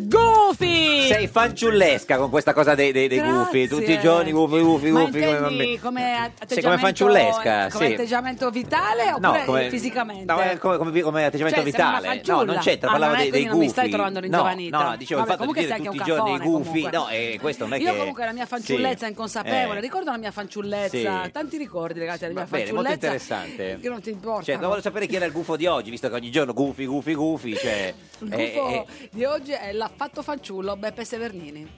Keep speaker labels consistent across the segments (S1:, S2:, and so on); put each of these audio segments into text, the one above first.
S1: Goofy!
S2: Sei fanciullesca con questa cosa dei, dei, dei gufi,
S1: Grazie.
S2: tutti i giorni gufi, gufi,
S1: Ma
S2: gufi.
S1: intendi
S2: bambini.
S1: come atteggiamento,
S2: Sì, come fanciullesca,
S1: come
S2: sì.
S1: atteggiamento vitale oppure
S2: come-
S1: fisicamente?
S2: No, eh, come, come- come atteggiamento
S1: Cioè, sei una
S2: vitale. No,
S1: fanciulla.
S2: non c'entra,
S1: Ah,
S2: parlavo
S1: non è-
S2: dei, dei gufi.
S1: quindi non mi stai trovando ringiovanita.
S2: No, no, dicevo,
S1: Vabbè,
S2: il fatto di
S1: comunque
S2: dire
S1: sei anche
S2: tutti i
S1: un
S2: giorni i
S1: cafone,
S2: gufi,
S1: comunque.
S2: no, eh, questo non è
S1: Io
S2: che...
S1: comunque la mia fanciullezza
S2: Sì.
S1: inconsapevole,
S2: Eh.
S1: ricordo la mia fanciullezza,
S2: Sì.
S1: tanti ricordi legati alla
S2: Va
S1: mia
S2: bene, molto
S1: fanciullezza.
S2: interessante.
S1: Che non ti importa.
S2: Cioè, non voglio sapere chi era il gufo di oggi, visto che ogni giorno gufi, gufi, gufi, cioè...
S1: Il
S2: eh,
S1: gufo
S2: eh,
S1: di oggi è l'affatto fanciullo Beppe Severnini.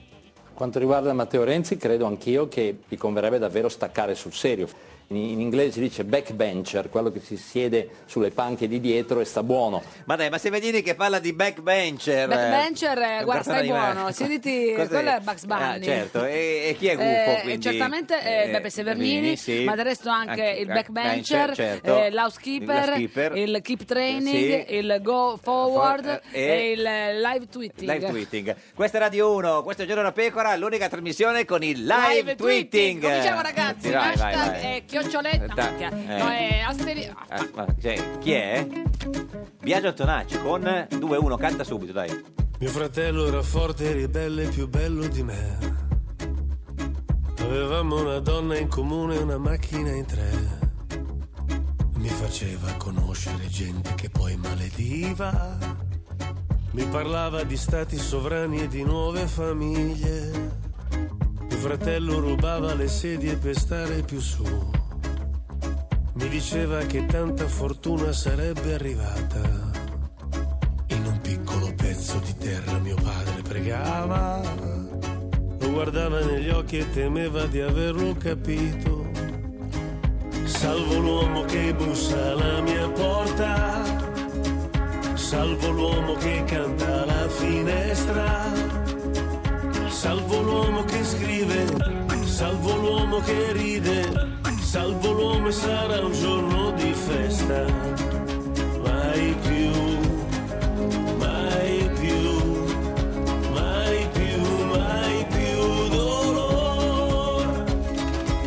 S3: Quanto riguarda Matteo Renzi, credo anch'io che gli converrebbe davvero staccare sul serio. In, in inglese si dice backbencher, quello che si siede sulle panche di dietro e sta buono.
S2: Ma dai, ma se vedi che parla di backbencher...
S1: Backbencher, eh,
S2: eh,
S1: guarda, stai
S2: guarda,
S1: buono,
S2: eh,
S1: siediti,
S2: cosa-
S1: quello è Bugs Bunny.
S2: Ah, certo, e, e chi è gufo,
S1: Eh,
S2: quindi?
S1: certamente eh,
S2: Eh,
S1: Beppe Severnini,
S2: sì. eh,
S1: ma del resto anche, il
S2: backbencher,
S1: backbencher,
S2: certo.
S1: eh, l'housekeeper,
S2: L'housekeeper.
S1: il keep training,
S2: Eh, sì.
S1: il go forward
S2: for- eh,
S1: e, il eh, live tweeting.
S2: Live tweeting. Questa è Radio 1, questo è Giorno da Pecora, l'unica trasmissione con il live,
S1: Live tweeting.
S2: tweeting.
S1: Cominciamo ragazzi,
S2: Sì, vai, vai,
S1: hashtag
S2: vai.
S1: eh, chioccioletta,
S2: Da-
S1: minchia,
S2: eh.
S1: no, eh, asteri- ah,
S2: Ah, ma, cioè, chi è? Biagio Antonacci con 2-1, canta subito, dai.
S4: Mio fratello era forte e ribelle, più bello di me. Avevamo una donna in comune e una macchina in tre. Mi faceva conoscere gente che poi malediva. Mi parlava di stati sovrani e di nuove famiglie. Mio fratello rubava le sedie per stare più su. Mi diceva che tanta fortuna sarebbe arrivata. In un piccolo pezzo di terra mio padre pregava. Lo guardava negli occhi e temeva di averlo capito. Salvo l'uomo che bussa alla mia porta. Salvo l'uomo che canta alla finestra. Salvo l'uomo che scrive. Salvo l'uomo che ride. Salvo l'uomo e sarà un giorno di festa. Mai più. Mai più, mai più, mai più dolore.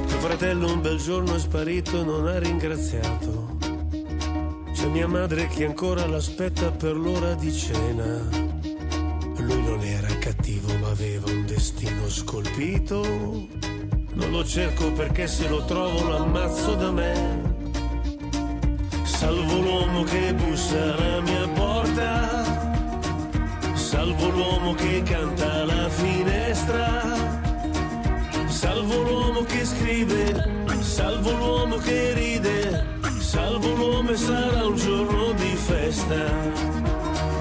S4: Mio fratello un bel giorno è sparito e non ha ringraziato. C'è mia madre che ancora l'aspetta per l'ora di cena. Lui non era cattivo ma aveva un destino scolpito. Non lo cerco perché se lo trovo lo ammazzo da me. Salvo l'uomo che bussa alla mia porta, salvo l'uomo che canta alla finestra, salvo l'uomo che scrive, salvo l'uomo che ride, salvo l'uomo e sarà un giorno di festa.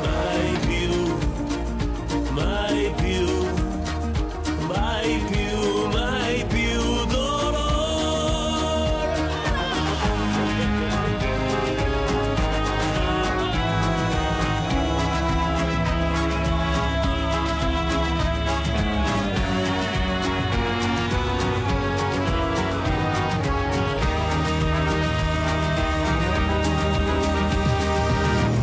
S4: Mai più, mai più, mai più, mai più dolore.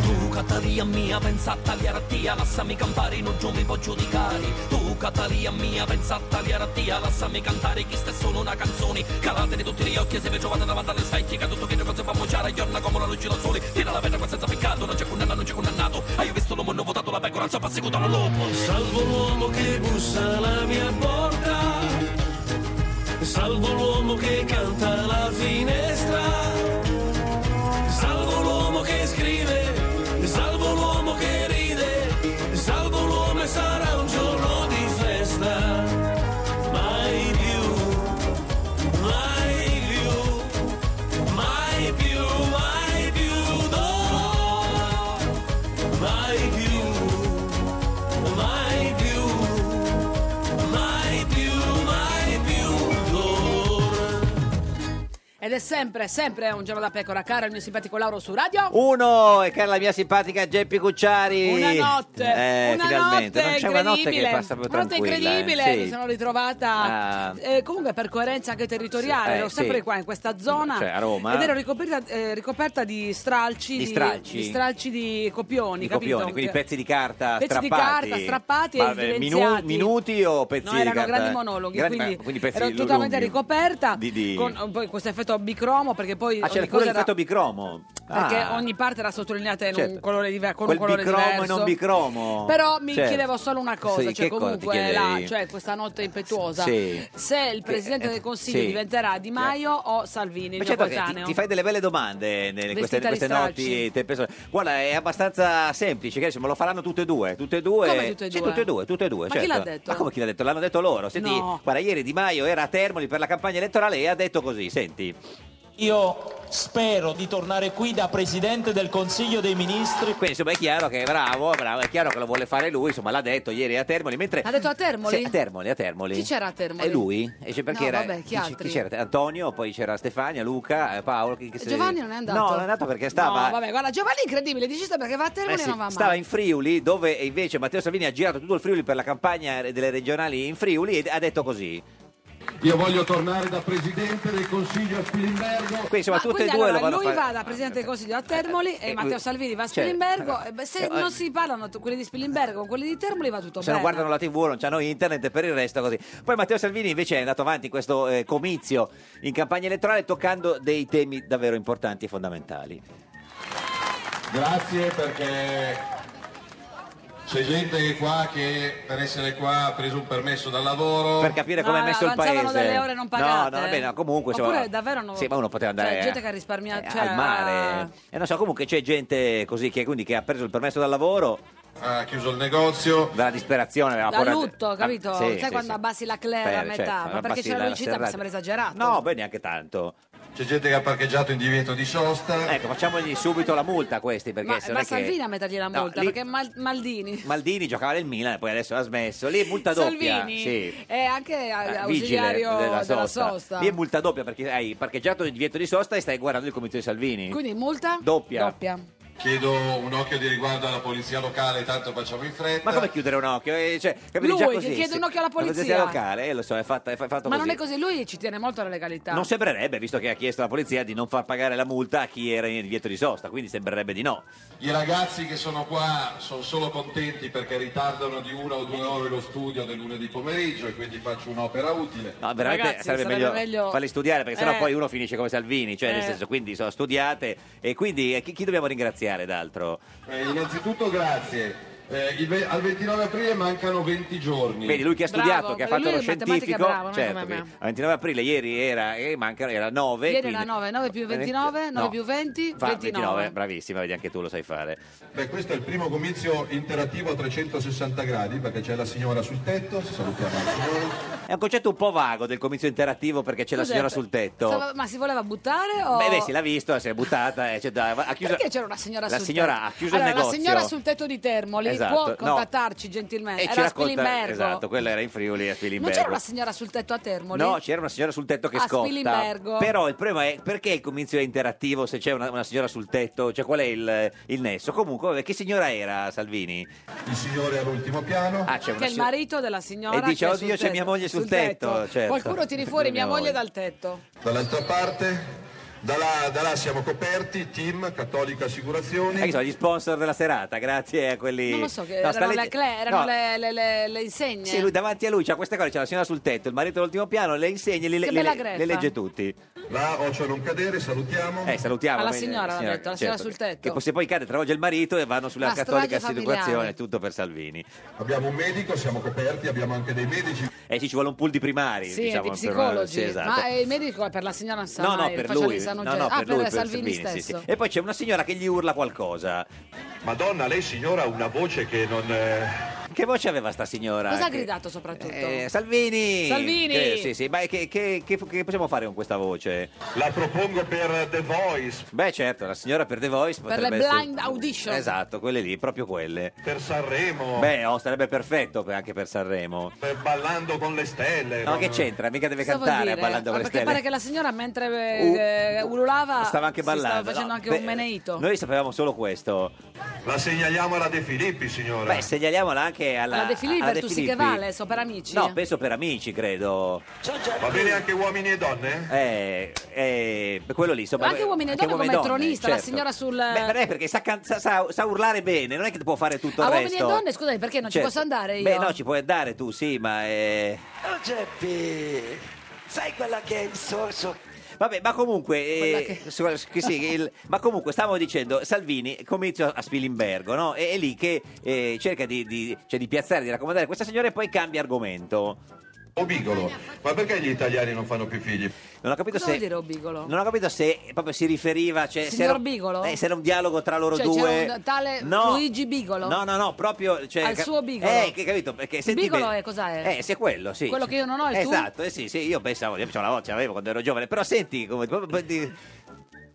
S5: Tu Catalia mia, pensa a tagliartia, lassami cantare, non giù mi può giudicare. Tu Catalia mia, pensa a tagliartia, lassami cantare, chi è solo una canzone. Calatene tutti gli occhi e se vi trovate davanti alle specchie, che tutto che ne cosa fa bruciare, giorna come la luce da sole, tira la vetra qua senza peccato, non c'è condanna, non c'è condannato. Hai visto l'uomo, non ho votato la pecora, non so perseguitano l'uomo.
S4: Salvo l'uomo che bussa alla mia porta, salvo l'uomo che canta alla finestra, salvo l'uomo che scrive, salvo l'uomo che ride, salvo l'uomo e sarà un giorno di festa. Mai più, mai più, mai più, mai più dolore, mai più. Mai più, mai più, mai più dolore.
S1: Ed è sempre, sempre un giorno da pecora, cara il mio simpatico Lauro su radio.
S2: Uno, e cara la mia simpatica Geppi Cucciari.
S1: Una notte,
S2: Eh,
S1: una
S2: finalmente.
S1: notte
S2: non c'è una notte che
S1: incredibile.
S2: passa più
S1: Una notte
S2: tranquilla. eh.
S1: incredibile, mi
S2: Sì.
S1: sono ritrovata
S2: Ah.
S1: eh, comunque per coerenza anche territoriale,
S2: Sì, eh,
S1: ero sempre
S2: sì.
S1: qua in questa zona.
S2: Cioè, a Roma.
S1: Ed ero ricoperta, eh, ricoperta di stralci,
S2: Di stralci?
S1: di stralci di copioni,
S2: Di
S1: capito?
S2: copioni, quindi pezzi di carta
S1: Pezzi di
S2: strappati.
S1: carta strappati e
S2: Ma, eh, minu-
S1: evidenziati.
S2: minuti o pezzi
S1: No,
S2: di carta? eh.
S1: erano grandi monologhi,
S2: Grandi-
S1: quindi,
S2: ma- quindi pezzi
S1: ero
S2: lu-
S1: totalmente
S2: lunghi.
S1: ricoperta
S2: Di- di-
S1: con eh, poi questo effetto bicromo perché poi
S2: Ah, c'era
S1: ogni
S2: pure
S1: cosa era
S2: l'effetto bicromo.
S1: perché
S2: Ah,
S1: ogni parte era sottolineata in un
S2: certo.
S1: colore diverso con
S2: Quel
S1: un colore
S2: bicromo
S1: diverso
S2: e non bicromo.
S1: però mi
S2: Certo.
S1: chiedevo solo una cosa
S2: Sì,
S1: cioè
S2: che cosa ti
S1: comunque la-
S2: chiedevi?
S1: cioè, questa notte impetuosa
S2: Sì.
S1: se il presidente
S2: eh,
S1: del consiglio
S2: sì.
S1: diventerà Di Maio o Salvini
S2: Ma
S1: il
S2: certo
S1: mio
S2: che ti,
S1: coetaneo
S2: ti fai delle belle domande eh, nelle
S1: Vestita
S2: queste,
S1: di
S2: queste
S1: stracci.
S2: notti tempestose. Guarda, è abbastanza semplice, che insomma, lo faranno tutte e due, tutte e due.
S1: Come tutte e
S2: Sì,
S1: due?
S2: tutte e due, tutte e due,
S1: Ma
S2: certo.
S1: chi l'ha detto?
S2: Ma come chi l'ha detto? L'hanno detto loro. Senti,
S1: No.
S2: guarda, ieri Di Maio era a Termoli per la campagna elettorale e ha detto così, senti.
S6: Io spero di tornare qui da Presidente del Consiglio dei Ministri.
S2: Quindi insomma è chiaro che è bravo, è bravo, è chiaro che lo vuole fare lui, insomma l'ha detto ieri a Termoli, mentre
S1: ha detto a Termoli?
S2: Sì, a Termoli, a Termoli.
S1: Chi c'era a Termoli?
S2: E lui? E c'è perché
S1: No,
S2: era,
S1: vabbè, chi
S2: c'è-
S1: altri?
S2: c'era? Antonio, poi c'era Stefania, Luca, eh, Paolo. Chi, chi se-
S1: Giovanni non è andato
S2: No, non è andato perché stava.
S1: no vabbè guarda Giovanni è incredibile dici sta perché va a Termini
S2: Eh sì,
S1: e non va mai
S2: stava in Friuli dove invece Matteo Salvini ha girato tutto il Friuli per la campagna delle regionali in Friuli e ha detto così
S7: Io voglio tornare da presidente del Consiglio a Spilimbergo.
S2: quindi insomma
S1: Ma
S2: tutte e
S1: quindi
S2: due
S1: allora,
S2: lo vanno a
S1: lui
S2: fare-
S1: va da Presidente del Consiglio a Termoli
S2: eh,
S1: e
S2: eh,
S1: Matteo
S2: lui-
S1: Salvini va a
S2: cioè,
S1: Spilimbergo.
S2: eh,
S1: e beh, se
S2: eh,
S1: non
S2: eh,
S1: si parlano t- quelli di Spilimbergo con quelli di Termoli va tutto
S2: se
S1: bene.
S2: non guardano la tv non hanno internet e per il resto così poi Matteo Salvini invece è andato avanti in questo eh, comizio in campagna elettorale toccando dei temi davvero importanti e fondamentali
S7: Grazie perché c'è gente che qua che per essere qua ha preso un permesso dal lavoro.
S2: per capire come
S1: No,
S2: è messo il paese
S1: Ah, avanzavano delle ore non pagate.
S2: no no vabbè no, comunque insomma,
S1: Oppure davvero non-
S2: sì ma uno poteva andare
S1: cioè, gente
S2: a-
S1: che risparmia-
S2: eh,
S1: cioè,
S2: al mare e non so comunque c'è gente così che quindi che ha preso il permesso dal lavoro
S7: Ha chiuso il negozio.
S2: dalla disperazione aveva
S1: Da
S2: paura-
S1: lutto,
S2: ah,
S1: capito?
S2: sì,
S1: Sai
S2: sì,
S1: quando
S2: sì.
S1: abbassi la Claire a
S2: Beh,
S1: metà?
S2: certo,
S1: ma perché
S2: abbassi
S1: c'era
S2: la-
S1: lui
S2: la
S1: in città mi
S2: serrata.
S1: sembra esagerato.
S2: no beh neanche tanto
S7: C'è gente che ha parcheggiato in divieto di sosta.
S2: ecco facciamogli subito la multa a questi perché
S1: ma
S2: se non
S1: ma
S2: è che-
S1: Salvini a mettergli la
S2: No,
S1: multa
S2: lì-
S1: perché Mal- Maldini.
S2: Maldini giocava nel Milan e poi adesso l'ha smesso lì è multa doppia
S1: Salvini
S2: sì
S1: è anche a-
S2: Eh,
S1: ausiliario
S2: vigile
S1: della sosta.
S2: lì è multa doppia perché hai parcheggiato in divieto di sosta e stai guardando il comizio di Salvini
S1: Quindi multa?
S2: Doppia.
S7: Chiedo un occhio di riguardo alla polizia locale, tanto facciamo in fretta.
S2: ma come chiudere un occhio? Eh, cioè, capito,
S1: Lui
S2: già
S1: che
S2: così,
S1: chiede
S2: sì.
S1: un occhio alla
S2: La
S1: polizia.
S2: polizia locale, eh, lo so, è fatta, è fa- fatto
S1: Ma
S2: così.
S1: non è così, lui ci tiene molto alla legalità.
S2: Non sembrerebbe, visto che ha chiesto alla polizia di non far pagare la multa a chi era in divieto di sosta, quindi sembrerebbe di no.
S7: I ragazzi che sono qua sono solo contenti perché ritardano di una o due ore lo studio del lunedì pomeriggio e quindi faccio un'opera utile.
S2: No, veramente
S1: Ragazzi,
S2: sarebbe,
S1: sarebbe
S2: meglio,
S1: meglio-
S2: farli studiare perché sennò
S1: Eh.
S2: poi uno finisce come Salvini, cioè
S1: Eh.
S2: nel senso, quindi sono studiate e quindi eh, chi, chi dobbiamo ringraziare d'altro?
S7: Eh, innanzitutto grazie. Eh, il ve- al 29 aprile mancano 20 giorni.
S2: Vedi, lui che ha
S1: Bravo,
S2: studiato, che ha
S1: perché
S2: fatto
S1: lui
S2: lo
S1: in matematica è
S2: scientifico,
S1: bravo, non è
S2: certo,
S1: come me.
S2: quindi, il 29 aprile ieri era, eh, mancano, era 9.
S1: Ieri
S2: quindi-
S1: era 9, 9 più 29, 9 più 20,
S2: Fa
S1: 29.
S2: 29, bravissima, vedi anche tu lo sai fare.
S7: Beh, questo è il primo comizio interattivo a 360 gradi perché c'è la signora sul tetto, salutiamo la signora.
S2: È un concetto un po' vago del comizio interattivo perché c'è la
S1: Cos'è?
S2: signora sul tetto.
S1: Stava- ma si voleva buttare o...
S2: Beh, beh, si l'ha visto, si è buttata, eh, cioè, da- ha chiuso...
S1: Perché c'era una signora
S2: La
S1: sul
S2: signora
S1: tetto?
S2: ha chiuso il
S1: Allora,
S2: negozio.
S1: La signora sul tetto di Termoli
S2: Esatto,
S1: può
S2: no.
S1: contattarci gentilmente.
S2: E ci
S1: era a
S2: racconta,
S1: Spilimbergo.
S2: esatto, quella era in Friuli a Spilimbergo.
S1: Non c'era una signora Ah, sul tetto a Termoli?
S2: No, c'era una signora sul tetto che
S1: A Spilimbergo.
S2: scotta. Però il problema è perché il comizio è interattivo se c'è una, una signora sul tetto? Cioè, qual è il, il nesso? Comunque, vabbè, che signora era Salvini?
S7: Il signore all'ultimo piano.
S2: Ah, c'è
S1: che
S2: una
S1: è il
S2: signora-
S1: marito della signora
S2: E dice,
S1: che è sul
S2: "Oddio, c'è
S1: tetto."
S2: mia moglie sul tetto, certo.
S1: Qualcuno tiri fuori mia
S2: Mia
S1: moglie
S2: moglie.
S1: dal tetto.
S7: Dall'altra parte. Da là, da là siamo coperti, team, Cattolica Assicurazioni.
S2: Eh, che sono gli sponsor della serata, grazie a quelli.
S1: Non lo so, che
S2: No, sta
S1: erano,
S2: legge-
S1: le, cla- erano
S2: No,
S1: le, le- le- le insegne.
S2: Sì, lui davanti a lui c'ha queste cose, c'è la signora sul tetto, il marito all'ultimo piano, le insegna, le,
S1: Che
S2: le,
S1: bella
S2: le-
S1: greffa.
S2: le legge tutti.
S7: Là, occhio a non cadere, salutiamo.
S2: Eh, salutiamo.
S1: Alla
S2: eh,
S1: signora, l'ha detto, alla signora sul tetto.
S2: Che poi se poi cade travolge il marito e vanno sulla
S1: La
S2: cattolica
S1: strage
S2: situazione,
S1: familiare.
S2: tutto per Salvini.
S7: Abbiamo un medico, siamo coperti, abbiamo anche dei medici.
S2: E Eh, ci ci vuole un pool di primari,
S1: Sì,
S2: diciamo.
S1: di
S2: per-
S1: psicologi.
S2: sì, esatto.
S1: Ma eh, il medico è per la signora non sa
S2: No, no,
S1: mai,
S2: per
S1: faccia
S2: lui.
S1: di San
S2: No,
S1: Eugenio.
S2: no,
S1: ah,
S2: per lui, per
S1: Salvini
S2: Salvini, sì,
S1: stesso.
S2: sì. E poi c'è una signora che gli urla qualcosa.
S8: Madonna, lei signora ha una voce che non... eh,
S2: Che voce aveva sta signora?
S1: Cosa ha
S2: Che-
S1: gridato soprattutto?
S2: Eh, Salvini!
S1: Certo. Salvini!
S2: Che- sì, sì, ma che, che- che- che possiamo fare con questa voce?
S8: La propongo per The Voice.
S2: Beh, certo, la signora per The Voice
S1: per le
S2: potrebbe essere-
S1: blind audition.
S2: Esatto, quelle lì, proprio quelle.
S8: Per Sanremo.
S2: Beh, oh, sarebbe perfetto per- anche per Sanremo.
S8: Per Ballando con le stelle.
S2: No,
S8: non-
S2: che c'entra? Mica deve
S1: Cosa vuol
S2: cantare a
S1: dire?
S2: ballando
S1: Ma
S2: con le
S1: perché
S2: stelle. Uh,
S1: pare che la signora mentre eh, ululava
S2: Stava anche
S1: si
S2: ballando.
S1: stava facendo
S2: no?
S1: anche
S2: Beh,
S1: un meneito.
S2: Noi sapevamo solo questo.
S8: La segnaliamo alla De Filippi, signora.
S2: Beh, segnaliamola anche alla.
S1: Alla De Filippi
S2: alla
S1: per eh, tu sì che
S2: Filippi.
S1: vale, so per amici.
S2: No, cioè, penso per amici, credo.
S8: Va bene anche uomini e donne?
S2: Eh, eh, quello lì, insomma.
S1: Anche uomini e donne
S2: uomini
S1: come tronista, la
S2: certo.
S1: signora sul-
S2: Beh, per me perché sa, can- sa- sa- sa urlare bene, non è che può fare tutto
S1: A
S2: il
S1: uomini
S2: resto.
S1: e donne, scusami, perché non
S2: Certo.
S1: ci posso andare io?
S2: Beh, no, ci puoi andare tu, sì, ma. eh,
S9: Oh Geppi, sai quella che è il sorso?
S2: Vabbè, ma comunque, eh,
S9: Guarda che-
S2: su- che sì, il- ma comunque stavo dicendo, Salvini comincia a Spilimbergo, no? È, è lì che eh, cerca di, di- cioè, di piazzare, di raccomandare questa signora e poi cambia argomento.
S8: Obigolo, Oh, ma perché gli italiani non fanno più figli?
S2: Non ho capito
S1: Cosa vuol
S2: se...
S1: dire Obigolo?
S2: Non ho capito se proprio si riferiva, cioè, se,
S1: Signor
S2: era,
S1: Bigolo?
S2: eh, se era un dialogo tra loro
S1: Cioè,
S2: due.
S1: c'era un tale
S2: No.
S1: Luigi Bigolo?
S2: No, no, no, proprio. Cioè,
S1: Al suo Bigolo?
S2: Eh, che capito? Perché senti
S1: Bigolo
S2: bene-
S1: è- cos'è?
S2: Eh, se è quello, sì.
S1: Quello che io non ho, il tuo?
S2: Esatto, eh, sì, sì, io pensavo, io una volta ce l'avevo quando ero giovane, però senti come. proprio- di-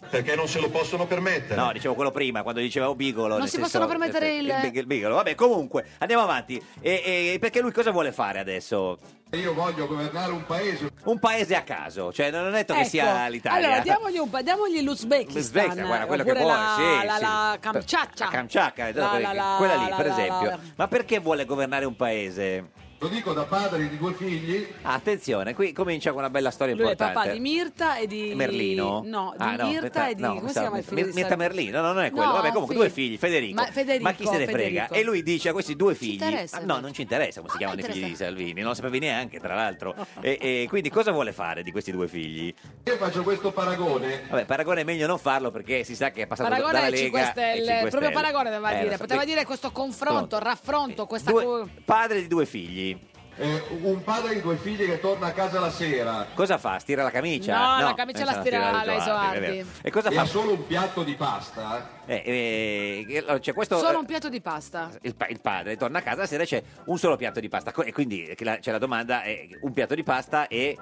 S8: Perché non se lo possono permettere.
S2: No, dicevo quello prima, quando diceva Obigolo.
S1: Non
S2: nel
S1: si
S2: senso-
S1: possono permettere il-
S2: big- il Bigolo. Vabbè, comunque, andiamo avanti. E- e- perché lui cosa vuole fare adesso?
S7: Io voglio governare un paese.
S2: Un paese a caso, cioè non è detto che
S1: Ecco,
S2: sia l'Italia.
S1: Allora, diamogli, un, pa- diamogli l'Uzbekistan.
S2: Uzbekistan, guarda, quello che
S1: oppure
S2: vuoi,
S1: la,
S2: sì,
S1: la,
S2: sì.
S1: la Kamchatka.
S2: La Kamchatka,
S1: La-
S2: quella,
S1: la- la-
S2: quella lì,
S1: la-
S2: per
S1: la- la-
S2: esempio.
S1: la-
S2: Ma perché vuole governare un paese?
S7: Lo dico da padre di due figli.
S2: Ah, Attenzione, qui comincia con una bella storia
S1: Lui è il
S2: importante.
S1: papà di Mirta e di...
S2: Merlino?
S1: No, di
S2: Ah, no,
S1: Mirta
S2: aspetta,
S1: e di...
S2: no,
S1: come si
S2: stavo-
S1: chiama il figlio
S2: Mir-
S1: di
S2: Mirta
S1: Sal-
S2: Merlino, no, non è quello.
S1: No,
S2: Vabbè, comunque
S1: figlio.
S2: due figli, Federico.
S1: Ma, Federico,
S2: chi se ne frega?
S1: Federico.
S2: E lui dice a questi due figli:
S1: interessa,
S2: Ah, No,
S1: Federico.
S2: non ci interessa come si
S1: Ah,
S2: chiamano i
S1: non
S2: figli di
S1: interessa.
S2: Salvini, non lo sapevi neanche, tra l'altro. e, e quindi cosa vuole fare di questi due figli?
S7: Io faccio questo paragone.
S2: Vabbè, paragone è meglio non farlo perché si sa che è passato
S1: Paragone
S2: dalla
S1: ai
S2: Lega
S1: 5
S2: e
S1: Stelle.
S2: 5
S1: Proprio
S2: Stelle.
S1: paragone doveva
S2: Eh, lo
S1: dire.
S2: so,
S1: Poteva
S2: quindi-
S1: dire questo confronto, raffronto, questa... co-
S2: Due, padre di due figli.
S7: Eh, un padre di due figli che torna a casa la sera
S2: Cosa fa? Stira la camicia? eh,
S1: No, la camicia la
S2: non
S1: stira lei,
S2: Isoardi, è
S1: Isoardi.
S2: vero. E cosa
S7: e ha
S2: fa?
S7: solo un piatto di pasta.
S2: Eh, eh, che- allora, c'è questo,
S1: Solo un
S2: eh,
S1: piatto di pasta.
S2: il, pa- il padre torna a casa la sera e c'è un solo piatto di pasta. Co- E quindi eh, che la- c'è la domanda: è un piatto di pasta e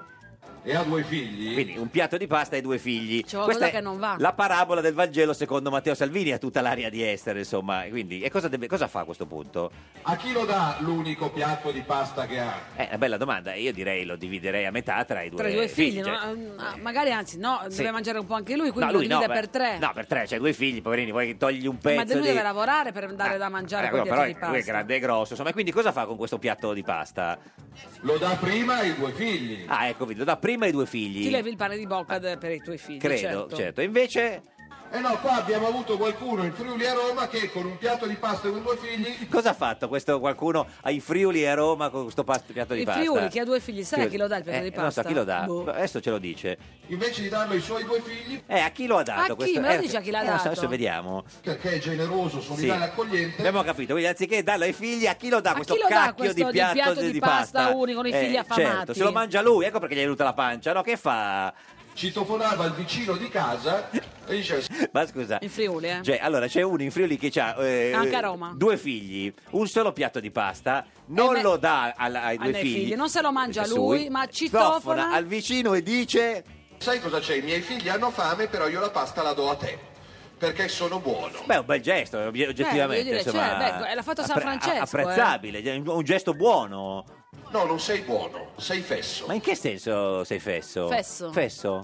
S7: E ha due figli.
S2: quindi un piatto di pasta e due figli.
S1: C'è qualcosa
S2: Questa è
S1: che non va.
S2: La parabola del Vangelo secondo Matteo Salvini a tutta l'area di essere, insomma. Quindi, e cosa, deve- cosa fa a questo punto?
S7: A chi lo dà l'unico piatto di pasta che ha?
S2: È Eh, una bella domanda. Io direi lo dividerei a metà tra i due,
S1: Tra i due figli,
S2: cioè-
S1: no? Ah, magari anzi, no, deve mangiare un po' anche lui, quindi
S2: No,
S1: lo
S2: lui no,
S1: divide
S2: beh,
S1: per tre.
S2: No, per tre, cioè due figli, poverini, vuoi che togli un pezzo
S1: Ma lui
S2: di...
S1: deve lavorare per dare
S2: Ah,
S1: da mangiare
S2: eh,
S1: quel
S2: però
S1: piatto di
S2: Lui è
S1: pasta.
S2: grande e grosso, insomma, e quindi cosa fa con questo piatto di pasta?
S7: Lo dà prima ai due figli.
S2: Ah, ecco, vedo, da prima i Ah. due figli.
S1: Ti levi il pane di bocca de- per i tuoi figli,
S2: Credo,
S1: certo.
S2: certo. E invece
S7: E Eh no, qua abbiamo avuto qualcuno in Friuli a Roma che con un piatto di pasta e con due figli
S2: cosa ha fatto questo qualcuno ai Friuli e a Roma con questo pas- piatto di
S1: Il
S2: pasta?
S1: Friuli, chi ha due figli, sai a
S2: Friuli.
S1: chi lo dà il piatto
S2: Eh,
S1: di
S2: Non so
S1: pasta?
S2: a chi lo dà,
S1: Boh.
S2: adesso ce lo dice.
S7: invece di darlo ai suoi due figli,
S2: Eh, a chi lo ha
S1: A
S2: dato
S1: chi?
S2: questo?
S1: Me lo
S2: Eh,
S1: dice a chi l'ha
S2: eh, non so,
S1: dato?
S2: adesso vediamo.
S7: che, che è generoso,
S2: Sì.
S7: solidale e accogliente,
S2: Abbiamo capito, quindi anziché darlo ai figli, a chi lo dà
S1: A
S2: questo
S1: chi lo dà
S2: cacchio
S1: questo
S2: di piatto, di,
S1: pasta unico con i figli
S2: eh, Certo,
S1: affamati?
S2: se lo mangia lui, ecco perché gli è venuta la pancia, no? Che fa?
S7: citofonava il vicino di casa e diceva
S2: Ma scusa.
S1: In Friuli, eh?
S2: Cioè, allora c'è uno in Friuli che ha
S1: Anche a Roma. Eh,
S2: due figli, un solo piatto di pasta, non
S1: me-
S2: lo dà alla- ai due
S1: Ai miei
S2: figli,
S1: figli, non se lo mangia lui, ma
S2: citofona
S1: citofona-
S2: al vicino e dice
S7: Sai cosa c'è? I miei figli hanno fame, però io la pasta la do a te, perché sono buono.
S2: Beh, è un bel gesto, ob- oggettivamente.
S1: voglio dire,
S2: insomma,
S1: cioè, beh, l'ha fatto San
S2: appre- a-
S1: Francesco, eh.
S2: Apprezzabile, un- un gesto buono.
S7: No, non sei buono, sei fesso.
S2: Ma in che senso sei fesso?
S1: Fesso.
S2: Fesso?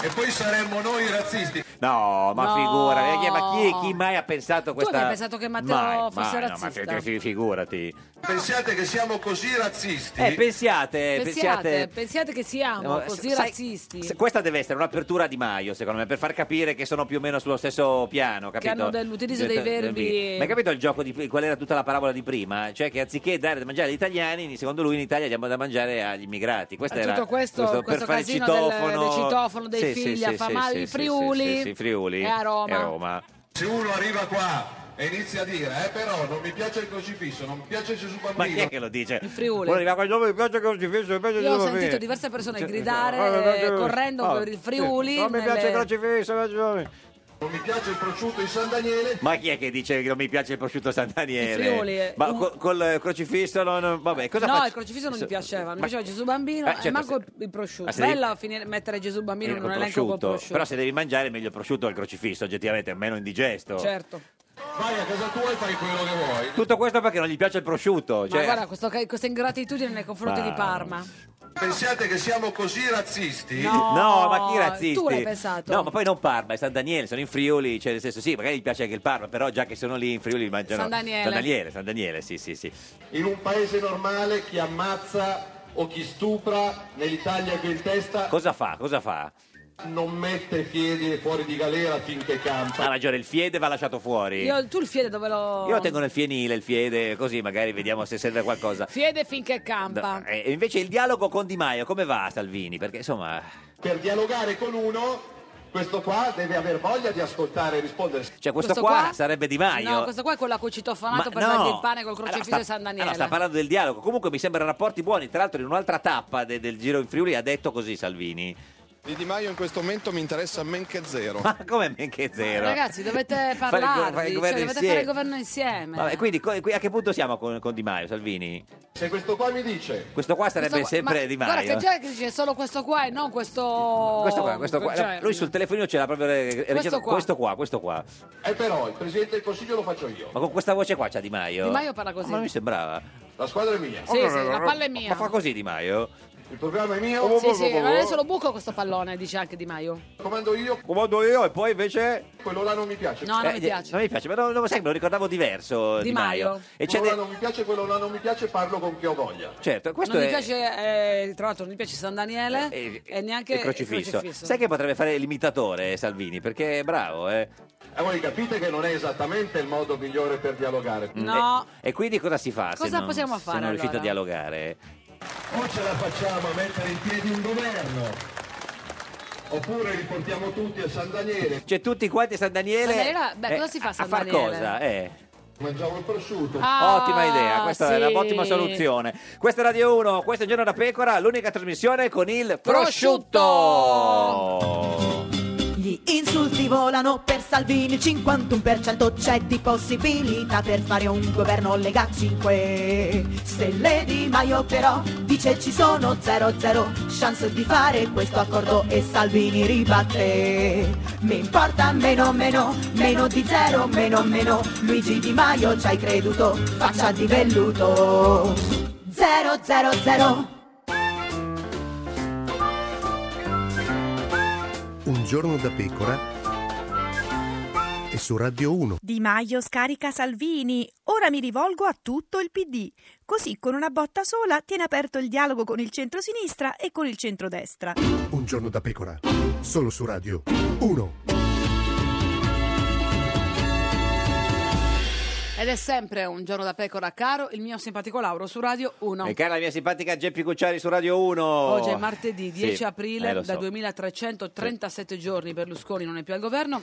S7: E poi saremmo noi razzisti.
S2: No, ma
S1: No.
S2: figura, eh, ma chi, chi mai ha pensato questa...
S1: avevi pensato che Matteo
S2: Mai,
S1: fosse
S2: mai, no,
S1: razzista?
S2: ma fi- fi- figurati.
S7: Pensiate che siamo così razzisti?
S2: Eh, pensiate,
S1: Pensiate,
S2: pensiate...
S1: pensiate che siamo
S2: No,
S1: così
S2: sai-
S1: razzisti.
S2: se- questa deve essere un'apertura di Maio, secondo me, per far capire che sono più o meno sullo stesso piano, capito?
S1: hanno dell'utilizzo dei verbi-
S2: Ma hai capito il gioco di qual era tutta la parabola di prima? Cioè che anziché dare da mangiare agli italiani, secondo lui in Italia diamo da mangiare agli immigrati. Questo
S1: Eh,
S2: era
S1: tutto questo-
S2: per
S1: questo
S2: fare il
S1: casino del-
S2: citofono,
S1: del citofono, dei figli affamati,
S2: sì,
S1: i Friuli
S2: sì, sì, sì, Friuli
S1: e a Roma.
S2: e a Roma.
S7: Se uno arriva qua e inizia a dire, eh però non mi piace il crocifisso, non mi piace Gesù
S2: Ma chi
S7: Bambino,
S2: è che lo dice? In
S1: Friuli.
S2: mi piace che crocifisso, mi piace
S1: Io ho
S2: Gesù
S1: sentito
S2: Bambino.
S1: diverse persone
S2: Cioè,
S1: gridare,
S2: no, no, no,
S1: eh,
S2: no,
S1: correndo
S2: no,
S1: per il
S2: sì,
S1: Friuli,
S2: Non mi piace
S1: nelle-
S2: il crocifisso, mi piace Gesù Bambino.
S7: Non mi piace il prosciutto di San Daniele.
S2: Ma chi è che dice che non mi piace il prosciutto San Daniele?
S1: Il Friuli, eh.
S2: Ma co- col eh, crocifisso non... Vabbè, cosa
S1: no,
S2: faccio?
S1: il crocifisso non mi
S2: So-
S1: piaceva, mi
S2: ma-
S1: piaceva Gesù Bambino
S2: Eh,
S1: e
S2: certo,
S1: manco il prosciutto.
S2: ma se devi- Eh,
S1: Bella finire- mettere Gesù Bambino in
S2: Col
S1: un elenco col
S2: prosciutto.
S1: prosciutto.
S2: Però se devi mangiare meglio il prosciutto al crocifisso, oggettivamente è meno indigesto.
S1: Certo.
S7: Vai a casa tua e fai quello che vuoi.
S2: Tutto questo perché non gli piace il prosciutto.
S1: Ma
S2: cioè-
S1: guarda, questo ca- questa ingratitudine nei confronti
S2: Ma-
S1: di Parma.
S7: Pensate che siamo così razzisti?
S1: No,
S2: No, ma chi razzisti?
S1: tu l'hai pensato.
S2: No, ma poi non Parma, è San Daniele, sono in Friuli, cioè nel senso sì, magari gli piace anche il Parma, però già che sono lì in Friuli mangiano
S7: San Daniele.
S2: San Daniele, San Daniele, sì, sì, sì.
S7: In un paese normale chi ammazza o chi stupra nell'Italia che in testa
S2: Cosa fa? Cosa fa?
S7: non mette piedi fuori di galera finché campa.
S2: Ha ragione, il Fiede va lasciato fuori.
S1: Io, tu il fiede dove lo...
S2: Io lo tengo nel fienile, il Fiede, così magari vediamo se serve a qualcosa.
S1: Fiede finché campa.
S2: No, E invece il dialogo con Di Maio, come va Salvini? Perché insomma,
S7: Per dialogare con uno, questo qua deve aver voglia di ascoltare e rispondere.
S2: cioè questo,
S1: Questo
S2: qua,
S1: qua?
S2: sarebbe Di Maio.
S1: No, questo qua è quello a cui ci t'ho affamato
S2: eh, Ma
S1: per
S2: no.
S1: dargli il pane col crocifisso
S2: Allora,
S1: di San Daniele.
S2: Allora, sta parlando del dialogo. Comunque mi sembra rapporti buoni. Tra l'altro, in un'altra tappa de- del Giro in Friuli ha detto così Salvini.
S10: Di Di Maio in questo momento mi interessa men che zero.
S2: Ma come men che zero?
S1: Ragazzi, dovete
S2: Fare il go-
S1: parlarvi,
S2: fare il
S1: cioè,
S2: governo
S1: dovete
S2: insieme.
S1: fare il governo insieme.
S2: Vabbè, quindi co- qui- a che punto siamo con, con Di Maio, Salvini?
S7: Se questo qua mi dice...
S2: Questo qua sarebbe
S1: Questo qua-
S2: sempre
S1: ma
S2: Di Maio.
S1: Guarda che già che dice solo questo qua e non questo...
S2: Questo qua, questo qua.
S1: Cioè,
S2: Lui sul telefonino ce l'ha proprio re- registrato.
S1: qua.
S2: Questo qua, questo qua.
S7: E "Eh, però il Presidente del Consiglio lo faccio io.
S2: Ma con questa voce qua c'ha Di Maio.
S1: Di Maio parla così.
S2: Ma non mi sembrava.
S7: La squadra è mia.
S1: Sì, sì, la palla è mia.
S2: Ma fa così Di Maio? Oh,
S7: Il programma è mio.
S1: Sì, sì, ma adesso lo buco questo pallone, dice anche Di Maio.
S7: Comando io.
S2: Comando io e poi invece...
S10: Eh.
S7: Quello là non mi piace.
S1: No, non mi piace.
S2: Eh, Non mi piace, ma non, non- sai, me lo ricordavo diverso Di,
S1: Di Maio.
S2: E c'è
S7: quello là
S2: de-
S7: non mi piace, quello là non mi piace, parlo con chi ho voglia.
S2: Certo, questo
S1: non
S2: è...
S1: mi piace, eh, tra l'altro, non mi piace San Daniele
S2: Eh,
S1: e neanche
S2: il crocifisso. Sai che potrebbe fare l'imitatore eh, Salvini? Perché è bravo, eh.
S7: E voi capite che non è esattamente il modo migliore per dialogare.
S1: No.
S2: E, e quindi cosa si fa? se
S1: Cosa
S2: non-
S1: possiamo
S2: se
S1: fare,
S2: non riuscite a
S1: allora?
S2: dialogare.
S7: O ce la facciamo a mettere in piedi un governo, oppure li portiamo tutti a San Daniele.
S2: Cioè, tutti quanti a San Daniele. eh,
S1: San Daniele, beh, cosa si fa a
S2: a
S1: San
S2: far
S1: Daniele?
S2: cosa? Eh.
S7: Mangiamo il prosciutto.
S1: Ah,
S2: ottima idea, questa è
S1: sì.
S2: un'ottima soluzione. Questa è Radio 1, questo è Giorno da Pecora, l'unica trasmissione con il prosciutto.
S11: Gli insulti volano per Salvini, il 51% c'è di possibilità per fare un governo Lega 5 Stelle di Maio però dice ci sono 0-0 chance di fare questo accordo e Salvini ribatte. Mi importa meno meno, meno di zero, meno meno, Luigi Di Maio ci hai creduto, faccia di velluto. 0-0-0.
S12: Un giorno da pecora e su Radio 1.
S13: Di Maio scarica Salvini. Ora mi rivolgo a tutto il PD. Così con una botta sola tiene aperto il dialogo con il centrosinistra e con il centrodestra.
S12: Un giorno da pecora. Solo su Radio 1.
S1: Ed è sempre un giorno da pecora, caro il mio simpatico Lauro su Radio 1.
S2: E cara la mia simpatica Geppi Cucciari su Radio 1.
S1: Oggi è martedì 10
S2: Sì,
S1: aprile,
S2: eh, lo
S1: da
S2: so.
S1: 2337 giorni Berlusconi non è più al governo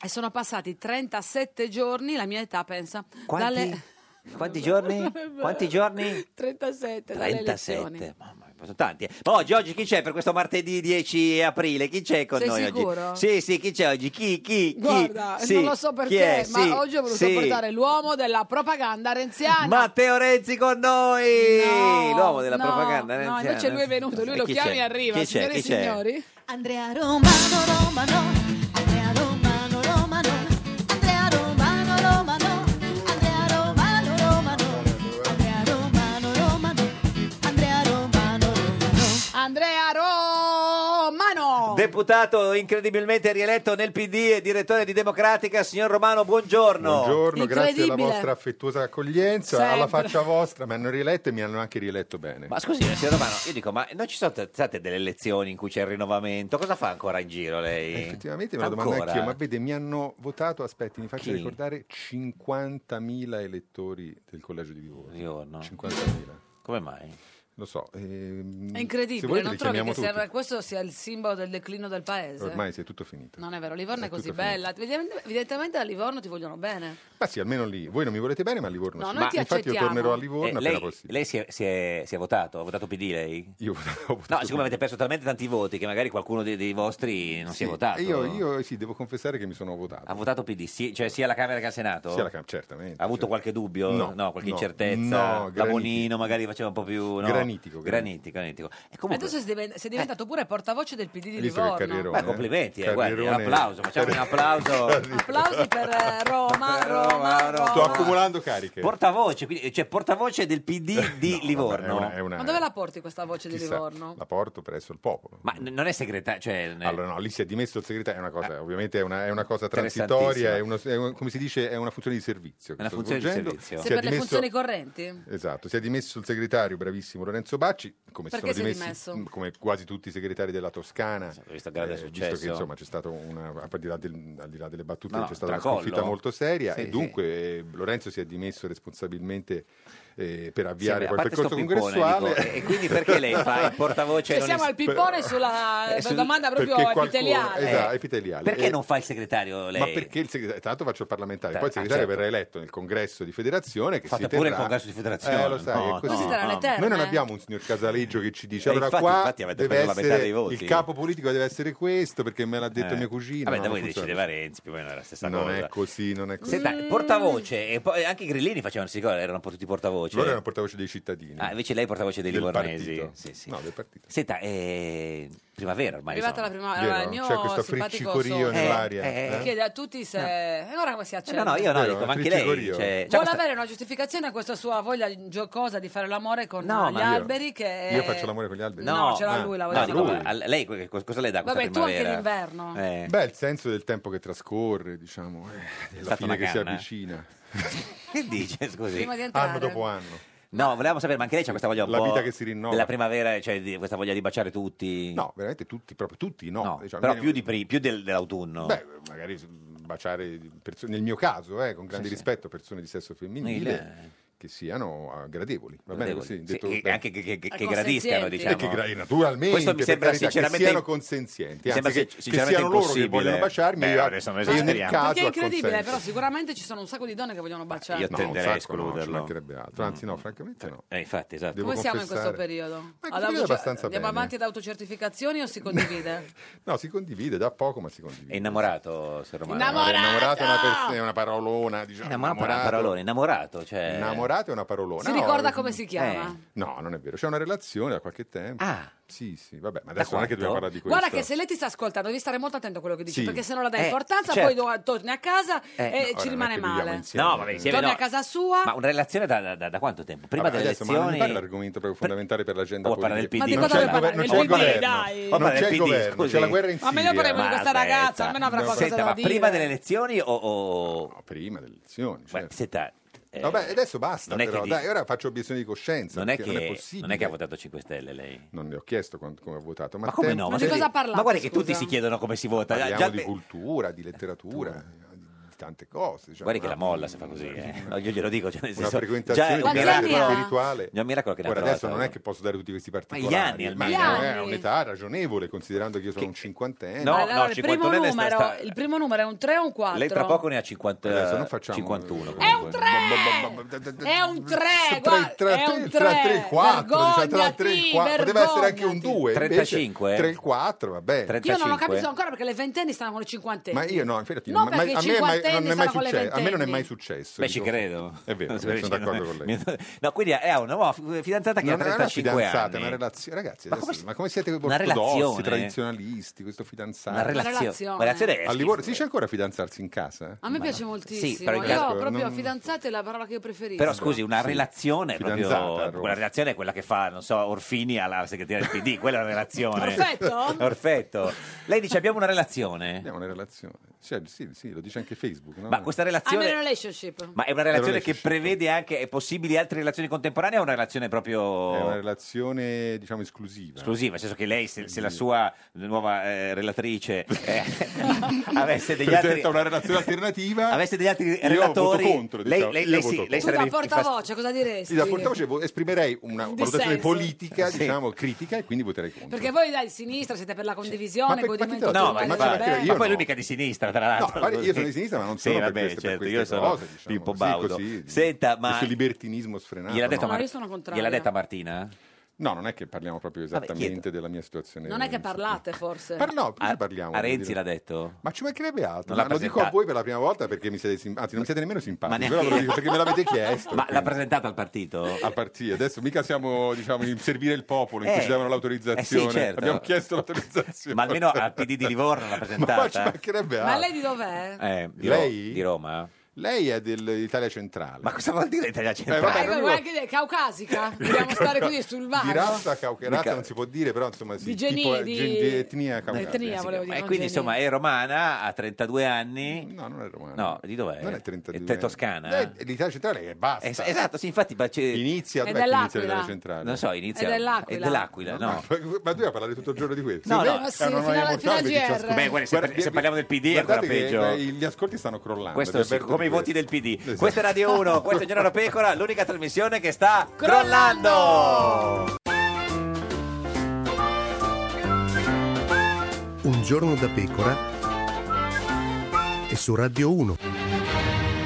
S1: e sono passati 37 giorni, la mia età pensa,
S2: Quanti?
S1: dalle
S2: Quanti giorni? Quanti giorni?
S1: 37 dalle elezioni.
S2: 37, mamma mia, sono tanti. eh. Ma oggi, oggi chi c'è per questo martedì 10 aprile? Chi c'è con
S1: Sei
S2: noi
S1: sicuro?
S2: oggi? Sì, sì, chi c'è oggi? Chi, chi, chi?
S1: Guarda,
S2: Sì,
S1: non lo so
S2: chi
S1: perché,
S2: è?
S1: ma
S2: Sì,
S1: oggi ho voluto
S2: sì.
S1: portare l'uomo della propaganda renziana.
S2: Matteo Renzi con noi!
S1: No,
S2: L'uomo della
S1: no,
S2: propaganda
S1: no,
S2: renziana.
S1: invece lui è venuto, lui
S2: E
S1: lo
S2: chi
S1: chiama
S2: c'è?
S1: e arriva,
S2: Chi c'è?
S1: signore e
S2: Chi c'è?
S1: signori.
S11: Andrea Romano Romano, Andrea Romano Romano, Andrea Romano Romano, Andrea Romano Romano, Andrea Romano Romano, Andrea Romano Romano.
S1: Andrea Romano!
S2: Deputato incredibilmente rieletto nel PD e direttore di Democratica, signor Romano, buongiorno.
S14: Buongiorno, grazie alla
S2: Incredibile.
S14: vostra affettuosa accoglienza,
S2: Sempre.
S14: alla faccia vostra. Mi hanno rieletto e mi hanno anche rieletto bene.
S2: Ma scusi, signor Romano, io dico, ma non ci sono t- state delle elezioni in cui c'è il rinnovamento? Cosa fa ancora in giro lei?
S14: Effettivamente me lo
S2: Ancora?
S14: domando anch'io, ma vede, mi hanno votato, aspetti, mi faccio
S2: Chi?
S14: ricordare 50.000 elettori del collegio di Livorno.
S2: 50.000.
S14: Come
S2: mai?
S14: Lo so. ehm,
S1: È
S14: se
S1: incredibile,
S14: volete
S1: non
S14: li
S1: trovi
S14: chiamiamo
S1: che sia- eh.
S14: tutti.
S1: questo sia il simbolo del declino del paese?
S14: Ormai sì, è tutto finito.
S1: Non è vero, Livorno è,
S14: È
S1: così
S14: tutto finito.
S1: bella. Evident- Evidentemente a Livorno ti vogliono bene.
S14: Ma sì, almeno lì. Voi non mi volete bene, ma a Livorno
S1: No,
S14: sì.
S1: noi
S14: Ma
S1: ti
S14: infatti io
S1: accettiamo.
S14: tornerò a Livorno
S2: Eh,
S14: appena
S2: lei,
S14: possibile.
S2: lei si, è, si è- si è votato? Ha votato PD lei?
S14: Io ho votato
S2: No, siccome avete perso talmente tanti voti che magari qualcuno dei, dei vostri non si è
S14: Sì,
S2: votato.
S14: e Io, io sì, devo confessare che mi sono votato.
S2: Ha votato PD, sì, cioè sia alla Camera che al Senato?
S14: Sia alla Camera, certamente. certo.
S2: Ha avuto qualche dubbio?
S14: No,
S2: qualche
S14: no,
S2: incertezza?
S14: no,
S2: La
S14: granitico.
S2: Bonino magari faceva un po' più... no?
S14: Granitico, granitico.
S2: Granitico, granitico. E
S1: E
S2: comunque...
S1: tu sei, diven- sei diventato pure portavoce del PD di
S2: Hai visto che
S1: Livorno.
S2: Beh, complimenti, eh, guardi,
S14: Carrerone-
S2: l'applauso, facciamo un applauso.
S1: Applausi per eh, Roma, Roma, Roma.
S14: Sto accumulando cariche.
S2: Portavoce, quindi, cioè portavoce del PD di Livorno.
S1: Ma dove la porti questa voce di
S14: chissà.
S1: Livorno?
S14: La porto presso il popolo.
S2: Ma non è cioè, segretario?
S14: Allora no, lì si è dimesso il segretario, è una cosa, ovviamente è una, è una cosa
S2: Eh, Interessantissima.
S14: transitoria, è uno- è un- come si dice, è una funzione di servizio.
S2: È
S14: che
S2: una
S14: sto
S2: funzione di
S14: svolgendo.
S2: servizio.
S14: Si
S1: Se
S14: è
S1: per le
S14: dimesso-
S1: funzioni correnti?
S14: Esatto, si è dimesso il segretario, bravissimo Lorenzo Bacci, come
S1: Perché
S14: sono
S1: si è
S14: dimessi
S1: dimesso?
S14: mh, come quasi tutti i segretari della Toscana, Eh,
S2: questo grande
S14: visto
S2: successo.
S14: che insomma c'è stata una al di là, del- al di là delle battute
S2: No, no,
S14: c'è stata una
S2: tracollo.
S14: sconfitta molto seria
S2: Sì,
S14: e
S2: sì.
S14: dunque eh, Lorenzo si è dimesso responsabilmente eh, per
S2: Sì, beh, a
S14: avviare quel
S2: parte sto
S14: percorso
S2: pippone,
S14: congressuale.
S2: dico, e- e quindi perché lei fa il portavoce e
S1: Cioè
S2: non
S1: siamo
S2: il-
S1: al pippone sulla
S2: Eh, sul-
S1: domanda proprio
S14: perché qualcuno-
S1: epiteliale.
S14: esatto, epiteliale.
S2: Perché
S14: E-
S2: non fa il segretario lei?
S14: Ma perché il segretario? Tanto faccio il parlamentare,
S2: Ta-
S14: poi il segretario
S2: ah, certo.
S14: verrà eletto nel congresso di federazione. Che
S2: Fate
S14: si
S2: pure
S14: terrà-
S2: il congresso di federazione,
S14: Eh, lo sai,
S2: no,
S14: è così.
S2: no, Si terrà no. alle terme?
S14: Noi
S1: eh.
S14: non abbiamo un signor Casaleggio che ci dice:
S2: Eh,
S14: allora
S2: infatti,
S14: qua
S2: infatti avete
S14: deve
S2: preso la metà
S14: essere-
S2: dei voti."
S14: il capo politico deve essere questo perché me l'ha detto
S2: Eh.
S14: mio cugino.
S2: Vabbè,
S14: no,
S2: da
S14: non
S2: voi
S14: funziona
S2: decideva Renzi, più o meno era la stessa
S14: Non
S2: cosa.
S14: è così, non è così.
S2: Senta,
S1: Mm.
S2: portavoce, e poi anche i grillini facevano queste cose, erano tutti portavoce.
S14: Loro erano portavoce dei cittadini.
S2: Ah, invece lei è portavoce dei
S14: Del
S2: livornesi.
S14: partito.
S2: Sì, sì.
S14: No, del partito.
S2: Senta, eh, primavera
S1: È
S2: ormai.
S1: arrivata la
S2: insomma.
S1: prima
S14: Vero,
S1: allora, il mio
S14: c'è questo
S1: simpatico
S14: friccicorio
S1: socio
S14: nell'aria, eh?
S1: chiede a tutti se e ora come si
S2: Eh,
S1: accende
S2: No, no, io no,
S14: Vero,
S2: dico, ma anche
S14: Frittico
S2: lei.
S14: Rio.
S2: Cioè,
S1: vuole avere una giustificazione a questa sua voglia giocosa di fare l'amore con
S2: No,
S1: gli
S2: ma io-
S1: alberi che
S14: Io faccio l'amore con gli alberi.
S1: Eh.
S14: eh.
S1: No, ce l'ha lui la voglia
S2: no,
S1: di
S2: dico,
S1: fare.
S2: ma a lei que- co- cosa le dà questa
S1: Vabbè, tu anche
S2: primavera?
S1: l'inverno.
S2: Eh.
S14: Beh, il senso del tempo che trascorre, diciamo, eh, della
S2: stata
S14: fine
S2: una
S14: che si
S2: canna, eh?
S14: avvicina.
S2: Che dice, scusi?
S1: Prima di entrare.
S14: Anno dopo anno.
S2: No, volevamo sapere, ma anche lei c'ha questa voglia un
S14: La
S2: po'
S14: vita che si rinnova.
S2: Della primavera, cioè di- questa voglia di baciare tutti.
S14: No, veramente tutti, proprio tutti, no. Diciamo,
S2: però
S14: almeno-
S2: più, di pri- più del- dell'autunno.
S14: Beh, magari s- baciare, perso- nel mio caso, eh, con grande
S2: Sì, sì.
S14: rispetto, persone di sesso femminile
S2: Mille.
S14: che siano ah, gradevoli, va bene
S2: Gradevoli.
S14: così,
S2: Sì,
S14: detto
S2: e
S14: bene.
S2: anche che, che- che-
S14: E
S2: che
S1: Ecco,
S2: gradiscano,
S14: consenzienti.
S2: diciamo.
S14: E che gra- naturalmente,
S2: Questo mi
S14: per
S2: sembra
S14: carità, che
S2: sinceramente
S14: siano consenzienti,
S2: mi sembra
S14: anzi,
S2: sin-
S14: che- che
S2: sinceramente
S14: siano loro che
S2: impossibile.
S14: vogliono baciarmi,
S2: Beh,
S14: io-
S2: adesso non
S14: io nel
S2: esageriamo.
S14: caso-
S1: perché è
S14: al
S1: incredibile,
S14: consenso.
S1: però sicuramente ci sono un sacco di donne che vogliono baciare.
S2: Io tenderei
S14: un
S2: a
S14: sacco, no, ci
S2: escluderlo.
S14: mancherebbe altro. Anzi, no, francamente no.
S2: Eh, infatti, esatto.
S14: Devo
S1: Come siamo in questo
S14: confessare-
S1: periodo?
S14: Ma
S1: Ad
S14: così è
S1: autocer-
S14: abbastanza
S1: andiamo
S14: bene.
S1: avanti ad autocertificazioni o si condivide?
S14: No, si condivide da poco, ma si condivide.
S2: È innamorato, se Romano.
S1: Innamorato!
S14: è una, pers- è una parolona, diciamo.
S2: Innamorato, una parolona, innamorato, cioè-
S14: Innamorato è una parolona.
S1: si
S14: No,
S1: ricorda come si chiama?
S14: Eh, No, non è vero. C'è una relazione da qualche tempo.
S2: Ah.
S14: Sì, sì, vabbè, ma adesso non
S2: quanto?
S14: è che dobbiamo parlare di Eh, questo.
S1: Guarda che se lei ti sta ascoltando devi stare molto attento a quello che dici
S14: Sì.
S1: perché se non la dai
S14: Eh,
S1: importanza
S2: certo.
S1: poi do- torni a casa e ci
S14: no, ora non è
S1: rimane
S14: che viviamo
S1: male.
S14: insieme.
S2: No, vabbè, insieme
S1: Torni
S2: no.
S1: a casa sua.
S2: Ma una relazione da, da- da- da quanto tempo? Prima
S14: Vabbè,
S2: delle
S14: adesso, ma non mi pare
S2: elezioni...
S14: l'argomento proprio fondamentale per l'agenda
S2: Vuoi parlare del
S14: politica.
S2: PD?
S14: Non
S2: Ma di
S14: c'è il
S2: cosa
S14: governo, non
S2: vuoi
S14: c'è il
S2: parlare?
S14: governo.
S1: Dai.
S14: Non c'è
S2: del
S14: il
S2: PD,
S14: governo, c'è la
S2: scusi.
S14: guerra in
S1: Ma meglio
S14: Siria.
S1: parliamo di questa
S2: aspetta.
S1: ragazza, almeno avrà qualcosa
S2: Senta,
S1: da
S2: ma
S1: dire.
S2: prima delle elezioni o... o-
S14: Prima delle elezioni,
S2: Beh, senta, eh,
S14: Vabbè, adesso basta
S2: non è
S14: però,
S2: che di-
S14: dai, ora faccio obiezione di coscienza,
S2: non, è che,
S14: perché non è
S2: non,
S14: possibile.
S2: è che ha votato 5 Stelle lei.
S14: Non ne ho chiesto quan- come ho votato, ma,
S2: Ma come
S14: te-
S2: no?
S1: Ma di
S2: se-
S1: cosa ha parlato,
S2: Ma guarda che tutti
S1: scusa?
S2: si chiedono come si vota.
S14: Parliamo
S2: Già-
S14: di cultura, di letteratura, di, di tante cose. diciamo,
S2: Guardi che la
S14: no?
S2: molla se fa così, eh. No, io glielo dico. Cioè, nel
S14: Una
S2: senso,
S14: frequentazione
S2: già-
S14: di
S2: già-
S14: carattere
S2: già-
S14: spirituale.
S2: Già un miracolo che ne ha
S14: Ora,
S2: trovato.
S14: adesso non è che posso dare tutti questi
S2: gli anni,
S14: particolari,
S2: almeno.
S1: Gli
S14: è eh,
S1: anni.
S14: un'età ragionevole, considerando che io sono un cinquantenne.
S2: No,
S1: allora,
S2: no,
S1: il, primo
S2: 51 è sta-
S1: numero,
S2: sta-
S1: il primo numero è un 3 o un 4?
S2: Lei tra poco ne ha 50,
S14: Adesso non facciamo-
S2: 51.
S1: È un 3! È un 3! Guarda, è un 3!
S14: Tra 3 e 4, tra 3 e 4, poteva essere anche un 2,
S2: 35, eh?
S14: 3 e 4, vabbè.
S1: Io non ho capito ancora perché le ventenni stanno con i cinquantenni.
S14: diciamo Ma io no, infatti,
S1: No,
S14: ma- ma-
S1: perché i
S14: a me è mai-
S1: cinquantenni
S14: non è mai
S1: stanno con le
S14: successo, a me non è
S1: ventenni.
S14: mai successo.
S2: Beh, ci
S14: dico.
S2: credo.
S14: È vero, sono d'accordo con lei.
S2: No, quindi è una nuova fi- fidanzata che ha
S14: Non è una
S2: 35
S14: fidanzata,
S2: anni.
S14: è una relazione. Ragazzi,
S2: Ma
S14: adesso- ma,
S2: come
S14: come,
S2: si-
S14: siete
S2: una
S14: ortodossi,
S2: relazione?
S14: tradizionalisti, questo fidanzato?
S2: Una relazione.
S1: relazione.
S2: Una relazione è
S14: A Livorno si dice ancora fidanzarsi in casa?
S1: A me
S2: Ma-
S1: piace
S2: sì,
S1: moltissimo.
S2: però in
S1: io
S2: caso-
S1: proprio
S14: non-
S1: fidanzate è la parola che io preferisco.
S2: Però scusi, una
S14: Sì.
S2: relazione è proprio
S14: Fidanzata a Roma.
S2: una relazione è quella che fa, non so, Orfini alla segretaria del PD, quella è una relazione.
S1: Perfetto?
S2: Perfetto. Lei dice abbiamo una relazione.
S14: Abbiamo una relazione. Sì, sì, sì, lo dice anche Facebook. Facebook. no?
S2: Ma questa
S1: I'm in a
S2: relazione...
S1: relationship.
S2: Ma è una relazione che prevede anche eh, possibili altre relazioni contemporanee o una relazione proprio...
S14: È una relazione, diciamo, esclusiva.
S2: Esclusiva, nel senso che lei, se, se la sua nuova eh, relatrice eh, avesse degli
S14: Presenta
S2: altri...
S14: una relazione alternativa...
S2: Avesse degli altri
S14: Io
S2: relatori...
S14: voto contro,
S2: lei,
S14: diciamo.
S2: lei,
S14: Io
S2: lei
S14: voto
S2: sì,
S14: contro.
S2: lei
S1: Tu
S2: sarebbe
S1: da portavoce cosa diresti?
S14: Sì, da portavoce vo- esprimerei una
S1: Un
S14: valutazione
S1: dissenso.
S14: politica,
S1: Sì.
S14: diciamo, critica e quindi voterei contro.
S1: Perché voi dai sinistra siete per la condivisione, godimento
S14: te lo-
S2: No,
S14: Ma
S2: ma,
S14: ci
S2: infatti-
S14: mancherebbe,
S2: ma
S14: io
S2: poi
S14: no.
S2: lui mica di sinistra, tra
S14: No,
S2: l'altro.
S14: guardi, io sono di sinistra, ma non
S2: Ah, sì,
S14: sono per
S2: vabbè,
S14: queste- per
S2: certo,
S14: queste
S2: io sono
S14: cose, diciamo,
S2: Pippo
S14: sì,
S2: Baudo.
S14: così,
S2: Senta, ma
S14: Questo libertinismo sfrenato.
S2: Gliel'ha detto
S14: no?
S2: Mar-
S1: No, io sono contraria.
S2: gliel'ha detta Martina?
S14: No, non è che parliamo proprio
S2: Vabbè,
S14: esattamente
S2: chiedo.
S14: della mia situazione.
S1: Non è che parlate forse.
S14: Par- no, perché
S2: A-
S14: parliamo?
S2: A
S14: voglio
S2: Renzi
S14: dire?
S2: l'ha detto?
S14: Ma ci mancherebbe altro.
S2: Non l'ha
S14: Ma lo dico a
S2: presentato.
S14: voi per la prima volta perché mi siete sim- anzi, non mi siete nemmeno simpatici,
S2: Ma
S14: però ve lo
S2: neanche-
S14: dico perché me l'avete chiesto.
S2: Ma l'ha
S14: quindi.
S2: presentata al partito?
S14: a partire adesso mica siamo diciamo in servire il popolo in cui
S2: Eh.
S14: ci davano l'autorizzazione
S2: Eh sì, certo.
S14: abbiamo chiesto l'autorizzazione
S2: Ma almeno al PD di Livorno l'ha presentata.
S14: ma ci mancherebbe
S1: Ma
S14: altro.
S1: lei di dov'è?
S2: Eh, di,
S14: Lei?
S2: Ro- di Roma?
S14: lei è dell'Italia centrale
S2: Ma cosa vuol dire Italia
S14: Eh,
S2: centrale?
S14: vabbè,
S1: Eh,
S14: non
S1: vuoi
S14: dico-
S1: anche dire caucasica? Dobbiamo stare qui sul
S14: di
S1: vago.
S14: razza caucherata
S2: Mica-
S14: non si può dire però insomma sì,
S1: Di geni-
S14: tipo, eh,
S1: di-
S14: gen- di etnia caucherata
S1: Etnia, volevo dire.
S2: e
S1: non
S2: Eh quindi
S1: genio.
S2: insomma è romana, ha 32 anni.
S14: Mm, no non è romana
S2: No, di dov'è?
S14: non è 32
S2: È toscana?
S14: Lei- l'Italia centrale che basta
S2: Es- esatto, sì, infatti ma c'è-
S14: inizia
S1: È
S14: dov'è che inizia
S1: dell'Aquila.
S14: l'Italia centrale
S2: non so, inizia
S1: È dell'Aquila.
S2: è dell'Aquila, no.
S14: Ma- ma tu a parlare tutto il giorno di questo
S2: No,
S14: Se
S2: no.
S14: me-
S2: Ma
S1: sì,
S14: è una
S1: fino
S14: noia
S1: alla- fino
S14: mortale,
S1: alla
S14: dice,
S1: GR.
S14: ascolta-
S2: Beh, guarda, se-
S14: Guarda,
S2: se parliamo del PD è
S14: guardate
S2: ancora
S14: che,
S2: peggio.
S14: eh, gli ascolti stanno crollando
S2: Questo
S14: ti
S2: sì,
S14: avverto
S2: come i
S14: questo.
S2: voti del PD.
S14: Esatto.
S2: Questa è Radio 1, questo è Gennaro Pecora, l'unica trasmissione che sta
S1: Crollando!
S2: crollando.
S12: Un giorno da pecora e su Radio 1.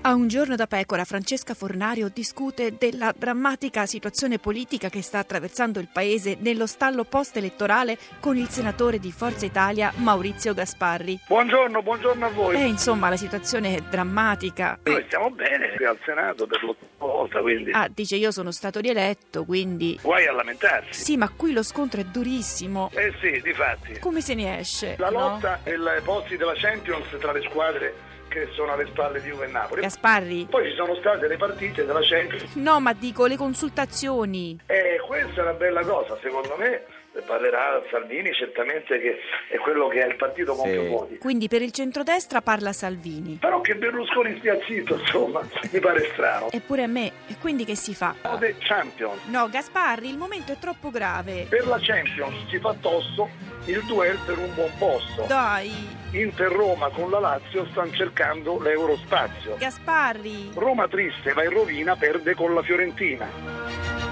S13: A un giorno da pecora, Francesca Fornario discute della drammatica situazione politica che sta attraversando il paese nello stallo post-elettorale con il senatore di Forza Italia Maurizio Gasparri.
S15: Buongiorno, buongiorno a voi.
S13: E insomma, la situazione è drammatica.
S15: Noi stiamo bene qui al Senato per l'ultima volta, quindi
S13: Ah, dice io sono stato rieletto, quindi...
S15: guai a lamentarsi.
S13: Sì, ma qui lo scontro è durissimo.
S15: Eh sì, difatti.
S13: Come se ne esce?
S15: La
S13: Eh, no?
S15: lotta e i posti della Champions tra le squadre che sono alle spalle di Juve e Napoli.
S13: Gasparri?
S15: Poi ci sono state le partite della Champions.
S13: No, ma dico le consultazioni.
S15: E questa è una bella cosa, secondo me. ne Parlerà Salvini certamente che è quello che è il partito con più voti.
S13: Quindi per il centrodestra parla Salvini.
S15: Però che Berlusconi stia zitto, insomma, mi pare strano.
S13: Eppure a me. E quindi che si fa?
S15: The Champions.
S13: No, Gasparri, il momento è troppo grave.
S15: Per la Champions si fa tosto il duel per un buon posto.
S13: Dai,
S15: Inter Roma con la Lazio stanno cercando l'Eurospazio.
S13: Gasparri.
S15: Roma triste va in rovina, perde con la Fiorentina.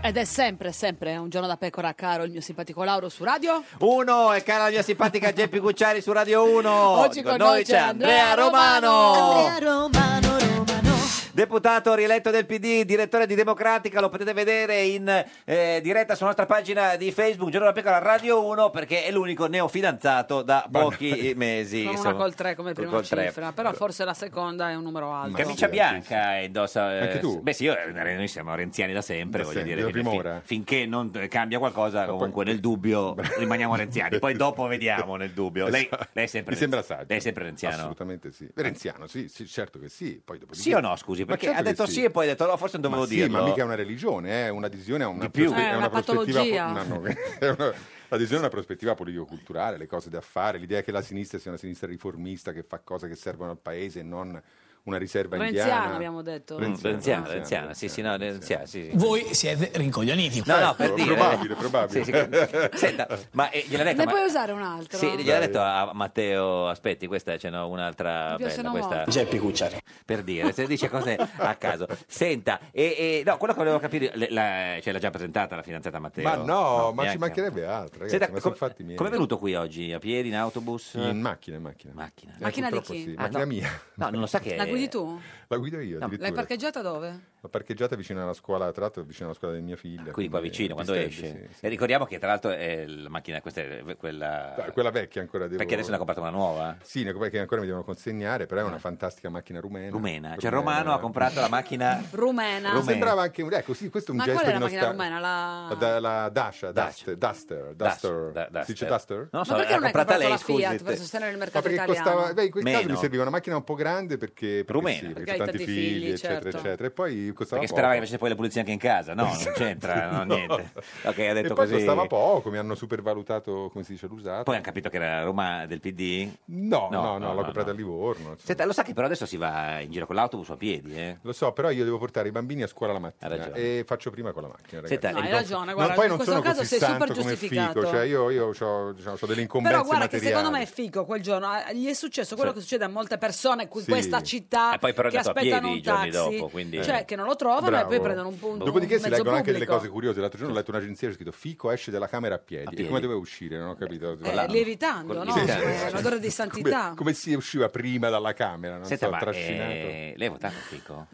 S1: Ed è sempre, sempre un giorno da pecora, caro il mio simpatico Lauro su radio.
S2: Uno e cara la mia simpatica Geppi Cucciari su Radio 1.
S1: Oggi con noi c'è Andrea Romano.
S11: Andrea Romano,
S2: Deputato rieletto del PD, direttore di Democratica, lo potete vedere in eh, diretta sulla nostra pagina di Facebook, Giorno della Pecora Radio 1, perché è l'unico neofidanzato da pochi mesi.
S1: Con una
S2: insomma.
S1: col 3 come prima
S2: Col tre.
S1: cifra, però forse la seconda è un numero alto.
S2: Camicia bianca e indossa. eh,
S14: Anche tu?
S2: Beh, sì, io, eh, noi siamo renziani da sempre,
S14: Da
S2: voglio
S14: sempre,
S2: dire. che
S14: da prima
S2: fin-
S14: ora. eh,
S2: finché non eh, cambia qualcosa, comunque nel dubbio rimaniamo renziani. Poi dopo vediamo nel dubbio. Lei, lei è sempre
S14: Esatto. Mi sembra
S2: renzi-
S14: saggio.
S2: Lei è sempre renziano.
S14: Assolutamente sì. Renziano, sì, sì, certo che sì. Poi dopo
S2: Eh. Sì o no, scusi? Perché ha detto sì. e poi ha detto no, forse non dovevo
S14: ma sì,
S2: dirlo.
S14: ma mica è una religione, eh, è un'adesione a una,
S2: più.
S14: prospe-
S2: Eh,
S14: è
S1: una
S14: prospettiva.
S1: patologia.
S14: no, no, è una- l'adesione a una prospettiva politico-culturale, le cose da fare, l'idea che la sinistra sia una sinistra riformista che fa cose che servono al paese e non una riserva
S1: Renziano
S14: indiana.
S1: abbiamo detto.
S2: Mm, Renziana, renziana, sì, sì, no, renziana, sì, sì.
S6: Voi siete rincoglioniti.
S2: No, no, per
S14: Ecco,
S2: dire.
S14: probabile, probabile.
S2: Sì, sì, Senta, ma eh, gliel'ha detto...
S1: Ne
S2: ma-
S1: puoi usare un altro?
S2: Sì, gliel'ha detto a Matteo, aspetti, questa c'è no, un'altra
S1: Mi piace
S2: bella,
S1: una
S2: questa...
S1: volta.
S6: Geppi Cucciari.
S2: Per dire, se dice cose a caso. Senta, e, e- no, quello che volevo capire, le- la, cioè l'ha già presentata la fidanzata Matteo?
S14: Ma no, ma
S2: neanche.
S14: ci mancherebbe altro, ragazzi,
S2: Senta,
S14: ma sono
S2: com-
S14: fatti miei.
S2: come è venuto qui oggi? A piedi, in autobus?
S14: In macchina, in macchina.
S2: Macchina.
S14: Eh,
S1: Macchina di
S14: purtroppo
S1: chi?
S14: sì,
S1: Ah,
S14: macchina
S1: no.
S14: mia.
S2: No, non lo sa che...
S1: La guidi tu?
S14: La guido io,
S1: L'hai
S14: addirittura.
S1: parcheggiata dove?
S14: L'ho parcheggiata vicino alla scuola, tra l'altro vicino alla scuola di mia figlia.
S2: Quindi Ah, qua vicino, quando esce.
S14: Pistelli, eh, sì, sì.
S2: E ricordiamo che tra l'altro è la macchina, questa è quella...
S14: Ah, Quella vecchia ancora devo...
S2: Eh, Perché adesso ne ha comprato una nuova? eh?
S14: Sì, ne- perché ancora mi devono consegnare, però è una fantastica macchina rumena.
S2: Rumena. Cioè Romano ha comprato la macchina...
S1: Rumena.
S14: Mi sembrava anche un... Ecco, sì, questo è un
S1: Ma
S14: gesto
S1: qual è
S14: di
S1: la macchina
S14: nostal-
S1: rumena?
S14: La,
S1: La...
S14: da- la Dasha, Duster, Duster, Duster.
S2: da- Duster.
S14: Si dice Duster?
S2: Non lo so,
S1: Ma perché
S2: l'ha
S1: non hai
S2: comprata
S1: comprato
S2: lei,
S1: la
S2: scusi,
S1: Fiat per
S2: te.
S1: sostenere il
S14: Ma
S1: mercato
S14: perché
S1: italiano?
S14: costava, beh, in quel caso mi
S2: Meno.
S14: serviva una macchina un po' grande perché, perché
S2: Rumena.
S14: sì, perché,
S1: Perché hai
S14: tanti
S1: tanti
S14: figli,
S1: figli,
S14: eccetera,
S1: certo.
S14: eccetera. E poi quindi costava
S2: Perché sperava che
S14: poco.
S2: facesse poi le pulizie anche in casa, no? Non c'entra, no,
S14: No.
S2: niente. Ok, ha detto
S14: e poi
S2: così.
S14: costava poco, mi hanno supervalutato, come si dice, l'usato.
S2: Poi hanno capito che era Roma del PD?
S14: No, no, no, l'ho comprata
S2: no.
S14: a Livorno. cioè.
S2: Senta, lo sa che però adesso si va in giro con l'autobus o a piedi, eh?
S14: Lo so, però io devo portare i bambini a scuola la mattina
S2: ragione.
S14: e faccio prima con la macchina. ragazzi.
S2: Senta, No, hai
S14: Non-
S1: ragione,
S14: no,
S1: guarda,
S14: poi
S1: in
S14: non
S1: questo
S14: sono
S1: caso
S14: così
S1: sei super
S14: santo come
S1: giustificato.
S14: fico, cioè io, io ho delle incombenze
S1: Però guarda che
S14: materiali.
S1: secondo me è fico quel giorno, Ah, gli è successo quello
S14: Sì.
S1: che succede a molte persone in cui-
S14: Sì.
S1: questa città
S14: E poi però è
S1: che
S14: andato a
S1: aspettano
S14: piedi
S1: un
S14: i giorni
S1: taxi,
S14: dopo, quindi-
S1: cioè
S14: Eh.
S1: che non lo trovano e
S14: Bravo.
S1: poi prendono un punto.
S14: Dopodiché
S1: un
S14: si
S1: mezzo
S14: leggono anche delle
S1: pubblico.
S14: cose curiose. L'altro giorno ho letto un'agenzia che scritto Fico esce dalla camera a piedi. E come doveva uscire? Non ho capito.
S1: Eh, lievitando, no?
S14: Sì, sì,
S1: Eh,
S14: sì.
S1: un odore di
S14: Come,
S1: santità.
S14: come si usciva prima dalla camera? Non
S2: Senta,
S14: so,
S2: ma,
S14: trascinato.
S2: eh, lei ha votato Fico?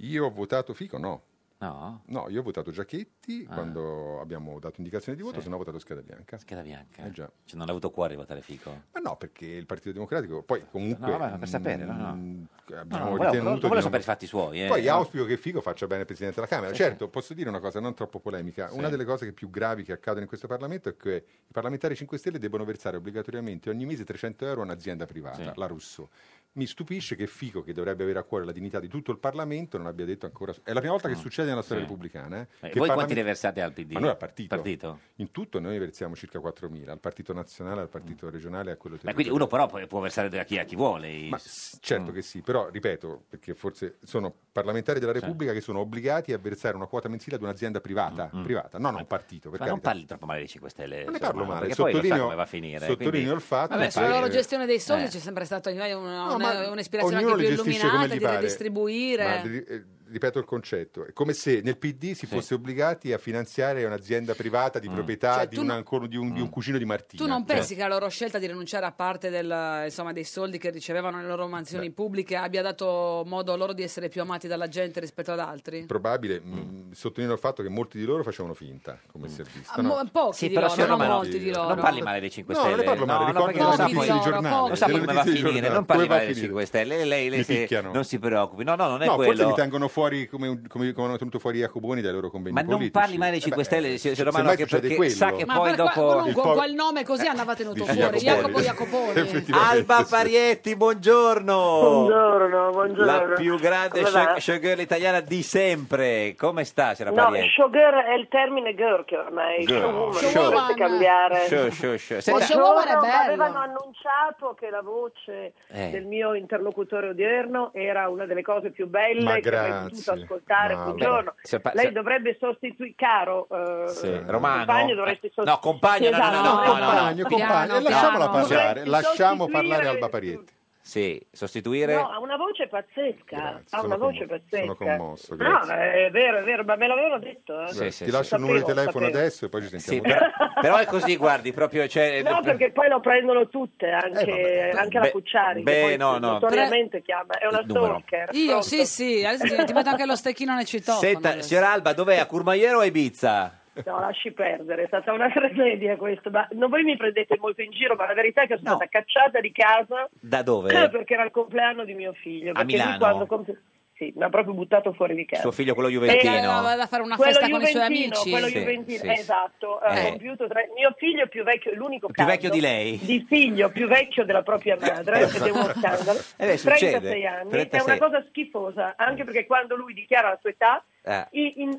S14: Io ho votato Fico, no.
S2: No? Ah.
S14: io ho votato Giachetti quando abbiamo dato indicazione di voto, se no ho votato Scheda Bianca.
S2: Scheda Bianca?
S14: Eh già.
S2: Cioè, non ha avuto cuore di votare Fico?
S14: Ma no, perché il Partito Democratico, poi comunque...
S2: No, vabbè, ma per sapere, no, no.
S14: mm,
S2: No,
S14: Abbiamo
S2: no, volevo-
S14: ritenuto...
S2: volevo
S14: di non-
S2: sapere i fatti suoi, eh.
S14: Poi auspico che Fico faccia bene il Presidente della Camera.
S2: Sì,
S14: certo, posso dire una cosa non troppo polemica.
S2: Sì.
S14: Una delle cose che più gravi che accadono in questo Parlamento è che i parlamentari 5 Stelle debbono versare obbligatoriamente ogni mese 300 euro a un'azienda privata, la Russo. Mi stupisce che Fico, che dovrebbe avere a cuore la dignità di tutto il Parlamento, non abbia detto ancora... È la prima volta che
S2: Mm.
S14: succede nella storia
S2: Sì.
S14: repubblicana. Eh?
S2: Eh,
S14: Che
S2: voi
S14: il
S2: quanti
S14: Parlamento-
S2: ne versate al PD?
S14: ma noi al partito.
S2: Partito?
S14: In tutto noi versiamo circa 4.000, al partito nazionale, al partito regionale e a quello
S2: Ma
S14: territoriale.
S2: Mm. quindi uno però può, può versare a chi, a chi vuole. i- Mm.
S14: Ma s- certo che sì, però ripeto, perché forse sono parlamentari della Repubblica che sono obbligati a versare una quota mensile ad un'azienda privata, privata non a un partito. Per
S2: Mm, Ma non
S14: carità.
S2: parli troppo male dei 5 Stelle.
S14: Non ne
S2: insomma,
S14: parlo male,
S2: perché poi lo sa
S14: sottolineo-
S2: come va a finire.
S14: sottolineo
S2: quindi-
S14: il fatto
S1: Vabbè,
S14: che
S1: sulla
S14: poi-
S1: loro gestione dei soldi
S14: Eh.
S1: c'è sempre stata una- una-
S14: No, ma
S1: un'aspirazione
S14: ognuno
S1: anche più
S14: li gestisce come
S1: illuminata
S14: gli
S1: di
S14: pare. Ma,
S1: redistribuire.
S14: ri- eh, ripeto il concetto, è come se nel PD si fosse obbligati a finanziare un'azienda privata
S2: Mm.
S14: di proprietà
S1: Cioè,
S14: di,
S1: tu
S14: un,
S1: non-
S14: ancora- di un- di un cugino di Martina.
S1: Tu non
S14: Cioè,
S1: pensi che la loro scelta di rinunciare a parte del- insomma, dei soldi che ricevevano nelle loro mansioni pubbliche abbia dato modo a loro di essere più amati dalla gente rispetto ad altri?
S14: probabile,
S2: Mm.
S14: mh, sottolineo il fatto che molti di loro facevano finta, come si è visto.
S1: Ah, mo- pochi
S2: Sì, di però loro, signor non Romano, molti di
S1: loro.
S2: Non parli male dei 5
S14: No,
S2: Stelle.
S14: non ne parlo male, ricordo
S2: perché
S14: le
S2: lo
S14: notizie
S2: sa
S14: di
S2: poi-
S14: giornale,
S2: Lo sa
S14: delle
S2: come va a
S14: notizie di
S2: finire, non
S14: giornale.
S2: parli
S14: Come va a
S2: male dei
S14: finire?
S2: 5 Stelle. Lei, lei
S14: Mi
S2: se-
S14: picchiano.
S2: non si preoccupi. No, no, non è
S14: No, forse
S2: quello.
S14: li tengono fuori come, come- come hanno tenuto fuori Jacoboni dai loro convegni
S2: Ma non
S14: politici.
S2: parli mai dei
S14: Eh
S2: 5
S14: beh,
S2: Stelle, signor
S14: se-
S2: Romano,
S14: semmai
S2: anche
S14: succede
S2: perché sa
S14: quello.
S2: che
S1: Ma
S2: poi
S1: per qua-
S2: dopo-
S1: qualunque-
S2: Il po- Eh,
S1: quel nome così andava tenuto
S14: Dice
S1: fuori, Jacopo
S14: Jacoponi.
S1: Jacoponi.
S2: Alba Parietti, buongiorno.
S16: Buongiorno, buongiorno.
S2: La più grande
S16: Come va?
S2: show- showgirl italiana di sempre. Come sta, signora
S16: No,
S2: Parietti?
S16: showgirl è il termine girl che ormai
S2: Girl.
S16: showwoman
S2: Showwoman.
S16: dovreste cambiare.
S2: Show, show, show.
S16: Buongiorno,
S2: Senta-
S16: avevano annunciato che la voce
S2: Eh.
S16: del mio interlocutore odierno era una delle cose più belle
S2: Ma
S16: che avrei
S2: grazie.
S16: potuto ascoltare.
S2: Ma
S16: Buongiorno.
S2: vabbè. Se pa-
S16: Lei
S2: se-
S16: dovrebbe sostituire, caro eh,
S2: Sì, Romano. Eh,
S16: compagno, dovresti sostituire.
S2: No, compagno, no, no, no, no, no, no.
S14: Compagno, compagno,
S16: Piano,
S14: e lasciamola
S16: piano.
S14: parlare,
S16: Dovresti
S14: lasciamo
S16: sostituire-
S14: parlare Alba Parietti.
S2: Sì, sostituire...
S16: No, ha una voce pazzesca. ha una
S14: sono
S16: voce pazzesca.
S14: Sono commosso,
S16: No,
S14: grazie.
S16: è vero, è vero, ma me l'avevano detto. eh.
S2: Sì, sì,
S14: Ti lascio il numero di
S16: Sapevo,
S14: telefono
S16: sapevo.
S14: adesso e poi ci
S2: Sì,
S14: sentiamo.
S2: però, però è così, guardi, proprio... Cioè,
S16: No, perché poi lo prendono tutte, anche,
S2: Eh, vabbè.
S16: anche
S2: Beh,
S16: la Cucciari,
S2: beh,
S16: che poi
S2: no, no.
S16: notoriamente chiama, è una
S2: Il numero.
S16: stalker.
S1: Io
S16: pronto?
S1: sì, sì, adesso ti, ti metto anche lo stecchino nel citofono.
S2: Senta,
S1: adesso.
S2: signora Alba, dov'è? A Curmaiero o a Ibiza?
S16: No, lasci perdere, è stata una tragedia questo, ma non voi mi prendete molto in giro, ma la verità è che sono stata cacciata di casa
S2: Da
S16: eh,
S2: dove?
S16: perché era il compleanno di mio figlio. perché lui
S2: Milano?
S16: quando compie- Sì, mi ha proprio buttato fuori di casa.
S2: Suo figlio quello
S16: Eh,
S1: Era
S2: Juventino?
S1: da fare una
S16: quello
S1: festa con i suoi
S16: juventino,
S1: amici.
S16: quello
S2: Sì,
S16: juventino,
S2: sì, sì.
S16: esatto, ha
S2: Eh.
S16: compiuto tre- mio figlio è più vecchio, l'unico
S2: Più
S16: caso
S2: vecchio di lei? Eh,
S16: di figlio più vecchio della propria madre,
S2: Esatto.
S16: ed è uno scandalo,
S2: Eh beh, succede. Eh.
S16: 36 anni, è
S2: 36.
S16: una cosa schifosa, anche perché quando lui dichiara la sua età,
S2: Eh.
S16: i- in-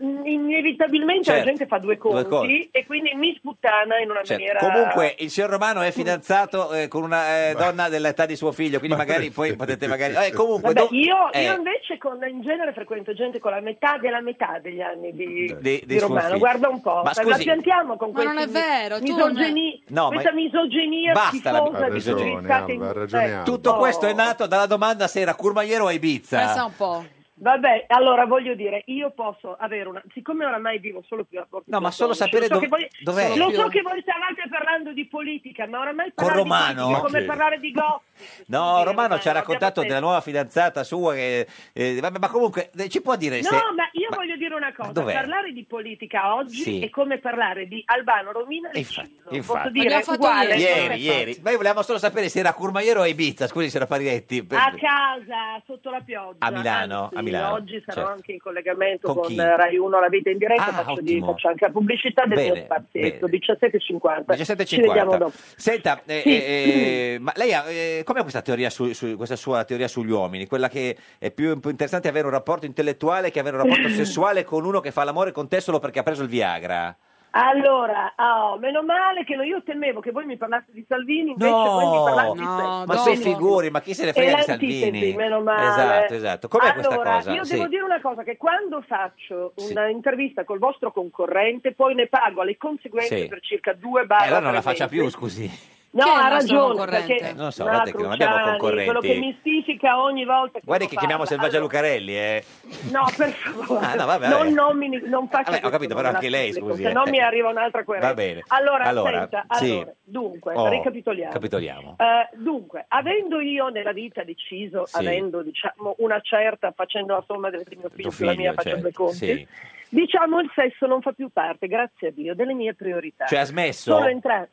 S16: inevitabilmente la
S2: Certo.
S16: gente fa due
S2: Due
S16: conti,
S2: conti.
S16: e quindi mi sputtana in una
S2: Certo.
S16: maniera...
S2: Comunque il signor Romano è fidanzato eh, con una eh, donna dell'età di suo figlio, quindi magari poi potete magari... Eh, comunque,
S16: Vabbè,
S2: dov-
S16: io,
S2: eh,
S16: io invece con- in genere frequento gente con la metà della metà degli anni di,
S2: Di-
S16: di,
S2: di suo
S16: Romano,
S2: figlio.
S16: guarda un po',
S2: Ma
S16: la
S2: scusi-
S16: piantiamo con
S1: Ma non
S16: questi
S1: è vero, tu non è-
S16: misogini-
S2: No, ma-
S16: questa misoginia
S2: Basta la-
S16: schifosa
S2: Ha
S16: che
S2: ragione,
S16: utilizzate in-
S14: Alba, ha ragione
S16: eh,
S14: Alba.
S2: tutto questo è nato dalla domanda se era Curmaiero o a
S1: Pensa
S2: Ibiza.
S1: un po'.
S16: Vabbè, allora voglio dire, io posso avere una... Siccome oramai vivo solo più a Porto
S2: No, ma solo
S16: Tortonese,
S2: sapere
S16: lo so
S2: dov-
S16: che voi-
S2: dov'è.
S16: Lo so che voi stavate parlando di politica, ma oramai
S2: Con
S16: parlare
S2: Romano?
S16: di politica è come
S2: Sì.
S16: parlare di gossip.
S2: No, Romano ci ha raccontato
S16: abbiamo
S2: della nuova fidanzata sua, che, eh, vabbè, ma comunque eh, ci può dire se...
S16: No, ma io voglio dire una cosa:
S2: dov'è?
S16: parlare di politica oggi
S2: Sì.
S16: è come parlare di Albano Romina e
S2: Infatti,
S16: Ciclo. Posso
S2: infatti.
S16: dire
S1: Abbiamo fatto
S16: uguale,
S2: Ieri,
S16: cioè,
S2: ieri. Noi volevamo solo sapere se era Curmaiero o a Ibiza, scusi, signora Parietti. per-
S16: a casa sotto la pioggia
S2: A Milano,
S16: Ah, certo, anzi,
S2: a Milano,
S16: oggi sarò
S2: certo.
S16: anche in collegamento
S2: Con
S16: con,
S2: chi?
S16: Rai 1 La Vita in diretta,
S2: Ah,
S16: faccio, di-
S2: ottimo.
S16: faccio anche la pubblicità del
S2: Bene,
S16: mio spazietto, 17.50. Ci vediamo
S2: 17,50.
S16: dopo.
S2: Senta, eh,
S16: Sì.
S2: eh, ma lei ha, eh, com'è questa teoria su, su- questa sua teoria sugli uomini? Quella che è più più interessante avere un rapporto intellettuale che avere un rapporto sessuale con uno che fa l'amore con te solo perché ha preso il Viagra.
S16: Allora, oh, meno male che lo- io temevo che voi mi parlaste di Salvini, invece voi mi
S2: No,
S16: parlate di sesso.
S2: ma si figuri, ma chi se ne frega
S16: È
S2: di
S16: l'antitesi,
S2: Salvini?
S16: meno male.
S2: Esatto, esatto. Com'è
S16: allora,
S2: questa cosa?
S16: Io
S2: Sì.
S16: devo dire una cosa: che quando faccio
S2: Sì.
S16: un'intervista col vostro concorrente, poi ne pago alle conseguenze
S2: Sì.
S16: per circa due
S2: Eh,
S16: barre.
S2: allora non la faccia più, scusi.
S16: No,
S1: Chi è il
S16: ha
S1: nostro
S16: ragione,
S1: concorrente?
S16: perché
S2: Non lo so,
S16: Ma
S2: guarda che non abbiamo
S16: Cruciani,
S2: concorrenti.
S16: Quello che mistifica ogni volta che
S2: Guardi
S16: uno
S2: che chiamiamo
S16: parla.
S2: Selvaggia Lucarelli, eh.
S16: No, per favore,
S2: Ah, no, vabbè, vabbè.
S16: non nomini, non faccia
S2: Vabbè, ho capito,
S16: questo
S2: però
S16: nella
S2: anche lei,
S16: pubblico,
S2: scusi,
S16: Se
S2: eh.
S16: no mi arriva un'altra querela.
S2: Va bene.
S16: Allora,
S2: Allora,
S16: senta,
S2: sì.
S16: allora, dunque,
S2: Oh,
S16: ricapitoliamo.
S2: Capitoliamo.
S16: Eh, dunque, avendo io nella vita deciso,
S2: Sì.
S16: avendo diciamo una certa, facendo la somma del mio figlio,
S2: Tuo
S16: e la mia,
S2: figlio,
S16: faccio
S2: certo,
S16: due conti,
S2: sì.
S16: diciamo il sesso non fa più parte, grazie a Dio, delle mie priorità.
S2: Cioè, ha smesso?
S16: Sono entrata...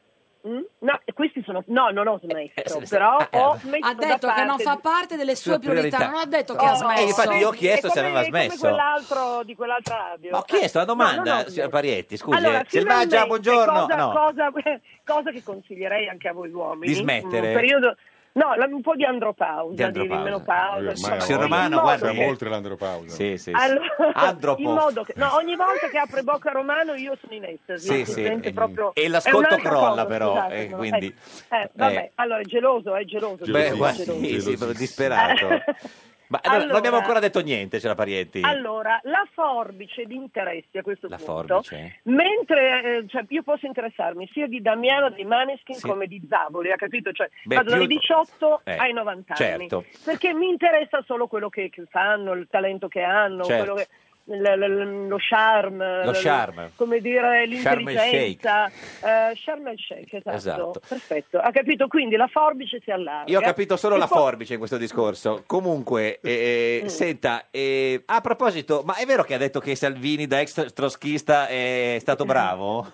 S16: Mm? No, questi sono... No, non ho smesso,
S2: se-
S16: però
S2: ah, eh,
S16: ho
S2: vabbè.
S16: messo
S1: Ha detto
S16: da
S1: che
S16: parte
S1: non fa parte delle sue priorità, non ha detto che
S2: Oh,
S1: ha
S2: no.
S1: smesso.
S2: Eh, infatti io ho chiesto
S16: è
S2: se
S16: come-
S2: aveva
S16: è come
S2: smesso.
S16: quell'altro di quell'altra radio.
S2: Ma ho chiesto la
S16: Eh, No, no,
S2: domanda,
S16: no.
S2: signor Parietti, scusi.
S16: Allora,
S2: eh. Selvaggia,
S16: finalmente,
S2: buongiorno.
S16: Cosa,
S2: no.
S16: cosa- cosa che consiglierei anche a voi uomini?
S2: Di
S16: Mm,
S2: smettere.
S16: Un periodo... No, la- un po' di andropausa,
S2: Di
S16: di,
S2: andropausa.
S16: menopausa. insomma,
S2: Signor
S16: in
S2: Romano,
S16: modo
S2: guarda.
S16: che-
S14: oltre l'andropausa.
S2: Sì, sì.
S16: Allora,
S2: Andropo.
S16: in modo che- no, ogni volta che apre bocca Romano io sono in estasi.
S2: Sì,
S16: si
S2: sì,
S16: sente
S2: e-
S16: proprio-
S2: e
S16: è
S2: l'ascolto
S16: un'altra
S2: crolla,
S16: cosa,
S2: però,
S16: scusate,
S2: eh,
S16: no,
S2: quindi-
S16: ecco. Eh, vabbè,
S2: eh.
S16: allora è geloso, è geloso.
S2: Beh,
S16: geloso,
S2: guardi,
S16: geloso.
S2: sì, sono disperato. Ma allora, non
S16: Allora-
S2: abbiamo ancora detto niente, signor Parietti.
S16: Allora, la forbice di interessi a questo
S2: La
S16: punto,
S2: forbice.
S16: mentre eh, cioè, io posso interessarmi sia di Damiano dei Maneskin
S2: Sì.
S16: come di Zavoli, ha capito? Cioè,
S2: Beh,
S16: vado dai
S2: più-
S16: 18
S2: eh,
S16: ai 90 anni,
S2: certo.
S16: perché mi interessa solo quello che, che fanno, il talento che hanno,
S2: Certo.
S16: quello che- l- l- l- lo charme,
S2: Lo
S16: l-
S2: charme.
S16: come dire
S2: Charme il shake.
S16: l'intelligenza, eh, charme il shake, esatto.
S2: Esatto.
S16: perfetto, ha capito? Quindi la forbice si allarga.
S2: Io ho capito solo
S16: E
S2: la
S16: poi-
S2: forbice in questo discorso. Comunque, eh,
S16: Mm.
S2: senta, eh, a proposito, ma è vero che ha detto che Salvini da ex trotschista è stato
S16: Eh,
S2: bravo?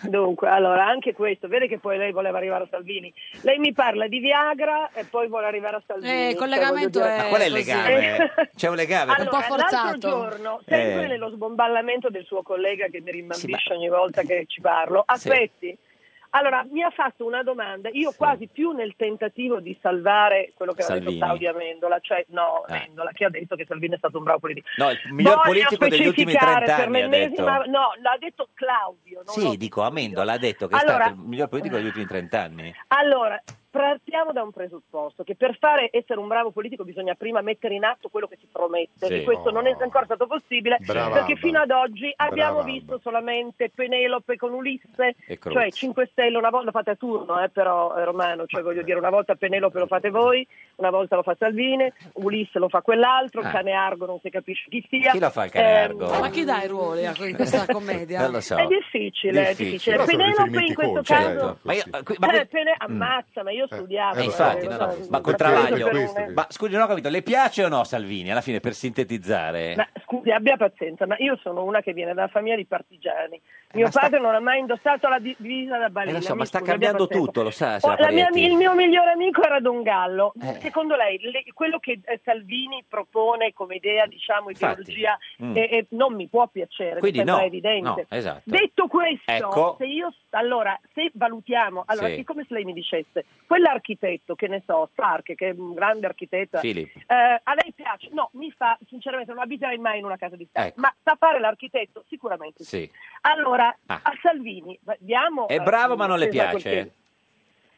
S16: Dunque, allora, anche questo, vedi che poi lei voleva arrivare a Salvini. Lei mi parla di Viagra e poi vuole arrivare a Salvini.
S1: Eh, il
S16: Cioè,
S1: collegamento
S16: voglio dire-
S2: Ma qual è il legame? C'è un legame?
S16: Allora, l'altro
S1: forzato.
S16: giorno, sempre
S2: Eh.
S16: nello sbomballamento del suo collega che mi rimbambisce
S2: Sì, ma-
S16: ogni volta che ci parlo,
S2: Sì.
S16: aspetti. Allora, mi ha fatto una domanda, io quasi più nel tentativo di salvare quello che aveva
S2: Salvini.
S16: detto Claudia Mendola, cioè no,
S2: Ah.
S16: Mendola, che ha detto che Salvini è stato un bravo politico.
S2: No, il miglior
S16: Voglio
S2: politico degli ultimi
S16: specificare
S2: 30
S16: per
S2: anni ha
S16: l'ennesima-
S2: detto.
S16: No, l'ha detto Claudio. non l'ho
S2: Sì, dico, Amendola ha detto che è
S16: Allora-
S2: stato il miglior politico degli ultimi 30 anni.
S16: allora, partiamo da un presupposto che per fare essere un bravo politico bisogna prima mettere in atto quello che si promette
S2: Sì.
S16: e questo non è ancora stato possibile
S2: Brava
S16: perché
S2: Alba.
S16: fino ad oggi abbiamo
S2: Brava
S16: visto solamente Penelope con Ulisse,
S2: E Cruz.
S16: cioè 5 Stelle una volta lo fate a turno, eh, però eh, Romano, cioè voglio dire una volta Penelope lo fate voi, una volta lo fa Salvini, Ulisse lo fa quell'altro,
S2: Ah.
S16: il cane Argo non si capisce chi sia.
S2: Chi lo fa il cane
S16: Ehm,
S2: Argo?
S1: Ma chi dà i ruoli a in questa commedia?
S2: Non lo so.
S16: È difficile, è difficile.
S2: Però sono
S16: Penelope
S2: riferimenti
S16: in questo
S2: colti,
S16: caso...
S2: certo. Ma io- ma qui- ma
S16: Eh,
S2: qui-
S16: Pene- ammazza, ma io studiavo.
S2: Mm. Eh,
S16: eh,
S2: infatti, no,
S16: lo
S2: no,
S16: so,
S2: ma col
S16: per
S2: travaglio.
S16: questo che-
S2: Ma scusi, non ho capito, le piace o no Salvini alla fine per sintetizzare?
S16: Ma scusi, abbia pazienza, ma io sono una che viene da una famiglia di partigiani.
S2: Eh,
S16: Mio
S2: ma sta-
S16: padre non ha mai indossato la di- divisa da
S2: Eh,
S16: balena.
S2: lo so,
S16: mi
S2: ma sta
S16: scusi,
S2: cambiando
S16: abbia pazienza.
S2: tutto, lo sa.
S16: Oh,
S2: signora
S16: la mia-
S2: Parietti?
S16: il mio migliore amico era Don Gallo.
S2: Eh.
S16: Secondo lei le- quello che eh, Salvini propone come idea, diciamo,
S2: Infatti.
S16: ideologia,
S2: Mm.
S16: eh, eh, non mi può piacere,
S2: Quindi
S16: mi sembra
S2: no,
S16: evidente.
S2: no, esatto.
S16: Detto questo,
S2: Ecco.
S16: se io allora, se valutiamo, allora,
S2: Sì.
S16: è come se lei mi dicesse, quell'architetto, che ne so, Stark, che è un grande architetto,
S2: Filippo.
S16: eh, a lei piace? No, mi fa, sinceramente, non abiterei mai in una casa di Stato.
S2: Ecco.
S16: Ma sa fare l'architetto? Sicuramente sì.
S2: Sì.
S16: Allora,
S2: Ah.
S16: a Salvini, va- diamo...
S2: È bravo ma non le
S16: eh, quel
S2: piace.
S16: che-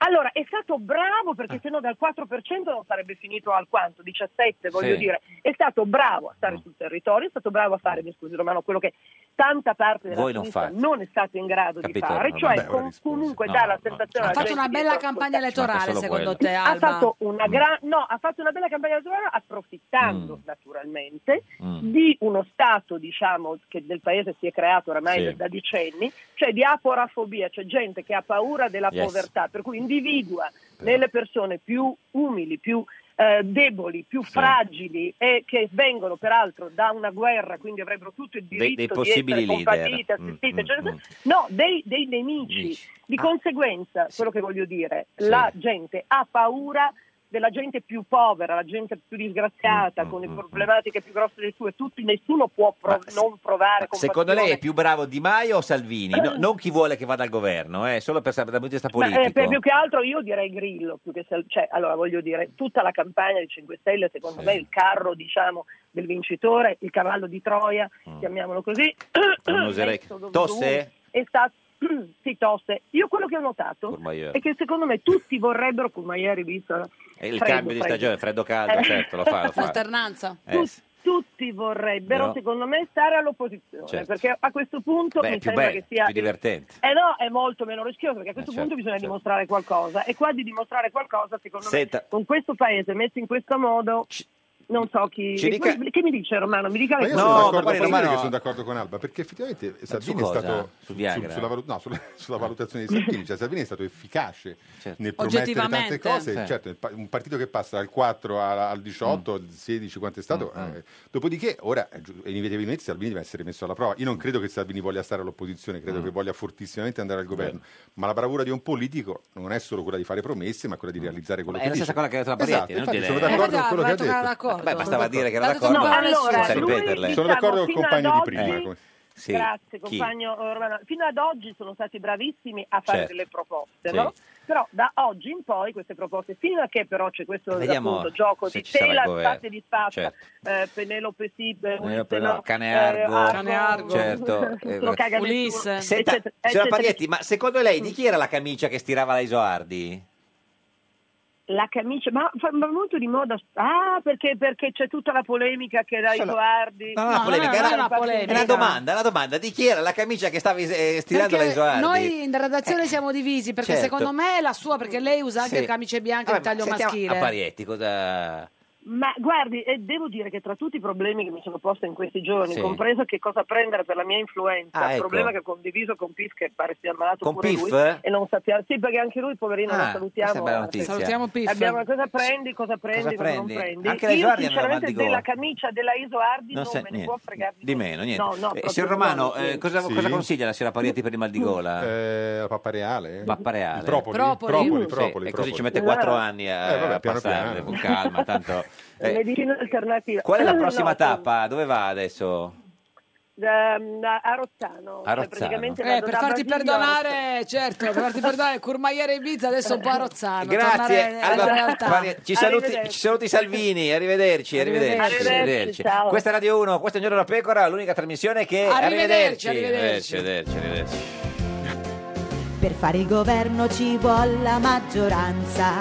S16: Allora, è stato bravo perché se no dal 4% non sarebbe finito al quanto, 17 voglio
S2: Sì.
S16: dire. È stato bravo a stare sul territorio, è stato bravo a fare, mi scusi Romano, quello che tanta parte della
S2: Voi non
S16: sinistra
S2: fate.
S16: non, è stato in grado di
S2: Capito,
S16: fare,
S2: Romano?
S16: cioè
S2: Beh,
S16: con- comunque
S2: No,
S16: dà la
S2: no.
S16: sensazione...
S1: Ha
S16: alla
S1: fatto
S16: gente
S1: una
S16: che
S1: bella
S16: sta
S1: campagna
S2: manca
S1: elettorale,
S2: solo
S1: secondo
S2: quello.
S1: te,
S16: ha
S1: Alba?
S16: fatto, una gran- no, ha fatto una bella campagna elettorale approfittando naturalmente
S2: Mm.
S16: di uno stato diciamo, che del paese si è creato oramai
S2: Sì.
S16: da decenni, cioè di aporafobia, cioè gente che ha paura della
S2: Yes.
S16: povertà, per cui individua nelle persone più umili, più eh, deboli, più fragili e che vengono peraltro da una guerra, quindi avrebbero tutto il
S2: Dei-
S16: diritto
S2: dei
S16: di
S2: possibili
S16: essere
S2: leader.
S16: compatite,
S2: Mm,
S16: assistite,
S2: mm,
S16: eccetera,
S2: mm.
S16: no, dei, dei nemici.
S2: Amici.
S16: Di
S2: Ah.
S16: conseguenza, quello che voglio dire,
S2: Sì.
S16: la gente ha paura della gente più povera, la gente più disgraziata,
S2: Mm,
S16: con le problematiche più grosse delle sue, tutti, nessuno può pro- non provare compassione.
S2: Secondo lei è più bravo Di Maio o Salvini? No, non chi vuole che vada al governo, eh, solo per sapere dal punto di vista
S16: Ma, eh,
S2: politico.
S16: per più che altro io direi Grillo, più che Sal- cioè, allora voglio dire, tutta la campagna dei 5 Stelle, secondo me, il carro diciamo, del vincitore, il cavallo di Troia, chiamiamolo così,
S2: Mm. Non oserei-
S16: messo dove-
S2: Tosse?
S16: è stato sì, tosse. Io quello che ho notato
S2: Courmayeur.
S16: è che secondo me tutti vorrebbero Courmayeur Ibiza.
S2: Eh, il cambio di stagione, freddo caldo,
S16: Eh.
S2: certo, lo fa, lo fa.
S1: L'alternanza.
S2: Eh, sì.
S16: Tutti vorrebbero,
S2: No.
S16: secondo me, stare all'opposizione,
S2: Certo.
S16: perché a questo punto
S2: Beh, è
S16: mi
S2: più
S16: sembra
S2: bello,
S16: che sia
S2: più divertente.
S16: eh no, è molto meno rischioso perché a questo
S2: Eh, certo,
S16: punto bisogna dimostrare qualcosa e qua di dimostrare qualcosa secondo
S2: Senta.
S16: me con questo paese messo in questo modo non so chi...
S14: ci dica-
S16: Che mi dice Romano? Mi dica
S14: Ma
S16: le
S14: io
S16: cose.
S14: sono d'accordo,
S2: guardi,
S14: posso dire
S2: Romano-
S14: che sono d'accordo con Alba, perché effettivamente Salvini è
S2: cosa?
S14: stato
S2: Su Viagra?
S14: sulla, valu- no, sulla- sulla valutazione di Salvini, cioè Salvini è stato efficace
S2: Certo.
S14: nel promettere tante
S17: Oggettivamente.
S14: cose,
S17: Sì.
S14: certo, il pa- un partito che passa dal 4 al, al 18,
S2: Mm.
S14: al 16, quanto è stato, eh, dopodiché ora eh, giu- inevitabilmente Salvini deve essere messo alla prova. Io non credo che Salvini voglia stare all'opposizione, credo
S17: Mm.
S14: che voglia fortissimamente andare al governo, ma la bravura di un politico non è solo quella di fare promesse, ma quella
S2: Mm.
S14: di realizzare quello
S2: Beh,
S14: che
S2: è la stessa cosa
S14: dice.
S2: che ha detto la
S14: Esatto,
S2: Parietti, non
S14: infatti
S2: dire-
S14: sono
S2: Eh,
S14: d'accordo
S2: già,
S16: Esatto,
S14: con quello che ha
S2: avevamo
S14: detto.
S1: d'accordo.
S2: Beh, bastava dire che era
S1: Tanto
S2: d'accordo.
S1: non parla nessuno.
S16: Allora,
S2: senza
S16: lui,
S2: ripeterle.
S14: Sono d'accordo col
S16: fino
S14: compagno
S16: ad
S14: di
S16: oggi-
S14: prima. come-
S2: Sì.
S16: Grazie
S2: Chi?
S16: compagno eh, Romano. Fino ad oggi sono stati bravissimi a fare
S2: Certo.
S16: delle proposte,
S2: Sì.
S16: no? Però da oggi in poi queste proposte, fino a che però c'è questo
S2: Vediamo
S16: appunto, gioco
S2: se
S16: di
S2: ci sarà il
S16: tela,
S2: governo.
S16: spazio di spazio,
S2: Certo.
S16: eh, Penelope Sì, eh, Ulisse,
S2: no,
S16: no,
S2: cane
S16: eh,
S2: argo,
S16: Argo,
S2: Cane argo. Certo, eh,
S16: non caga
S1: Ulisse.
S16: nessuno, Eh,
S2: Senta,
S16: eccetera,
S2: signora
S16: eccetera.
S2: Parietti, ma secondo lei
S16: mm.
S2: di chi era la camicia che stirava la Isoardi?
S16: La camicia, ma fa ma molto di moda. Ah, perché, perché c'è tutta la polemica che dai
S2: Solo-
S16: guardi.
S2: No, no, la polemica, era-
S1: polemica.
S2: È una domanda, è una domanda. Di chi era la camicia che stavi eh, stirando la
S1: Perché
S2: Isoardi?
S1: noi in redazione siamo divisi perché
S2: Eh. certo.
S1: secondo me è la sua perché lei usa anche
S2: Sì.
S1: le camicie bianche
S2: Vabbè,
S1: di taglio
S2: sentiamo
S1: maschile
S2: A Parietti, cosa...
S16: Ma guardi, e devo dire che tra tutti i problemi che mi sono posta in questi giorni,
S2: Sì.
S16: compreso che cosa prendere per la mia influenza,
S2: Ah, ecco.
S16: problema che ho condiviso con Pif che pare sia malato
S2: Con
S16: pure
S2: Pif?
S16: lui e non sappiamo, sì perché anche lui poverino
S2: Ah,
S16: lo salutiamo.
S2: questa è bella notizia. Salutiamo Pif.
S16: Abbiamo cosa prendi, cosa prendi, cosa,
S2: prendi?
S16: non prendi.
S2: Anche la
S16: Io
S2: Isoardi è
S16: sinceramente
S2: malato di gola.
S16: della camicia della Isoardi non,
S2: Non se-
S16: me ne
S2: niente.
S16: può fregare
S2: Di meno, niente.
S16: No, no,
S2: Eh,
S16: proprio
S2: signor Romano,
S16: no, sì.
S2: eh, cosa,
S14: Sì.
S2: cosa consiglia la signora Parietti per il mal di gola?
S14: Eh, la pappa reale?
S2: Pappa reale.
S14: Il propoli?
S2: Propoli.
S14: Propoli,
S2: Sì,
S14: propoli,
S2: e così ci
S14: propoli.
S2: mette quattro
S16: Allora.
S2: anni a,
S14: Eh, vabbè,
S2: a
S14: piano
S2: passarle
S14: piano.
S2: con calma, tanto... eh,
S16: Medicina alternativa.
S2: qual è la prossima
S16: No,
S2: tappa? Dove va adesso?
S16: ehm, a Rozzano.
S2: A
S16: Cioè,
S2: Rozzano.
S16: praticamente
S1: Eh,
S16: vado
S1: per
S16: da
S1: farti
S16: Brasilia a
S1: perdonare certo per farti perdonare Curmaiere e Ibiza adesso un po' a Rozzano
S2: Grazie,
S1: tornare alla
S2: Alba-
S1: realtà.
S2: Pari- ci, saluti,
S1: Arrivederci.
S2: ci saluti Salvini, arrivederci, arrivederci.
S1: Arrivederci,
S2: arrivederci.
S1: ciao.
S2: Questa è Radio 1, questa è Un Giorno da Pecora, l'unica trasmissione che...
S1: Arrivederci,
S2: arrivederci, arrivederci. arrivederci.
S11: Per fare il governo ci vuole la maggioranza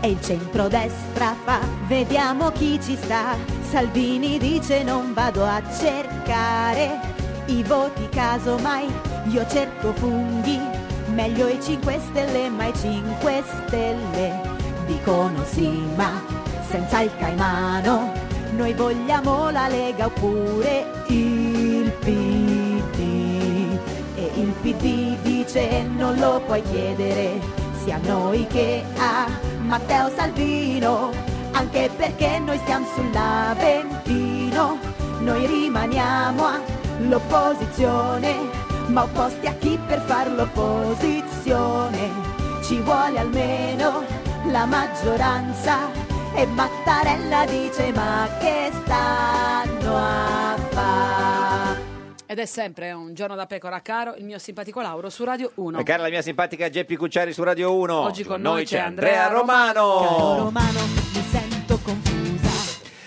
S11: e il centrodestra fa, vediamo chi ci sta. Salvini dice non vado a cercare i voti casomai, io cerco funghi, meglio i 5 stelle ma i 5 stelle dicono sì ma senza il caimano, noi vogliamo la Lega oppure il PD e il PD dice non lo puoi chiedere sia a noi che a Matteo Salvino anche perché noi stiamo sull'Aventino noi rimaniamo all'opposizione ma opposti a chi per far l'opposizione ci vuole almeno la maggioranza e Mattarella dice ma che stanno a fare
S1: ed è sempre un giorno da pecora caro il mio simpatico Lauro su Radio 1
S2: E cara la mia simpatica Geppi Cucciari su Radio 1.
S1: Oggi con noi c'è Andrea
S2: Romano.
S1: Caro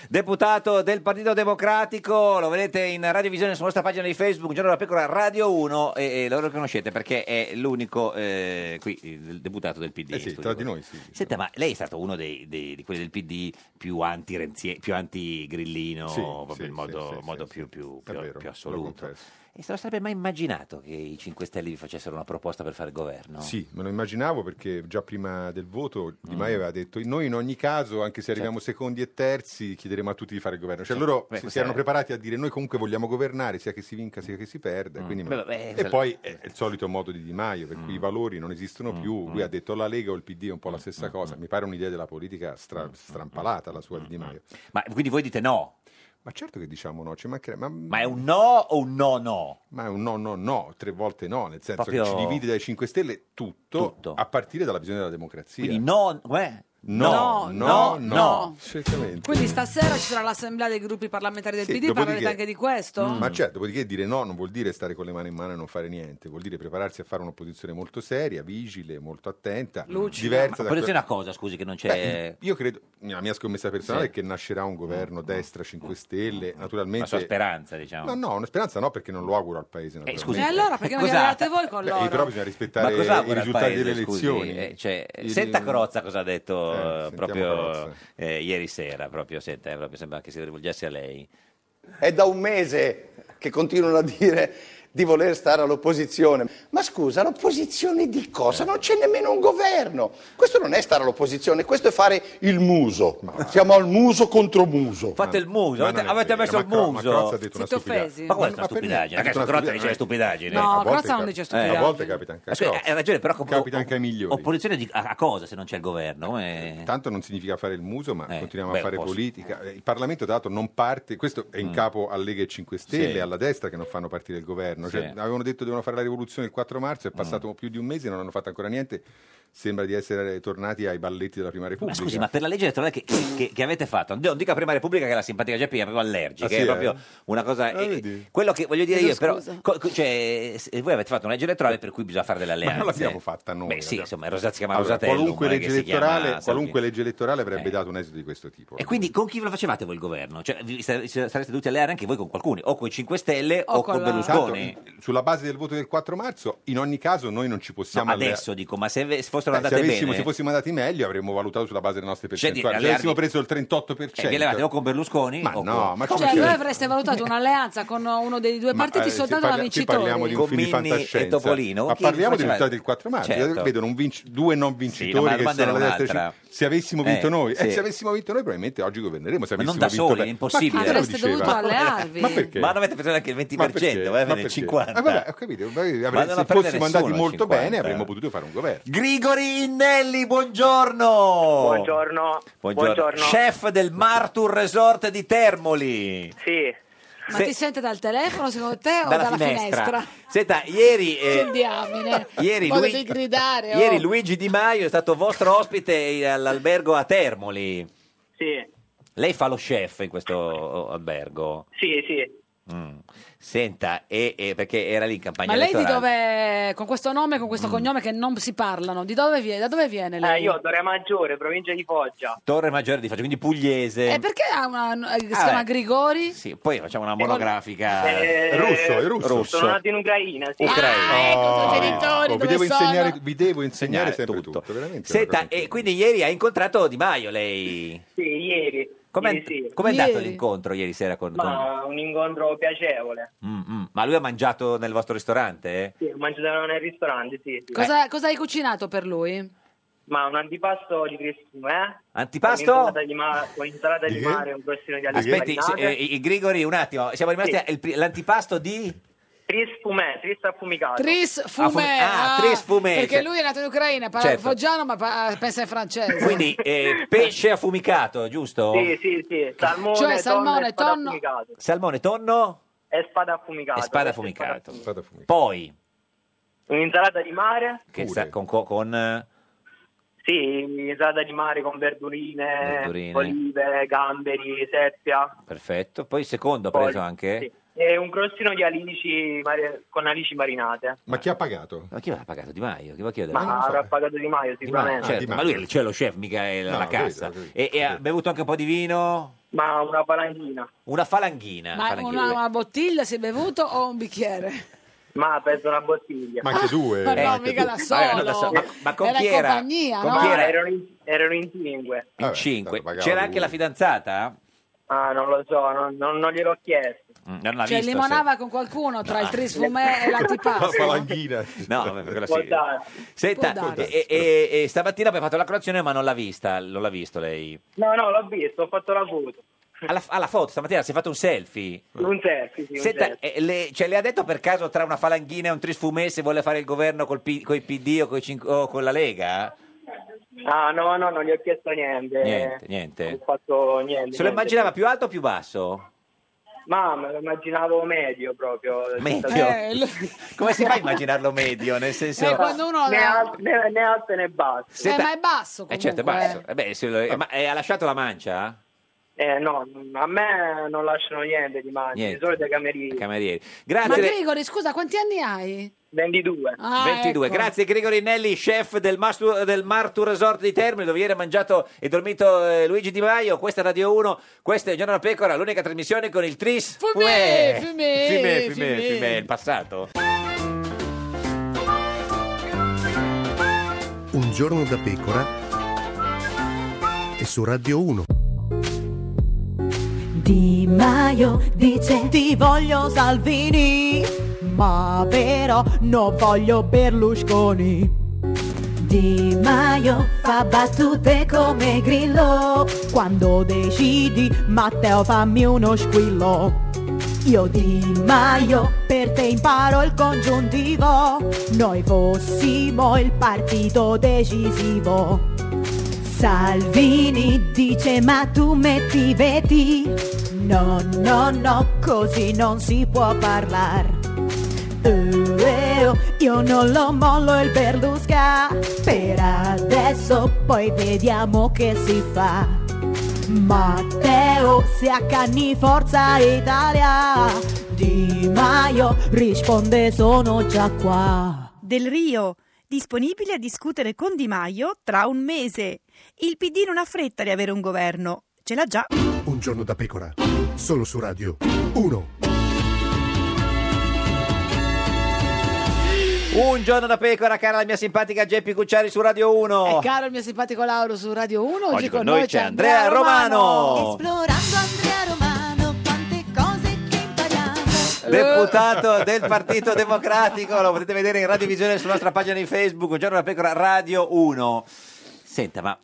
S2: Deputato del Partito Democratico, lo vedete in radiovisione sulla nostra pagina di Facebook, Giorno della Pecora Radio 1 e, e lo riconoscete perché è l'unico eh, qui, il deputato del PD.
S14: Eh sì,
S2: in studio.
S14: tra di noi sì.
S2: Senta, ma lei è stato uno dei- dei- di quelli del PD più anti-Renzi, più anti-Grillino,
S14: Sì,
S2: proprio
S14: sì,
S2: in modo,
S14: sì, sì,
S2: modo
S14: sì,
S2: più,
S14: sì.
S2: più-
S14: È
S2: più-
S14: vero,
S2: più
S14: lo
S2: assoluto.
S14: confesso.
S2: E se lo sarebbe mai immaginato che i 5 Stelle vi facessero una proposta per fare il governo?
S14: Sì, me lo immaginavo perché già prima del voto Di
S2: Mm.
S14: Maio aveva detto noi in ogni caso, anche se arriviamo secondi e terzi, chiederemo a tutti di fare il governo. Cioè
S2: Certo.
S14: loro
S2: Beh,
S14: si,
S2: questa
S14: erano
S2: è-
S14: preparati a dire noi comunque vogliamo governare sia che si vinca sia che si perda. quindi-
S2: Beh, Mm. esatto. vabbè, eh,
S14: e
S2: se-
S14: poi è il solito modo di Di Maio, per cui
S2: Mm.
S14: i valori non esistono più. Lui ha detto la Lega o il PD è un po' la
S2: mm,
S14: stessa cosa. Mi pare un'idea della politica stra- strampalata la sua di Di Maio.
S2: mm, Ma quindi voi dite no?
S14: Ma certo che diciamo no, ci mancherebbe. Ma,
S2: Ma è un no o un no no?
S14: Ma è un no, no, no, tre volte no, nel senso
S2: Proprio-
S14: che ci divide dai 5 Stelle tutto, a partire dalla visione della democrazia.
S2: Quindi no, com'è?
S1: No,
S14: No, no, no.
S1: no, no.
S14: Certamente.
S1: Quindi stasera ci sarà l'assemblea dei gruppi parlamentari del
S14: Sì,
S1: PD, parlerete
S14: dopodiché-
S1: anche di questo? Mm.
S14: Ma certo, dopodiché dire no non vuol dire stare con le mani in mano e non fare niente, vuol dire prepararsi a fare un'opposizione molto seria, vigile, molto attenta,
S2: Lucida.
S14: diversa.
S2: Ma
S14: da
S2: opposizione
S14: quella-
S2: a cosa, scusi, che non c'è-
S14: Beh, io credo, la mia scommessa personale
S2: Sì. Mm.
S14: è che nascerà un governo destra 5 Stelle, naturalmente...
S17: La sua speranza, diciamo.
S14: No, no, una speranza no, perché non lo auguro al Paese.
S2: Eh,
S14: naturalmente.
S17: scusi,
S1: E allora perché non vi
S14: Cos'ha?
S1: arrivate voi con
S14: Beh,
S1: loro?
S14: però bisogna rispettare
S2: Ma cosa
S14: i
S2: augura al
S14: risultati
S2: paese,
S14: delle
S2: scusi?
S14: elezioni.
S2: Eh, cioè,
S14: Il-
S2: senta Crozza cosa ha detto eh, proprio
S14: Crozza.
S2: eh, ieri sera, proprio, senta, eh, proprio sembra che si rivolgesse a lei.
S18: È da un mese che continuano a dire di voler stare all'opposizione. Ma scusa, l'opposizione di cosa? Non c'è nemmeno un governo. Questo non è stare all'opposizione, questo è fare il muso. Siamo al muso contro muso.
S2: Fate il muso,
S18: Ma
S2: avete,
S18: non è
S2: avete
S18: vero,
S2: messo
S18: ma
S2: il
S18: Cro- ma
S2: muso.
S18: Crozza ha detto una Siete stupidaggine. offesi?
S2: Ma questa
S18: Ma-
S2: è una
S18: ma per
S2: stupidaggine,
S18: niente.
S2: adesso
S18: Ha detto una
S2: Crozza dice
S14: eh,
S18: stupidaggine.
S2: stupidaggine.
S18: No,
S2: A volte
S18: Crozza non
S2: cap-
S18: dice
S2: eh.
S18: stupidaggine.
S14: A volte capita anche a
S2: Ma scusi,
S14: Crozza.
S2: Hai ragione, però come-
S14: Capita anche ai migliori.
S2: Opposizione di- a a cosa se non c'è il governo? Come... Eh,
S14: Tanto non significa fare il muso, ma continuiamo
S2: beh,
S14: a fare
S2: un po' sì.
S14: politica. Eh, Il Parlamento, dato, non parte. Questo è in
S2: Mm.
S14: capo a Lega e 5 Stelle,
S2: Sì.
S14: alla destra che non fanno partire il governo. Cioè,
S2: Sì. Mm.
S14: avevano detto che dovevano fare la rivoluzione il 4 marzo, è passato più di un mese e non hanno fatto ancora niente. Sembra di essere tornati ai balletti della prima
S2: Ma
S14: Repubblica.
S2: scusi, ma per la legge elettorale che, che- che avete fatto, non dica prima Repubblica che la simpatica Geppi è proprio allergica,
S14: Ah, sì,
S2: è
S14: eh?
S2: proprio una cosa...
S14: Ah,
S2: eh,
S14: vedi?
S2: quello che voglio dire
S14: Chiedo
S2: io, però,
S14: scusa.
S2: co- co- cioè, se- voi avete fatto una legge elettorale per cui bisogna fare delle
S14: Ma
S2: alleanze.
S14: non l'abbiamo fatta noi.
S2: Beh sì,
S14: abbiamo-
S2: insomma, Rosati si chiama
S14: Allora,
S2: Rosatello,
S14: qualunque
S2: ma che
S14: legge,
S2: si chiama
S14: elettorale,
S2: Salvini. Eh.
S14: qualunque legge elettorale avrebbe dato un esito di questo tipo.
S2: E quindi con chi ve lo facevate voi il governo? Cioè, vi sa- sareste dovuti alleare anche voi con qualcuno, o con i 5 Stelle o, con, Berlusconi.
S14: Tanto, in- Esatto. sulla base del voto del 4 marzo, in ogni caso noi non ci possiamo
S2: No,
S14: allea-
S2: adesso dico, ma se ve- se fossero
S14: Eh, se,
S2: andate
S14: avessimo-
S2: bene...
S14: se fossimo andati meglio avremmo valutato sulla base delle nostre
S2: Cioè,
S14: percentuali.
S2: di-
S14: se avessimo
S2: allearvi-
S14: preso il 38%.
S2: Eh, vi allevate o con Berlusconi
S14: Ma
S2: o
S14: no,
S2: con-
S14: ma come
S1: Cioè,
S14: c'è-
S1: voi avreste valutato un'alleanza con uno dei due
S14: Ma,
S1: partiti
S14: eh, se
S1: soltanto da
S14: parlia- qui
S1: vincitori.
S14: parliamo di un film di
S2: Gommini e
S14: fantascienza.
S2: Topolino,
S14: ma
S2: chi
S14: parliamo dei
S2: faceva-
S14: risultati del 4 marzo.
S2: Certo.
S14: Vedono un vinc- due non
S2: Sì, no, ma
S14: vincitori
S2: la
S14: che
S2: domanda
S14: sono alla
S2: era
S14: destra.
S2: un'altra.
S14: Se avessimo vinto
S2: Eh,
S14: noi, eh,
S2: sì.
S14: se avessimo vinto noi, probabilmente oggi governeremo. Se
S2: Ma non
S14: avessimo
S2: da
S14: vinto
S2: soli,
S14: per-
S2: è impossibile.
S14: Ma chi lo
S2: Avreste
S14: diceva?
S1: dovuto allearvi.
S14: Ma perché?
S2: Ma non avete preso neanche il 20%,
S14: Ma perché?
S2: voleva
S14: Ma
S2: avere il
S14: perché?
S2: 50%.
S14: Eh, vabbè, ho capito, ma avrei-
S2: Ma non la
S14: se
S2: prende
S14: fossimo andati
S2: nessuno,
S14: molto
S2: 50.
S14: bene avremmo potuto fare un governo.
S2: Grigori Innelli, buongiorno.
S19: Buongiorno.
S2: Buongiorno.
S19: Buongiorno.
S2: Chef del Martur Resort di Termoli.
S19: Sì.
S1: Ma ti sente dal telefono secondo te o dalla finestra?
S2: Senta, ieri, eh,
S1: Che diamine.
S2: ieri
S1: Modo
S2: lui-
S1: di gridare. oh.
S2: ieri Luigi Di Maio è stato vostro ospite eh, all'albergo a Termoli.
S19: Sì.
S2: Lei fa lo chef in questo oh, albergo.
S19: Sì, sì.
S2: Mm. Senta, e, e- perché era lì in campagna
S1: Ma lei di
S2: elettorale.
S1: dove, con questo nome e con
S14: Mm.
S1: questo cognome che non si parlano, di dove viene, da dove viene lei?
S19: Eh, io Dorea Maggiore, provincia di Foggia.
S2: Torre Maggiore di Faccio, quindi pugliese.
S1: E perché ha una, eh, si
S2: Ah,
S1: chiama
S2: beh.
S1: Grigori?
S2: Sì, poi facciamo una monografica.
S19: Eh,
S14: Russo, è russo. Oh,
S19: Sono nato in Ucraina, sì.
S2: Ucraina. Ah, ecco, i tuoi genitori,
S14: vi,
S2: dove
S14: devo
S2: sono?
S14: insegnare, vi devo insegnare
S2: Insegnare
S14: sempre tutto. veramente è
S2: Eh,
S14: una
S2: Senta,
S14: cosa
S2: e quindi ieri ha incontrato Di Maio lei.
S19: Sì, ieri.
S2: Com'è,
S19: Ieri sì.
S2: com'è andato l'incontro ieri sera con... con-
S19: Ma un incontro piacevole.
S2: Mm, mm. Ma lui ha mangiato nel vostro ristorante?
S19: Sì, mangiavano nel ristorante, sì.
S2: Eh.
S19: sì.
S1: Cosa, cosa hai cucinato per lui?
S2: Ah,
S19: Ma un antipasto di Cristino, eh?
S2: Antipasto?
S19: Con insalata di, ma- con insalata di
S2: Di che?
S19: mare, un crostino di alluminio
S2: Aspetti, se- eh, i- i Grigori, un attimo, siamo rimasti
S19: Cioè, Sì.
S2: al pri- l'antipasto di...
S19: Tris fumè, tris affumicato.
S1: Tris
S2: fu-
S1: Fumè.
S2: ah, Tris Fumè,
S1: Perché
S2: cioè-
S1: lui è nato in Ucraina, parla
S2: Certo.
S1: foggiano ma pa- ah, pensa in francese.
S2: Quindi eh, pesce affumicato, giusto?
S19: Sì, sì, sì. Salmone,
S1: Cioè,
S19: tonno
S1: salmone,
S19: e spada
S1: tonno.
S19: affumicato.
S2: Salmone, tonno
S19: E spada affumicata.
S2: e spada affumicato. Poi,
S19: Un'insalata di mare?
S2: che sa- con... co- con, eh,
S19: Sì, insalata di mare con verdurine,
S2: Verdurine.
S19: olive, gamberi, seppia.
S2: perfetto. Poi il secondo ha
S19: Poi,
S2: preso anche...
S19: sì. E un crostino di alici mari- con alici marinate.
S14: Ma chi ha pagato?
S2: Ma chi l'ha pagato? Di Maio? Chi va a chiedere?
S19: Ma avrà pagato Di Maio
S2: Di Maio,
S19: sicuramente.
S2: certo, ma lui è il- c'è lo chef, mica è la,
S19: No,
S2: la
S19: ho capito,
S2: cassa.
S19: ho capito,
S2: e, e ha bevuto anche un po' di vino?
S19: Ma una palanchina.
S2: Una falanghina.
S1: Ma
S2: falanghina.
S1: una, una bottiglia si è bevuto o un bicchiere?
S19: Ma penso una bottiglia.
S2: Ma anche due,
S1: ma no,
S2: Eh, anche
S1: mica
S2: due.
S1: da
S2: Vabbè, non da
S1: solo.
S2: solo. Ma- ma con
S1: era
S2: chi
S1: in
S2: era?
S1: compagnia,
S2: Con
S1: no?
S2: chi era?
S19: Erano in, erano in cinque.
S2: In cinque.
S14: pagava
S2: C'era
S14: lui.
S2: anche la fidanzata?
S19: Ah, non lo so, non, non- non gliel'ho chiesto.
S2: Mm, Non l'ha
S1: Cioè,
S2: visto. Ah.
S1: limonava con qualcuno tra il tris fumè e l'antipasto.
S14: falanghina.
S2: No, vabbè, quello
S19: Può
S2: sì.
S19: darsi.
S2: Senta,
S1: Può darsi.
S2: e, e- e stamattina abbiamo fatto la colazione ma non l'ha vista, non l'ha visto lei.
S19: No, no, l'ho visto, ho fatto la foto.
S2: Alla, alla foto, stamattina si è fatto un selfie.
S19: Un selfie, sì, un
S2: Ah. Senta,
S19: selfie.
S2: eh, le, cioè, le ha detto per caso tra una falanghina e un trisfumè se vuole fare il governo col P- coi PD o, coi cin- o con la Lega?
S19: Eh, Ah, no, no, non gli ho chiesto niente.
S2: Niente, niente.
S19: Non ho fatto niente.
S2: Se lo
S19: niente.
S2: immaginava più alto o più basso?
S19: Ma me lo immaginavo medio proprio. Cioè,
S2: Medio? Come si fa a immaginarlo medio? Nel senso...
S19: Eh, quando uno Né ha- al- né- né alto né basso.
S2: Senta-
S17: ma è basso comunque.
S2: Eh, certo, è basso. Eh, beh, se lo- eh, ma eh, ha lasciato la mancia?
S19: Eh, no, a me non lasciano niente di mani,
S2: Niente.
S19: di solito i camerieri.
S2: Camerieri.
S17: Ma
S2: Grazie.
S17: Grigori, scusa, quanti anni hai?
S19: 22.
S17: Ah,
S2: 22.
S17: ecco.
S2: Grazie Grigori Nelli, chef del, Mastu- del Martur Resort di Termini, dove ieri ha mangiato e dormito eh, Luigi Di Maio. Questa è Radio 1, questa è Il Giorno della Pecora, l'unica trasmissione con il Tris.
S17: Fumè,
S2: Uè.
S17: fumè,
S2: Fumè,
S17: fumè.
S2: fumè, fumè, il passato.
S12: Un giorno da pecora e su Radio 1.
S11: Di Maio dice Ti voglio Salvini Ma però non voglio Berlusconi Di Maio fa battute come Grillo Quando decidi Matteo fammi uno squillo io Di Maio per te imparo il congiuntivo Noi fossimo il partito decisivo Salvini dice ma tu metti veti No, no, no, così non si può parlare Eh, oh, Io non lo mollo il Berlusca Per adesso poi vediamo che si fa Matteo si accanni Forza Italia Di Maio risponde sono già qua
S13: Del Rio, disponibile a discutere con Di Maio tra un mese. Il PD non ha fretta di avere un governo, ce l'ha già.
S12: Un giorno da pecora, solo su Radio 1.
S2: Un giorno da pecora, cara la mia simpatica Geppi Cucciari su Radio 1.
S1: Eh,
S17: E caro il mio simpatico Lauro su Radio 1, oggi,
S2: Oh. Oggi con noi c'è Andrea Romano.
S17: Esplorando Andrea Romano, quante cose che
S2: Deputato del Partito Democratico, lo potete vedere in radiovisione sulla nostra pagina di Facebook, Un giorno da pecora Radio 1. Senta, ma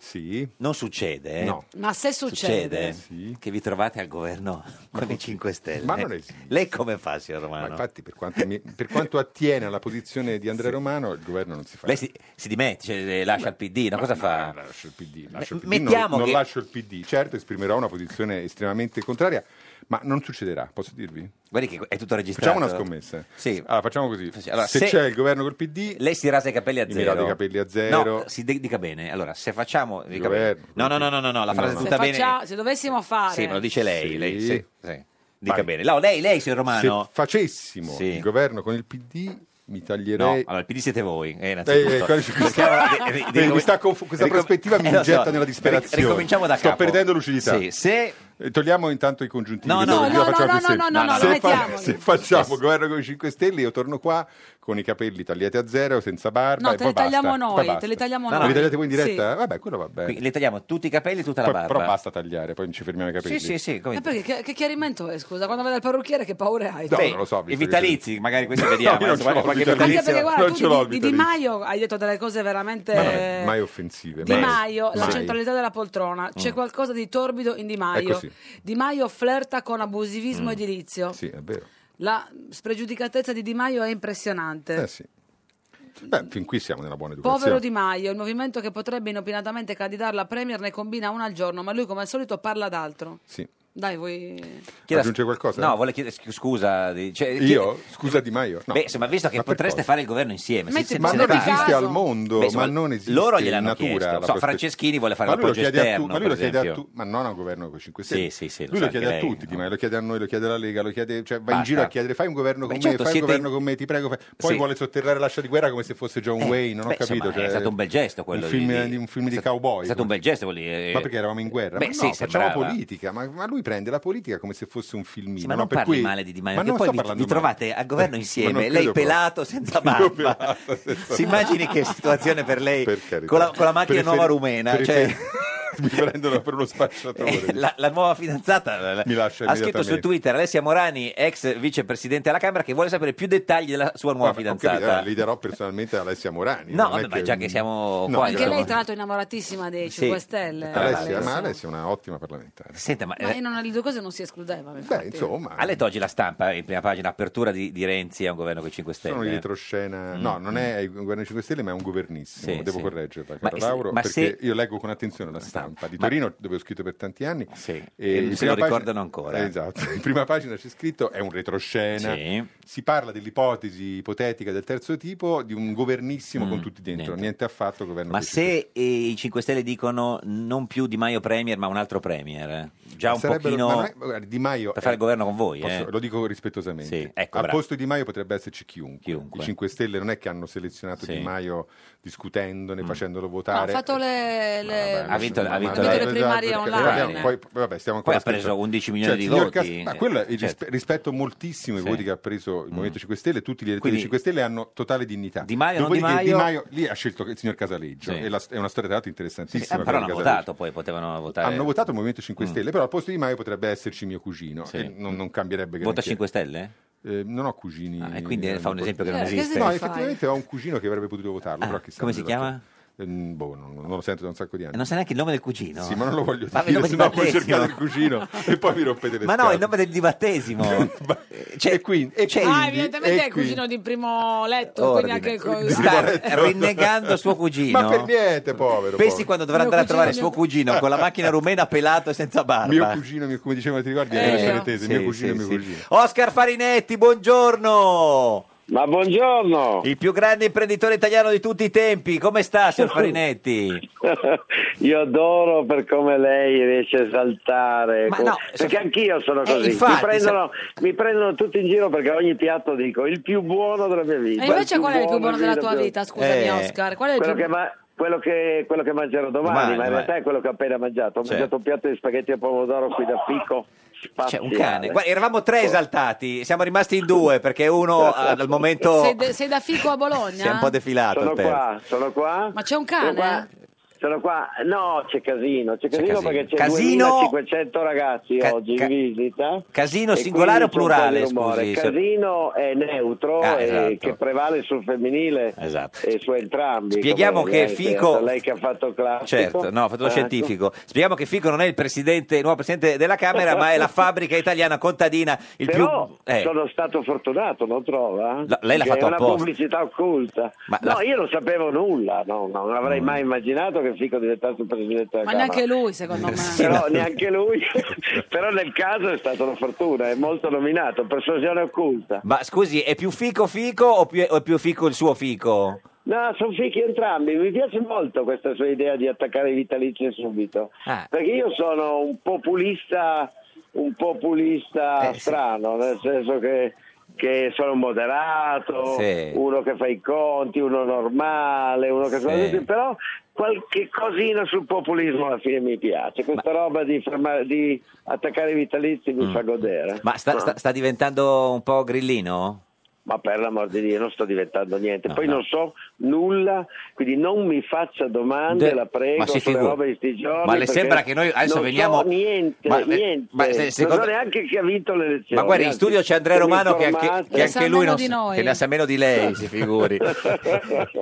S2: non succede? No.
S17: Ma se succede,
S2: Succede che vi trovate al governo con i 5 Stelle.
S14: Ma non esiste.
S2: Lei come fa, signor Romano?
S14: Ma infatti, per quanto, mi- per quanto attiene alla posizione di Andrea Romano, il governo non si fa.
S2: Lei si, si dimette, cioè, lascia il PD, no? cosa fa? Lascia
S14: il PD, lascio il PD,
S2: Mettiamo
S14: non, non
S2: che...
S14: lascio il PD, certo esprimerò una posizione estremamente contraria, ma non succederà, posso dirvi?
S2: Guardi che è tutto registrato.
S14: Facciamo una scommessa.
S2: Sì.
S14: Allora, facciamo così.
S2: Allora,
S14: se, c'è il governo col PD,
S2: lei si rasa i capelli a
S14: mi
S2: zero.
S14: rado i capelli a zero.
S2: No, si de- dica bene. Allora, se facciamo dica bene.
S14: governo.
S2: No, no, no, no, no, no, la frase
S14: No,
S2: è
S14: no.
S2: tutta
S1: Se
S2: bene.
S1: faccia- se dovessimo fare...
S2: Sì, me lo dice lei,
S14: Sì.
S2: lei, sì, sì. Dica
S14: Vai.
S2: bene. No, lei, lei, signor Romano.
S14: se facessimo
S2: Sì.
S14: il governo con il PD, mi
S2: No,
S14: taglierei...
S2: allora il PD siete voi, eh,
S14: Eh, eh,
S2: innanzitutto.
S14: quello-
S2: Perché allora, ri- ri-
S14: Vedi,
S2: ricom-
S14: mi sta conf- questa
S2: ricom-
S14: prospettiva mi
S2: Eh, lo so.
S14: getta nella
S2: Ric-
S14: disperazione.
S2: Ricominciamo da
S14: Sto
S2: capo.
S14: perdendo lucidità.
S2: Sì,
S14: Eh,
S2: se...
S14: Togliamo intanto i congiuntivi.
S2: No,
S14: che
S2: no,
S14: dovevo-
S2: no,
S14: la facciamo
S17: no,
S14: più
S17: no,
S14: semplice.
S17: no, no, no,
S14: se,
S17: lo mettiamo.
S14: se facciamo governo con i 5 Stelle, io torno qua con i capelli tagliati a zero, senza barba.
S1: No,
S14: e
S1: te
S14: poi
S1: li tagliamo
S14: basta.
S1: noi,
S14: Poi basta.
S1: te li tagliamo
S14: No, no,
S1: noi.
S14: Li tagliate voi in diretta?
S1: Sì.
S14: Vabbè, quello va bene.
S2: Le tagliamo tutti i capelli e tutta la
S14: Poi-
S2: barba.
S14: Però basta tagliare, poi non ci fermiamo ai capelli.
S2: Sì, sì, sì. come-
S1: Ma perché, che, che chiarimento è, scusa? Quando vai dal parrucchiere che paure hai?
S2: Eh, Beh,
S14: non lo so,
S2: I
S14: visto che-
S2: vitalizi, magari questi vediamo.
S14: io non
S2: insomma,
S14: ce l'ho,
S2: qualche
S14: vitalizio.
S1: Anche
S2: vitalizio.
S1: perché guarda,
S14: non
S1: tu
S14: ce l'ho il
S1: di, di Di
S14: vitalizio.
S1: Maio hai detto delle cose veramente...
S14: Ma non è mai offensive.
S1: Di
S14: mai.
S1: Maio, la
S14: Mai.
S1: centralità della poltrona, c'è qualcosa di torbido in Di
S14: Mm. È
S1: Maio.
S14: così.
S1: Di Maio flirta con abusivismo
S14: Mm.
S1: edilizio.
S14: Sì, è vero.
S1: La spregiudicatezza di Di Maio è impressionante.
S14: Eh, sì. Beh, fin qui siamo nella buona educazione.
S1: Povero Di Maio, il movimento che potrebbe inopinatamente candidarla a Premier ne combina una al giorno, ma lui come al solito parla d'altro.
S14: Sì.
S1: Dai, voi...
S2: Chieda-
S14: Aggiunge qualcosa?
S2: No, vuole chiedere scu- scusa. di- cioè,
S14: Io?
S2: chiede-
S14: Scusa Di Maio? No.
S2: Beh, insomma, visto che
S14: Ma per
S2: potreste
S14: cosa?
S2: fare il governo insieme, se-
S14: Metti-
S2: se-
S14: ma
S2: se
S14: non
S2: ne
S14: esiste
S2: parla.
S14: al mondo,
S2: Beh, insomma,
S14: ma non esiste
S2: Loro gliel'hanno
S14: in natura.
S2: chiesto.
S14: la
S2: So,
S14: prospettiva.
S2: Franceschini vuole fare
S14: Ma
S2: un
S14: lui lo
S2: appoggio
S14: chiede a tu-
S2: esterno,
S14: Ma lui lo
S2: per
S14: chiede a
S2: esempio.
S14: tutti, ma non a un governo con i 5
S2: Sì,
S14: Stelle.
S2: sì, sì, lo
S14: lui
S2: sa
S14: lo chiede
S2: anche
S14: a
S2: lei,
S14: tutti, Di Maio, lo chiede a noi, lo chiede alla Lega, lo chiede, cioè, va
S2: Basta.
S14: in giro a chiedere fai un governo con
S2: Beh,
S14: me,
S2: certo,
S14: fai un
S2: siete-
S14: governo con me, ti prego. fai- Poi
S2: Sì.
S14: vuole sotterrare l'ascia di guerra come se fosse John
S2: Eh,
S14: Wayne, non
S2: beh,
S14: ho capito.
S2: insomma,
S14: cioè,
S2: è stato un bel gesto quello
S14: Un film
S2: di-
S14: di, un film
S2: è
S14: di
S2: stato-
S14: cowboy.
S2: È stato un bel gesto quello lì, eh.
S14: Ma perché eravamo in guerra?
S2: Beh,
S14: ma no,
S2: sì,
S14: facciamo
S2: sembrava.
S14: politica, ma, ma lui prende la politica come se fosse un filmino.
S2: Sì, ma
S14: no?
S2: non
S14: Per
S2: parli
S14: cui-
S2: male di Di Maio,
S14: Ma
S2: che
S14: non
S2: poi vi,
S14: sto parlando
S2: vi
S14: male.
S2: trovate al governo
S14: Ma
S2: insieme,
S14: non
S2: lei
S14: credo proprio.
S2: pelato senza
S14: Io
S2: barba.
S14: pelato, senza
S2: Si
S14: barba.
S2: immagini che situazione per lei
S14: carità.
S2: con la, con la macchina
S14: Preferi-
S2: nuova rumena,
S14: preferi-
S2: cioè
S14: mi prendono per uno spacciatore.
S2: eh, la, la nuova fidanzata eh,
S14: Mi lascia
S2: ha scritto su
S14: immediatamente.
S2: Twitter Alessia Morani, ex vicepresidente alla Camera, che vuole sapere più dettagli della sua nuova
S14: Vabbè, ho capito,
S2: fidanzata.
S14: eh, li darò personalmente a Alessia Morani.
S2: No,
S14: non è
S2: vabbè, ma già che siamo
S14: No,
S2: qua,
S1: Anche
S2: insomma.
S1: lei, tra l'altro, è innamoratissima dei
S2: Sì.
S1: 5 Stelle.
S14: Alessia, ma
S1: Bellissimo.
S14: Alessia è una ottima parlamentare.
S2: Senta, ma,
S1: Ma
S2: eh,
S1: io non, le due cose non si escludevano. infatti.
S2: Ha letto oggi la stampa in prima pagina, apertura di, di Renzi a un governo con i 5 Stelle. eh. Mm,
S14: Sono in retroscena, Eh, no, non è il governo 5 Stelle, ma è un governissimo.
S2: Sì,
S14: Devo
S2: sì.
S14: correggerla,
S2: Ma
S14: caro
S2: se-
S14: Lauro,
S2: ma
S14: perché
S2: se-
S14: io leggo con attenzione la stampa. stampa di Torino, dove ho scritto per tanti anni.
S2: e
S14: in
S2: se
S14: prima
S2: lo ricordano ancora.
S14: Eh, Esatto, in prima pagina c'è scritto è un retroscena.
S2: Sì.
S14: Si parla dell'ipotesi ipotetica del terzo tipo di un governissimo con tutti dentro, niente, affatto governo.
S2: Mm, Ma
S14: dei
S2: se eh, i 5 Stelle dicono non più Di Maio Premier, ma un altro Premier, eh, già un
S14: Sarebbero-
S2: pochino
S14: ma non è- guarda, Di Maio
S2: per fare
S14: è-
S2: il governo con voi.
S14: Posso-
S2: eh.
S14: Lo dico rispettosamente.
S2: Sì, ecco,
S14: Al
S2: bravo.
S14: posto di Di Maio potrebbe esserci chiunque. I 5 Stelle non è che hanno selezionato
S2: Sì. Mm.
S14: Di Maio discutendone, facendolo
S1: No, ha
S14: votare.
S1: fatto le, le-
S14: Vabbè,
S2: Ha vinto-
S14: lasciamo
S2: ha vinto
S14: andare.
S2: le-
S1: le primarie
S14: Esatto, perché-
S1: Eh, online.
S14: abbiamo- Poi, vabbè, stiamo ancora
S2: Poi ha preso
S14: scherzando. Cioè,
S2: 11 milioni di
S14: signor
S2: voti.
S14: ma quello è il
S2: Certo.
S14: rispe- rispetto moltissimo ai
S2: Sì. Mm.
S14: voti che ha preso il Movimento 5 Stelle, tutti gli elettori
S2: Quindi-
S14: 5 Stelle hanno totale dignità. Di
S2: Maio, non Di
S14: Dopodiché Di
S2: Maio-
S14: Maio lì ha scelto il signor Casaleggio.
S2: Sì.
S14: E la- è una storia tra l'altro interessantissima.
S2: Sì, eh, però
S14: quella di
S2: hanno
S14: Casaleggio.
S2: votato, poi potevano votare.
S14: Hanno votato il Movimento 5
S2: Mm.
S14: Stelle, però al posto di Maio potrebbe esserci mio cugino.
S2: Sì.
S14: e non, non cambierebbe
S2: Vota
S14: granché.
S2: 5 Stelle?
S14: Eh, non ho cugini.
S2: Ah, e quindi fa un esempio che non
S14: Eh,
S2: esiste.
S14: No,
S2: Fai.
S14: effettivamente ho un cugino che avrebbe potuto votarlo. però chissà
S2: come si
S14: dove l'ha
S2: chiama?
S14: fatto. Ehm, boh, non, non lo sento da un sacco di anni.
S2: Non sa neanche il nome del cugino.
S14: Sì, ma non lo voglio
S2: Ma il
S14: dire,
S2: nome di
S14: sennò poi
S2: battesimo.
S14: cercate il cugino e poi mi rompete le
S2: Ma no,
S14: scatole.
S2: il nome del dibattesimo. Cioè,
S14: e quindi, e
S1: Ah,
S14: quindi-
S1: evidentemente
S14: e
S1: è il cugino di primo letto,
S2: Ordine.
S1: quindi anche co-
S2: Sta rinnegando suo cugino.
S14: Ma per niente, povero.
S2: Pensi
S14: povero.
S2: quando dovrà andare a trovare suo cugino con la macchina rumena pelato e senza barba.
S14: Mio cugino, mio- come diceva ti ricordi,
S2: Eh,
S14: era
S2: sì.
S14: Ferretese, mio
S2: Sì,
S14: cugino,
S2: sì,
S14: mio
S2: sì.
S14: cugino.
S2: Oscar Farinetti, buongiorno.
S20: Ma buongiorno.
S2: Il più grande imprenditore italiano di tutti i tempi. Come sta,
S1: Uh-huh.
S2: signor Farinetti?
S20: Io adoro per come lei riesce a saltare,
S2: Ma
S20: co-
S2: no,
S20: perché anch'io sono
S2: Eh,
S20: così.
S2: infatti,
S20: mi, prendono, mi prendono tutti in giro perché a ogni piatto dico il più buono della mia vita.
S1: E invece
S20: il
S1: qual è il più buono della tua
S20: più-
S1: vita? Scusami,
S2: Eh.
S1: Oscar. Qual è il
S20: quello,
S1: più...
S20: che ma- quello che- quello che mangerò domani,
S2: Domani,
S20: ma in
S2: domani.
S20: realtà è quello che ho appena mangiato. Ho
S2: Certo.
S20: mangiato un piatto di spaghetti e pomodoro qui da picco.
S2: C'è un
S20: spaziale.
S2: cane. Guarda, eravamo tre esaltati, siamo rimasti in due perché uno ah, al momento
S1: Sei, de- sei da Fico a
S2: si è un
S1: Bologna?
S2: po' defilato.
S20: Sono
S2: il terzo.
S20: qua, sono qua.
S1: Ma c'è un
S20: Sono
S1: cane?
S20: qua. Sono qua, no, c'è casino, c'è casino,
S2: casino.
S20: perché c'è
S2: Casino-
S20: 2500 ragazzi
S2: Ca-
S20: oggi
S2: ca-
S20: in visita.
S2: casino
S20: E
S2: singolare o
S20: quindi c'è un po' di
S2: plurale,
S20: rumore.
S2: scusi, se-
S20: Casino è neutro,
S2: Ah,
S20: e
S2: esatto.
S20: che prevale sul femminile e su entrambi.
S2: Spieghiamo
S20: come
S2: che
S20: ovviamente.
S2: Fico-
S20: Lei che ha fatto il classico.
S2: Certo, no, ho fatto lo
S20: Ecco.
S2: scientifico. Spieghiamo che Fico non è il presidente, il nuovo presidente della Camera, ma è la fabbrica italiana contadina. Il
S20: Però
S2: più... eh,
S20: sono stato fortunato, non trova?
S2: La- lei l'ha
S20: Che
S2: fatto
S20: è una
S2: apposta.
S20: pubblicità occulta.
S2: Ma
S20: no,
S2: la- Mm.
S20: io non sapevo nulla, no, no, non avrei mai immaginato che Fico diventasse presidente della
S1: Ma
S20: Camera.
S1: neanche lui, secondo me.
S20: però neanche lui però nel caso è stata una fortuna è molto nominato persuasione occulta
S2: Ma scusi, è più Fico Fico o, più- o è più Fico il suo Fico?
S20: no sono fichi entrambi mi piace molto questa sua idea di attaccare i vitalizi subito
S2: Ah.
S20: perché io sono un populista un populista
S2: Eh,
S20: strano nel senso che che sono un moderato,
S2: Sì.
S20: uno che fa i conti, uno normale, uno che fa
S2: Sì.
S20: tutti, però qualche cosina sul populismo alla fine mi piace. Questa roba di, fermare- di attaccare i vitalizi mi fa godere.
S2: Mm. Ma sta, sta- sta diventando un po' grillino?
S20: Ma per l'amor di Dio, non sto diventando niente.
S2: No,
S20: Poi
S2: Ah, no.
S20: non so nulla, quindi non mi faccia domande,
S2: De-
S20: la prego,
S2: ma si
S20: sulle
S2: figuri.
S20: robe di sti giorni.
S2: Ma le
S20: perché
S2: sembra che noi adesso
S20: non
S2: veniamo-
S20: So niente,
S2: Ma-
S20: niente.
S2: ma se- secondo-
S20: Non so neanche chi ha vinto le elezioni.
S2: Ma guarda, in
S20: anzi,
S2: studio c'è Andrea
S20: se mi
S2: Romano che anche,
S20: informate-
S2: che anche lui non sa- che ne sa meno di lei, si figuri.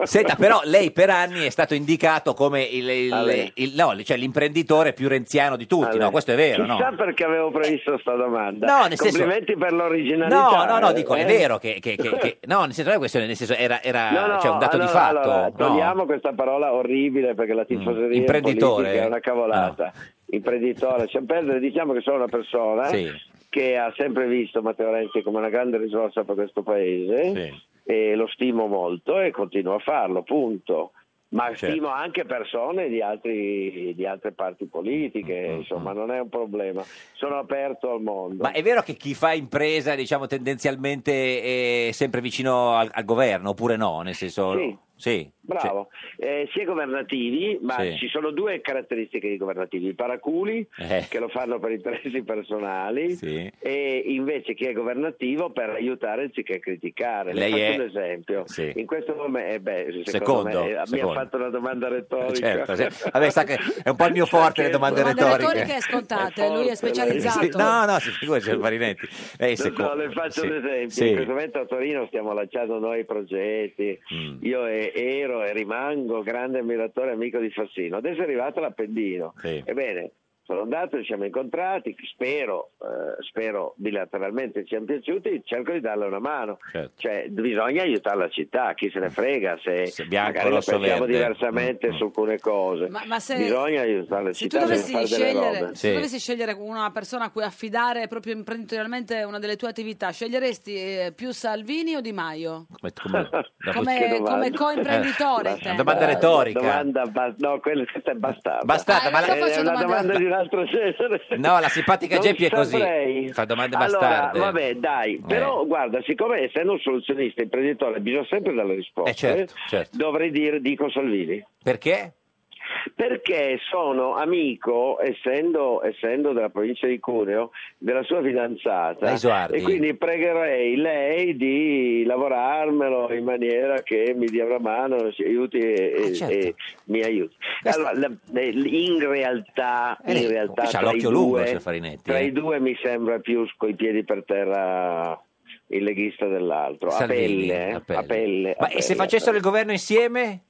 S2: Senta, però lei per anni è stato indicato come il, il-
S20: Ah, beh.
S2: il- no, cioè l'imprenditore più renziano di tutti,
S20: Allora,
S2: no? Questo è vero, no?
S20: Chissà perché avevo previsto sta domanda.
S2: No, nel senso-
S20: Complimenti per l'originalità.
S2: No, no, no, dico,
S20: eh.
S2: è vero che, che- che- che- no, nel senso non è questione, nel senso era, era-
S20: No, no,
S2: cioè, un dato
S20: allora-
S2: di fatto.
S20: allora,
S2: no.
S20: togliamo questa parola orribile perché la tifoseria
S2: Imprenditore. Ah.
S20: politica è una cavolata. Imprenditore, lasciamo perdere, diciamo che sono una persona
S2: Sì.
S20: che ha sempre visto Matteo Renzi come una grande risorsa per questo paese e lo stimo molto e continuo a farlo, punto. Ma
S2: Certo.
S20: stimo anche persone di, altri- di altre parti politiche,
S2: Mm,
S20: insomma, non è un problema. Sono aperto al mondo.
S2: Ma è vero che chi fa impresa, diciamo, tendenzialmente è sempre vicino al, al governo, oppure no? Nel senso...
S20: Sì.
S2: Sì,
S20: Bravo, Eh, si è governativi, ma
S2: Sì.
S20: ci sono due caratteristiche di governativi, i paraculi
S2: Eh.
S20: che lo fanno per interessi personali
S2: Sì.
S20: e invece chi è governativo per aiutare anziché criticare. Le
S2: Lei
S20: faccio
S2: è-
S20: un esempio,
S2: Sì.
S20: in questo momento, eh, beh, secondo,
S2: Secondo,
S20: me, eh, mi
S2: secondo.
S20: ha fatto una domanda
S2: cioè, certo.
S20: retorica.
S2: sì. Vabbè, sa che è un po' il mio forte le domande
S20: certo.
S1: Ma delle
S2: retoriche.
S1: retoriche è scontate, lui è
S2: Sì,
S1: specializzato.
S2: No, no, si figura, signor Marinetti. Eh, Lei è
S20: Non so,
S2: secondo-
S20: le faccio
S2: sì,
S20: un esempio,
S2: sì.
S20: in questo momento a Torino stiamo lanciando noi progetti,
S2: Mm.
S20: io e- ero e rimango grande ammiratore e amico di Fassino, adesso è arrivato l'Appendino,
S2: Sì.
S20: ebbene sono andato, ci siamo incontrati, spero, eh, spero bilateralmente ci siamo piaciuti, cerco di darle una mano.
S2: Certo.
S20: Cioè, bisogna aiutare la città, chi se ne frega se,
S2: Mm. bianco,
S20: magari la
S2: rosso,
S20: pensiamo
S2: verde. Mm,
S20: diversamente su alcune cose.
S1: Ma- ma se-
S20: bisogna aiutare la
S1: Se tu
S20: città
S1: dovessi
S20: per fare delle
S1: scegliere,
S20: robe.
S1: se dovessi scegliere una persona a cui affidare proprio imprenditorialmente una delle tue attività, sceglieresti eh, più Salvini o Di Maio?
S2: Come, come, da-
S1: Come-
S2: che domanda.
S1: come co-imprenditore,
S2: Eh,
S1: te.
S2: una domanda retorica.
S20: Domanda bas- no, quella questa è bastata.
S2: Bastata,
S20: Eh,
S2: ma la-
S20: è
S2: faccio
S20: una
S2: domande-
S20: domanda di un altro genere.
S2: No, la simpatica
S20: Non
S2: Geppi è così.
S20: saprei.
S2: Fa domande
S20: allora,
S2: bastarde. Eh.
S20: vabbè, dai, però guarda, siccome essendo un soluzionista imprenditore bisogna sempre dare risposte,
S2: Eh, certo, certo.
S20: dovrei dire dico Salvini.
S2: Perché?
S20: Perché sono amico, essendo, essendo della provincia di Cuneo, della sua fidanzata.
S2: Lei Soardi.
S20: E quindi pregherei lei di lavorarmelo in maniera che mi dia una mano, ci aiuti
S2: Eh,
S20: e, e-
S2: certo.
S20: e mi aiuti. Allora, la- in realtà, in realtà
S2: Eh, c'ha
S20: tra
S2: l'occhio
S20: i
S2: lungo,
S20: due-
S2: signor Farinetti,
S20: Tra
S2: eh.
S20: i due mi sembra più coi piedi per terra il leghista dell'altro. A
S2: Salvini,
S20: pelle, eh,
S2: a
S20: a
S2: pelle.
S20: pelle,
S2: Ma
S20: a
S2: e se
S20: pelle,
S2: facessero
S20: a
S2: il governo insieme?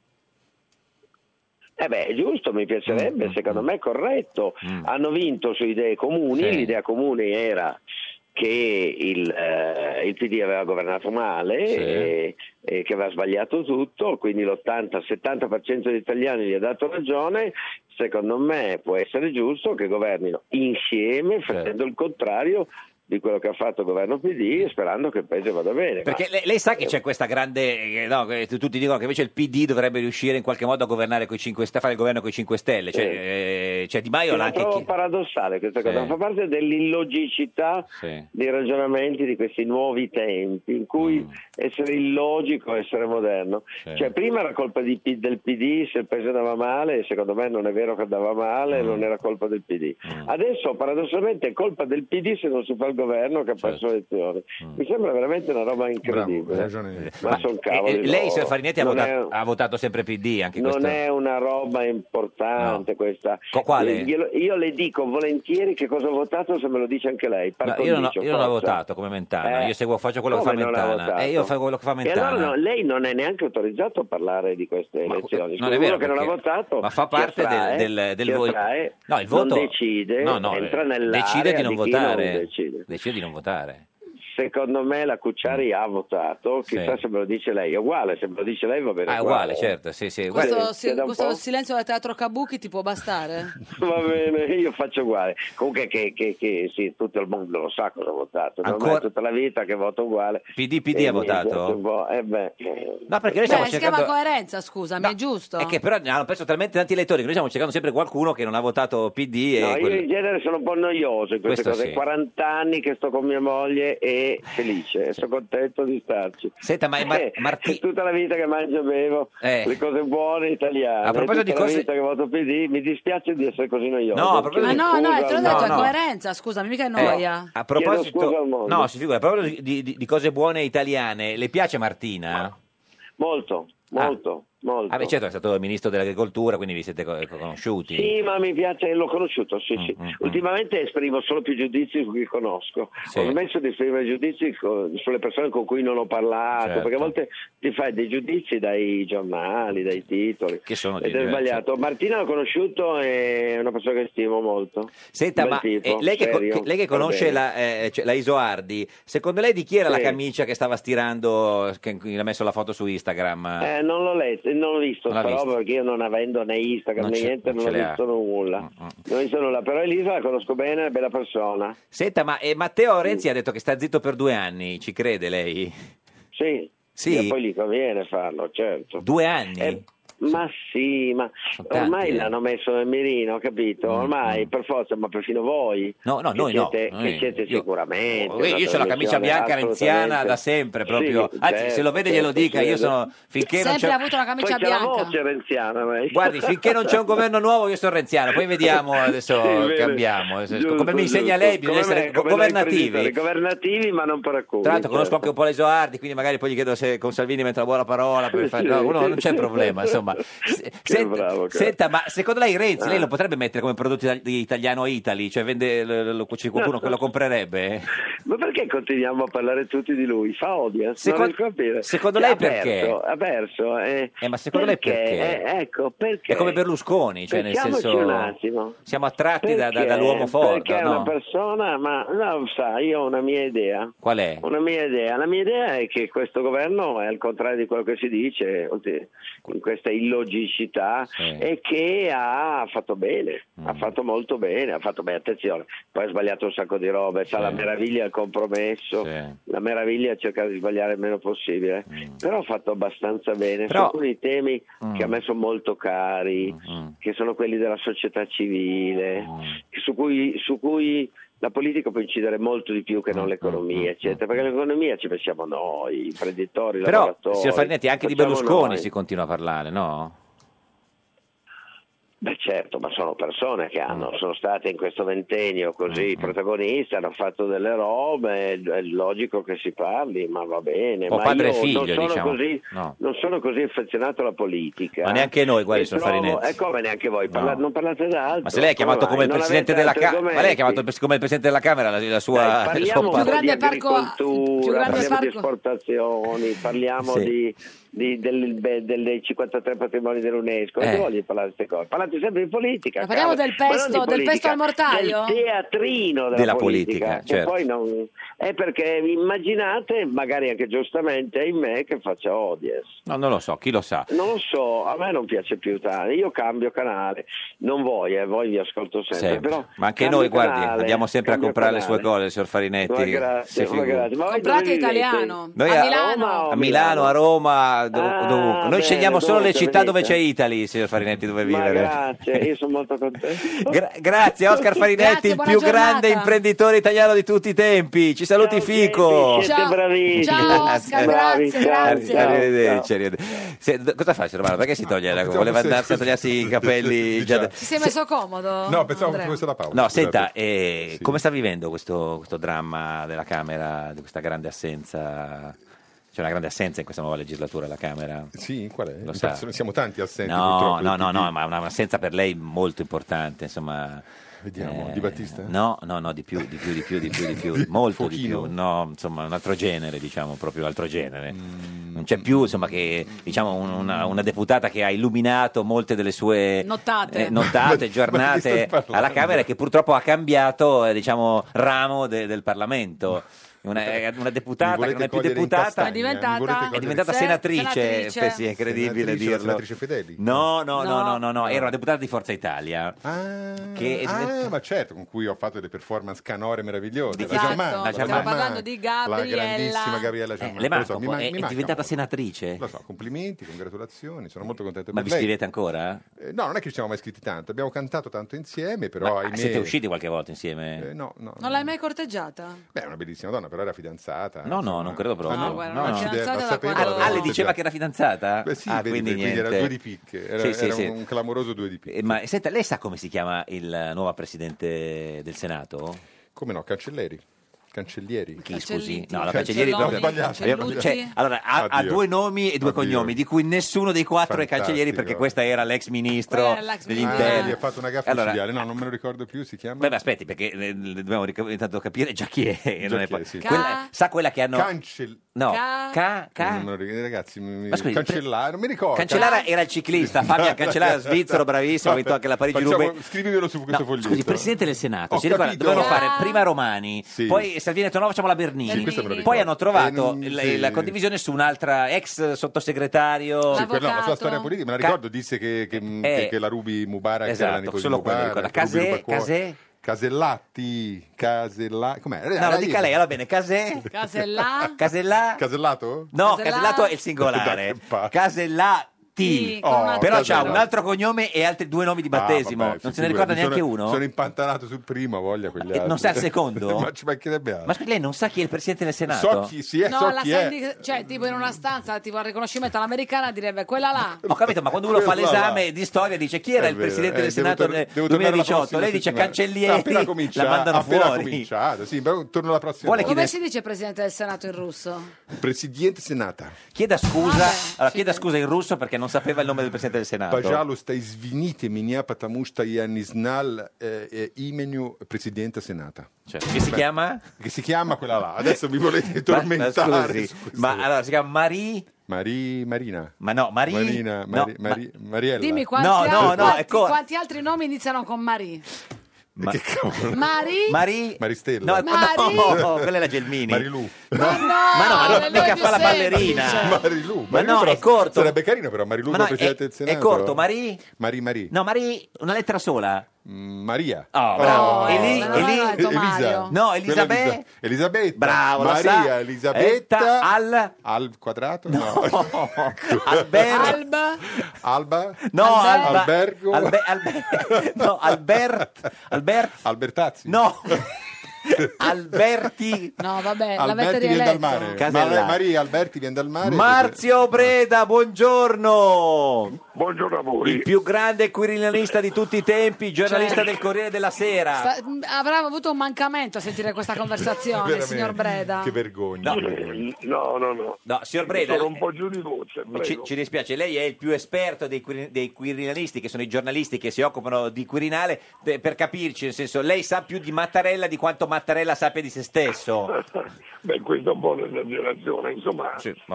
S20: eh beh, è giusto, mi piacerebbe,
S2: Mm,
S20: secondo me è corretto. Hanno vinto su idee comuni, l'idea comune era che il, eh, il PD aveva governato male e, e che aveva sbagliato tutto, quindi l'80-70% degli italiani gli ha dato ragione. Secondo me può essere giusto che governino insieme
S2: Certo.
S20: facendo il contrario di quello che ha fatto il governo PD e sperando che il paese vada bene.
S2: Perché
S20: Ma-
S2: lei, lei sa che c'è questa grande. eh, no, che tu- tutti dicono che invece il PD dovrebbe riuscire in qualche modo a governare con 5 Stelle, a fare il governo con i 5 Stelle. Cioè,
S20: Sì.
S2: eh, cioè Di Maio l'ha
S20: Io la
S2: anche.
S20: trovo
S2: chi-
S20: paradossale questa cosa,
S2: Sì.
S20: fa parte dell'illogicità
S2: Sì.
S20: dei ragionamenti di questi nuovi tempi in cui essere illogico è essere moderno.
S2: Mm. Sì.
S20: Cioè prima era colpa di P- del PD se il paese andava male, secondo me non è vero che andava
S2: Mm.
S20: male, non era colpa del PD. Adesso paradossalmente è colpa del PD se non si fa il governo che ha
S2: Certo.
S20: perso le elezioni. Mi sembra veramente una roba incredibile. Eh. Ma, sono cavoli.
S2: Mm. Eh, eh, lei,
S20: loro.
S2: signor Farinetti, ha
S20: Non
S2: votato,
S20: è-
S2: ha votato sempre PD anche
S20: non
S2: questo.
S20: è una roba importante questa.
S2: Co- quale?
S20: Glielo- Io, le dico volentieri che cosa ho votato se me lo dice anche lei. par
S2: No, io non, ho,
S20: condicio,
S2: io non ho
S20: forza.
S2: votato come Mentana,
S20: Eh,
S2: io seguo, faccio quello che fa
S20: come non ha
S2: Mentana.
S20: votato?
S2: E io faccio quello che fa Mentana.
S20: E allora no, lei non è neanche autorizzato a parlare di queste elezioni.
S2: non
S20: Scusa,
S2: è vero,
S20: uno che non ha
S2: perché-
S20: votato,
S2: ma fa parte
S20: si attrae,
S2: del, del- del
S20: si
S2: voto.
S20: attrae,
S2: No, il voto
S20: non decide,
S2: no, no,
S20: entra
S2: eh,
S20: nell'area
S2: decide di non
S20: chi
S2: votare.
S20: non decide.
S2: Decide di non votare.
S20: Secondo me la
S2: Mm.
S20: Cucciari ha votato, chissà se me lo dice lei, è uguale, se me lo dice lei va bene.
S2: Ah, è uguale, certo, sì, sì. guarda-
S1: Questo, si-
S20: da un
S1: questo
S20: po'.
S1: silenzio da teatro Kabuki ti può bastare?
S20: Va bene, io faccio uguale. Comunque che, che- che sì, tutto il mondo lo sa cosa ho votato. Ormai
S2: Ancora-
S20: è tutta la vita che voto uguale.
S2: PD,
S20: E
S2: ha
S20: mi piace un
S2: votato?
S20: po'. Eh beh, eh.
S2: No, perché noi
S1: Beh,
S2: stiamo
S1: Cioè, si chiama
S2: cercando...
S1: coerenza, scusami, è giusto?
S2: È che però ne hanno perso talmente tanti elettori che noi stiamo cercando sempre qualcuno che non ha votato PD e
S20: No,
S2: quel-
S20: io in genere sono un po' noioso in queste
S2: Questo
S20: cose.
S2: sì. Eh,
S20: 40 anni che sto con mia moglie e felice, e sono contento di starci.
S2: Senta, ma è Mar-
S20: Eh,
S2: Marti-
S20: tutta la vita che mangio e bevo
S2: Eh.
S20: le cose buone italiane.
S2: A proposito
S20: tutta
S2: di
S20: la
S2: cose-
S20: vita che voto PD, mi dispiace di essere così noioso.
S2: No, a proposito
S1: Ma
S2: di-
S1: no, no,
S2: Scusa,
S1: te l'ho detto,
S2: no,
S1: è
S2: no.
S1: coerenza, scusami, mica è noia.
S2: Eh, a
S20: Chiedo scusa
S2: proposito,
S20: al mondo.
S2: no, si figura, a proposito di, di- di cose buone italiane, le piace Martina?
S20: Molto, molto, molto.
S2: Ah, beh, certo, è stato il ministro dell'agricoltura, quindi vi siete co- conosciuti.
S20: Sì, ma mi piace, l'ho conosciuto, sì, sì.
S2: Mm,
S20: Ultimamente esprimo solo più giudizi su chi conosco.
S2: Sì.
S20: Ho smesso di esprimere giudizi co- sulle persone con cui non ho parlato,
S2: Certo.
S20: perché a volte ti fai dei giudizi dai giornali, dai titoli.
S2: Che sono dei
S20: Ed è
S2: diversi.
S20: sbagliato. Martina l'ho conosciuto, è una persona che stimo molto.
S2: Senta,
S20: Bel
S2: ma eh,
S20: tipo,
S2: lei, che, co-
S20: serio,
S2: che- lei che
S20: va
S2: conosce
S20: bene.
S2: la, eh, cioè, la Isoardi, secondo lei di chi era la
S20: Sì.
S2: camicia che stava stirando, che in cui ha messo la foto su Instagram?
S20: Eh, non l'ho letto, non l'ho visto
S2: Non l'ha
S20: sta
S2: visto.
S20: roba perché io non avendo né Instagram
S2: Non
S20: né
S2: ce-
S20: niente
S2: non
S20: non,
S2: ce le
S20: ho
S2: ha. Mm,
S20: visto nulla. Non ho visto nulla, però Elisa la conosco bene, è una bella persona.
S2: Senta, ma eh, Matteo Renzi ha detto che sta zitto per due anni, ci crede lei?
S20: Sì.
S2: Sì?
S20: E poi gli conviene farlo, certo.
S2: Due anni?
S20: Eh, ma sì, ma
S2: tanti,
S20: ormai
S2: eh. Mm,
S20: l'hanno messo nel mirino, capito? Ormai per forza, ma perfino voi.
S2: No, no,
S20: che
S2: noi no,
S20: siete,
S2: noi-
S20: Che siete
S2: io-
S20: sicuramente.
S2: Oh, io c'ho
S20: una
S2: la camicia
S20: trasmissione
S2: bianca renziana
S20: assolutamente-
S2: da sempre, proprio.
S20: Sì,
S2: Anzi,
S20: certo,
S2: se lo vede glielo
S20: certo,
S2: dica, io
S20: certo.
S2: sono finché non
S1: Sempre
S2: c'è
S1: ha avuto la camicia
S20: Poi c'è la
S1: bianca.
S20: voce renziana. lei.
S2: Guardi, finché non c'è un governo nuovo io sono renziano, poi vediamo adesso
S20: Sì, bene.
S2: cambiamo.
S20: Giusto,
S2: come mi insegna
S20: giusto.
S2: lei bisogna
S20: Come me,
S2: essere
S20: come lei,
S2: governativi.
S20: Presidente, Governativi, ma non per alcuni.
S2: Tra l'altro conosco
S20: certo.
S2: anche un po' le Isoardi, quindi magari poi gli chiedo se con Salvini mette una buona parola per fare... no, uno- non c'è problema, insomma. Se- senta-
S20: bravo che è.
S2: senta, ma secondo lei Renzi, lei
S20: Ah.
S2: lo potrebbe mettere come prodotto itali- di Italiano Italy? Cioè vende, lo- lo- c'è qualcuno
S20: Certo.
S2: che lo comprerebbe?
S20: Ma perché continuiamo a parlare tutti di lui? Fa odia,
S2: Secondo-
S20: non riesco a capire.
S2: secondo lei
S20: Ha perso,
S2: perché?
S20: Ha perso. Eh.
S2: ma secondo lei perché?
S20: Eh, ecco, perché?
S2: È come Berlusconi, cioè nel
S20: Pensiamoci
S2: senso...
S20: un attimo.
S2: Siamo attratti da- da-
S20: Perché?
S2: dall'uomo forte,
S20: Perché è una
S2: no?
S20: persona, ma no, sa, io ho una mia idea.
S2: Qual è?
S20: Una mia idea. La mia idea è che questo governo è al contrario di quello che si dice, oltre- in questa illogicità, e che ha fatto bene, ha fatto molto bene, ha fatto bene, attenzione, poi ha sbagliato un sacco di robe, sa la meraviglia al compromesso, la meraviglia è cercare di sbagliare il meno possibile, però ha fatto abbastanza bene
S2: Però-
S20: su alcuni temi
S2: Mm.
S20: che a me sono molto cari, che sono quelli della società civile,
S2: Mm.
S20: su cui... su cui la politica può incidere molto di più che
S2: Mm,
S20: non l'economia, eccetera, perché l'economia ci pensiamo noi, i imprenditori, i
S2: Però,
S20: lavoratori.
S2: signor Farinetti, anche di
S20: facciamo
S2: Berlusconi
S20: noi.
S2: si continua a parlare, no?
S20: Beh certo, ma sono persone che
S2: Mm.
S20: hanno, sono state in questo ventennio così protagoniste, hanno fatto delle robe, è logico che si parli, ma va bene.
S2: Un po'
S20: ma
S2: padre e
S20: io
S2: figlio,
S20: non sono
S2: diciamo.
S20: Così,
S2: No.
S20: Non sono così affezionato alla politica.
S2: Ma neanche noi, guardi,
S20: E
S2: signor
S20: trovo-
S2: Farinetti.
S20: E come neanche voi, parla- non parlate da altro.
S2: Ma se lei è chiamato come il
S20: vai? Non
S2: Presidente
S20: avete
S2: della
S20: altri
S2: Camera, ma lei è
S20: argomenti?
S2: chiamato come il Presidente della Camera la, la sua...
S20: Dai,
S2: il suo
S20: parliamo
S2: par-
S20: di
S1: grande parco-
S20: agricoltura,
S1: più grande
S20: parliamo di
S1: parco-
S20: esportazioni, parliamo
S2: Sì.
S20: di, di- del- be- delle 53 patrimoni dell'UNESCO.
S2: Eh.
S20: Non voglio parlare di queste cose. Parlate sempre di politica.
S1: Ma parliamo
S20: cavolo.
S1: del
S20: Ma non
S1: pesto-
S20: di
S1: del
S20: politica,
S1: pesto al mortaio?
S20: Del teatrino della,
S2: Della politica,
S20: politica. che
S2: certo.
S20: poi non- È perché immaginate, magari anche giustamente, in me che faccia audience.
S2: No, non lo so, chi lo sa.
S20: Non lo so, a me non piace più tanto, io cambio canale, non voi, eh, voi vi ascolto sempre,
S2: Sempre.
S20: però
S2: ma anche
S20: cambio
S2: noi, guardi,
S20: canale,
S2: andiamo sempre a
S20: cambio
S2: comprare le
S20: canale.
S2: sue cose, signor Farinetti.
S20: Ma
S2: si
S20: grazie, ma
S2: figuri.
S20: grazie. Ma voi
S1: Comprate
S20: dove vivete?
S1: italiano.
S2: eh, Noi
S1: a
S2: a-
S1: Milano.
S2: A Milano, a Roma, dov-
S20: Ah,
S2: dovunque. Noi
S20: bene,
S2: scegliamo solo le
S20: dovunque,
S2: città dove
S20: venite.
S2: c'è Italy, signor Farinetti, dove
S20: Ma
S2: vivere.
S20: grazie, io sono molto contento.
S2: Gra- grazie a Oscar Farinetti,
S20: Grazie,
S2: il
S20: buona
S2: più
S20: giornata.
S2: grande imprenditore italiano di tutti i tempi. Ci saluti Fico.
S20: Siete bravissimi. Bravi, ciao.
S2: Arrivederci, arrivederci. Se- d- cosa fai, Romano? Perché si toglie? la- Voleva andarsi a tagliarsi i capelli già da-
S1: Ti sei messo comodo? Andrea?
S14: la pausa.
S2: No, senta, eh, come sta vivendo questo, questo dramma della Camera, di questa grande assenza? C'è una grande assenza in questa nuova legislatura alla Camera?
S14: Sì, qual è?
S2: Lo sa.
S14: Sono- Siamo tanti assenti
S2: No,
S14: purtroppo.
S2: no, no,
S14: del
S2: no,
S14: PD.
S2: ma una- un'assenza per lei molto importante, insomma. Eh,
S14: Vediamo, Di Battista?
S2: No, no, no, di più, di più, di più, di più, di più, molto di più. No, insomma, un altro genere, diciamo, proprio un altro genere.
S14: Mm.
S2: Non c'è più, insomma, che diciamo un- una, una deputata che ha illuminato molte delle sue
S1: Nottate.
S2: eh, nottate,
S16: ma di
S2: giornate
S16: che stai parlando?
S2: alla Camera e che purtroppo ha cambiato, eh, diciamo, ramo de- del Parlamento. Una, eh, una deputata che non è più deputata
S1: È diventata-
S2: è diventata senatrice,
S1: senatrice.
S2: eh, sì, è incredibile
S14: Senatrice, la
S2: dirlo.
S14: senatrice Fedeli?
S2: No, no, no,
S1: No.
S2: no, no, no, era una deputata di Forza Italia. che è diventata-
S14: Ah, ma certo, con cui ho fatto delle performance canore meravigliose.
S2: Esatto,
S14: La Germana,
S2: stiamo parlando
S1: di
S14: La
S1: Gabriella.
S14: grandissima Gabriella Germana.
S2: Eh, Le
S14: Lo
S2: manco,
S14: so, mi
S2: poi, è,
S14: man- mi
S2: è
S14: manca
S2: diventata
S14: un po'.
S2: senatrice.
S14: Lo so, complimenti, congratulazioni, sono molto contento
S2: Ma
S14: per
S2: vi
S14: lei.
S2: scrivete ancora?
S14: Eh, no, non è che ci siamo mai scritti tanto, abbiamo cantato tanto insieme, però
S2: Ma
S14: ahimè...
S2: siete usciti qualche volta insieme? Oh,
S14: Eh, no, no.
S1: Non l'hai mai corteggiata?
S14: Beh, è una bellissima donna, però era fidanzata.
S2: No, no, non credo proprio.
S14: Ah,
S2: No, guarda, non è
S14: ci de-
S2: fidanzata
S14: la
S2: da
S14: sapeva,
S2: quando-
S14: l'aveva
S2: Ale diceva
S14: corteggiata.
S2: che era fidanzata?
S14: Beh, sì,
S2: Ah,
S14: vedi,
S2: quindi
S14: quindi, era
S2: niente.
S14: due di picche. Era,
S2: Sì, sì,
S14: era
S2: sì.
S14: un clamoroso due di picche.
S2: Eh, Ma senta, lei sa come si chiama il eh, nuovo presidente del Senato?
S14: Come no, Cancelleri. Cancellieri.
S2: Oh. Chi, scusi? No, la cancellieri
S14: Cancelloni,
S2: proprio...
S14: Cancellucci.
S2: Cioè, allora, ha, ha
S14: Addio.
S2: due nomi e due
S14: Addio.
S2: cognomi, di cui nessuno dei quattro è cancellieri
S14: Fantastico.
S2: perché questa era l'ex ministro
S14: Quella era l'ex
S2: degli
S14: ministro. Ah,
S2: interni.
S14: gli ha fatto una gaffa
S2: Allora, eh,
S14: micidiale. No, non me lo ricordo più, si chiama...
S2: Beh, ma aspetti, perché eh, dobbiamo ric- intanto capire già chi è.
S14: Già
S2: non è
S14: chi è,
S2: po-
S14: sì.
S2: quella-
S14: Ca-
S2: sa quella che hanno.
S14: Cancel-
S2: No, ca- ca-
S14: Non me lo ricordo, ragazzi, mi-
S2: Ma scusi,
S14: cancellare, non mi ricordo.
S2: Cancellara era il ciclista, Fabio Cancellara svizzero, bravissimo, ha vinto anche la Parigi-Roubaix.
S14: Facciamo- Scrivimelo su questo foglietto.
S2: Scusi, presidente del Senato,
S14: Ho
S2: si ricorda-
S14: capito.
S2: dovevano
S14: Ah.
S2: fare prima Romani, poi Salvini ha detto no, facciamo la Bernini.
S14: Sì, questo me lo ricordo.
S2: poi hanno trovato
S14: Eh, non-
S2: il-
S14: sì.
S2: la condivisione su un'altra ex sottosegretario.
S14: Sì, quella, la sua storia politica, me
S2: Ca-
S14: la
S2: Eh.
S14: ricordo, disse che, che- mm, che- che la Rubi Mubarak era la
S2: Esatto,
S14: nipote di
S2: solo quello
S14: Mubarak.
S2: ricorda.
S14: Rubi
S2: Casè,
S14: Mubarak-
S2: Casè?
S14: Casellatti, Casellati, com'è?
S2: No, lo dica lei, allora bene, Casè.
S1: Casella?
S2: Casella?
S14: Casellato?
S2: No,
S1: Casella-
S2: Casellato è il singolare. Casellati.
S1: Sì, con un altro
S2: Oh. Però c'ha
S14: Casella.
S2: un altro cognome e altri due nomi di battesimo.
S14: Ah, vabbè,
S2: non se
S14: figurati,
S2: ne ricorda
S14: mi
S2: neanche
S14: sono-
S2: uno?
S14: Sono impantanato sul primo, ha voglia quegli
S2: Eh, non
S14: altri.
S2: sa il secondo?
S14: Ma ci mancherebbe altro.
S2: Ma scusi, lei non sa chi è il presidente del Senato?
S14: So chi si è,
S1: No,
S14: so
S1: la
S14: chi è.
S1: Sandy- cioè, tipo in una stanza, tipo al riconoscimento all'americana direbbe quella là.
S2: Ho capito, ma quando uno fa
S14: Quella là.
S2: l'esame di storia dice chi era
S14: È
S2: il
S14: vero,
S2: presidente
S14: eh,
S2: del
S14: devo
S2: Senato
S14: tor-
S2: nel
S14: devo tornare la
S2: 2018,
S14: prossima
S2: lei dice
S14: settimana. Ah,
S2: cancellieri,
S14: appena comincia,
S2: la mandano
S14: appena
S2: fuori.
S14: cominciato, sì, però torno alla prossima
S2: Vuole
S14: volta.
S1: Come si dice presidente del Senato in russo?
S14: Presidente Senata.
S2: Chieda scusa, allora, chieda scusa in russo perché non sapeva il nome del Presidente del Senato.
S14: Pajalo sta izvinite miniapa tamushta ianisnal eh, eh, imeniu Presidente Senata.
S2: Cioè, Che si chiama?
S14: Che si chiama quella là. Adesso mi volete tormentare.
S2: Ma, scusi,
S14: su questo.
S2: ma allora si chiama Marie...
S14: Mari- Marina.
S2: Ma no, Marie...
S14: Marina, Mari- Mari- Mariella.
S1: Dimmi quanti,
S2: No,
S1: al-
S2: no, no,
S1: quanti-
S2: ecco-
S1: quanti altri nomi iniziano con Marie.
S14: Ma... Che cavolo?
S1: Mari?
S2: Marie... No,
S14: Maristella.
S2: no, no, quella è la Gelmini.
S14: Marilu.
S1: Ah, Ma
S2: Ma
S1: no,
S2: no, ma Ah, non-
S1: le
S2: mica
S1: nomi
S2: fa la
S1: semplici.
S2: ballerina.
S1: certo.
S14: Marilu.
S2: Ma
S14: Marilu
S2: no,
S14: sarà-
S2: è corto.
S14: Sarebbe carino però Marilu
S2: Ma
S14: come
S2: no,
S14: Presidente
S2: è-
S14: del Senato.
S2: È corto, Marie...
S14: Mari Mari.
S2: No, Marie, una lettera sola.
S14: Mm, Maria.
S2: Oh, bravo. E lì-
S14: Eli-
S2: e lì-
S14: Eli-
S2: detto Mario. No, Elisabeth.
S14: Quella Elisa- Elisabetta.
S2: Bravo, la
S14: Maria
S2: sa.
S14: Elisabetta. Al... quadrato? No.
S2: Albert.
S1: Alba?
S14: Alba?
S2: No, Alba-
S14: Albergo.
S2: Albe- Albe- no, Albert. Albert.
S14: Albertazzi.
S2: No. Alberti.
S1: No, vabbè, Eh, l'avete
S14: Alberti viene dal mare.
S1: rieletto.
S2: Casella.
S14: Ma- Maria Alberti viene dal mare.
S2: Marzio Breda, buongiorno.
S3: Buongiorno a voi.
S2: Il più grande quirinalista di tutti i tempi, giornalista del Corriere della Sera.
S1: Cioè. Sta- mh, avrà avuto un mancamento a sentire questa conversazione, signor Breda.
S14: vergogna.
S2: No,
S3: Eh, no, no. no.
S2: signor Breda,
S3: Sono un po' giù di voce, prego.
S2: ci, ci dispiace, lei è il più esperto dei, quiri- dei quirinalisti, che sono i giornalisti che si occupano di Quirinale, de- per capirci, nel senso, lei sa più di Mattarella di quanto Mattarella sappia di se stesso.
S3: Beh, questa è un po' un'esagerazione, insomma,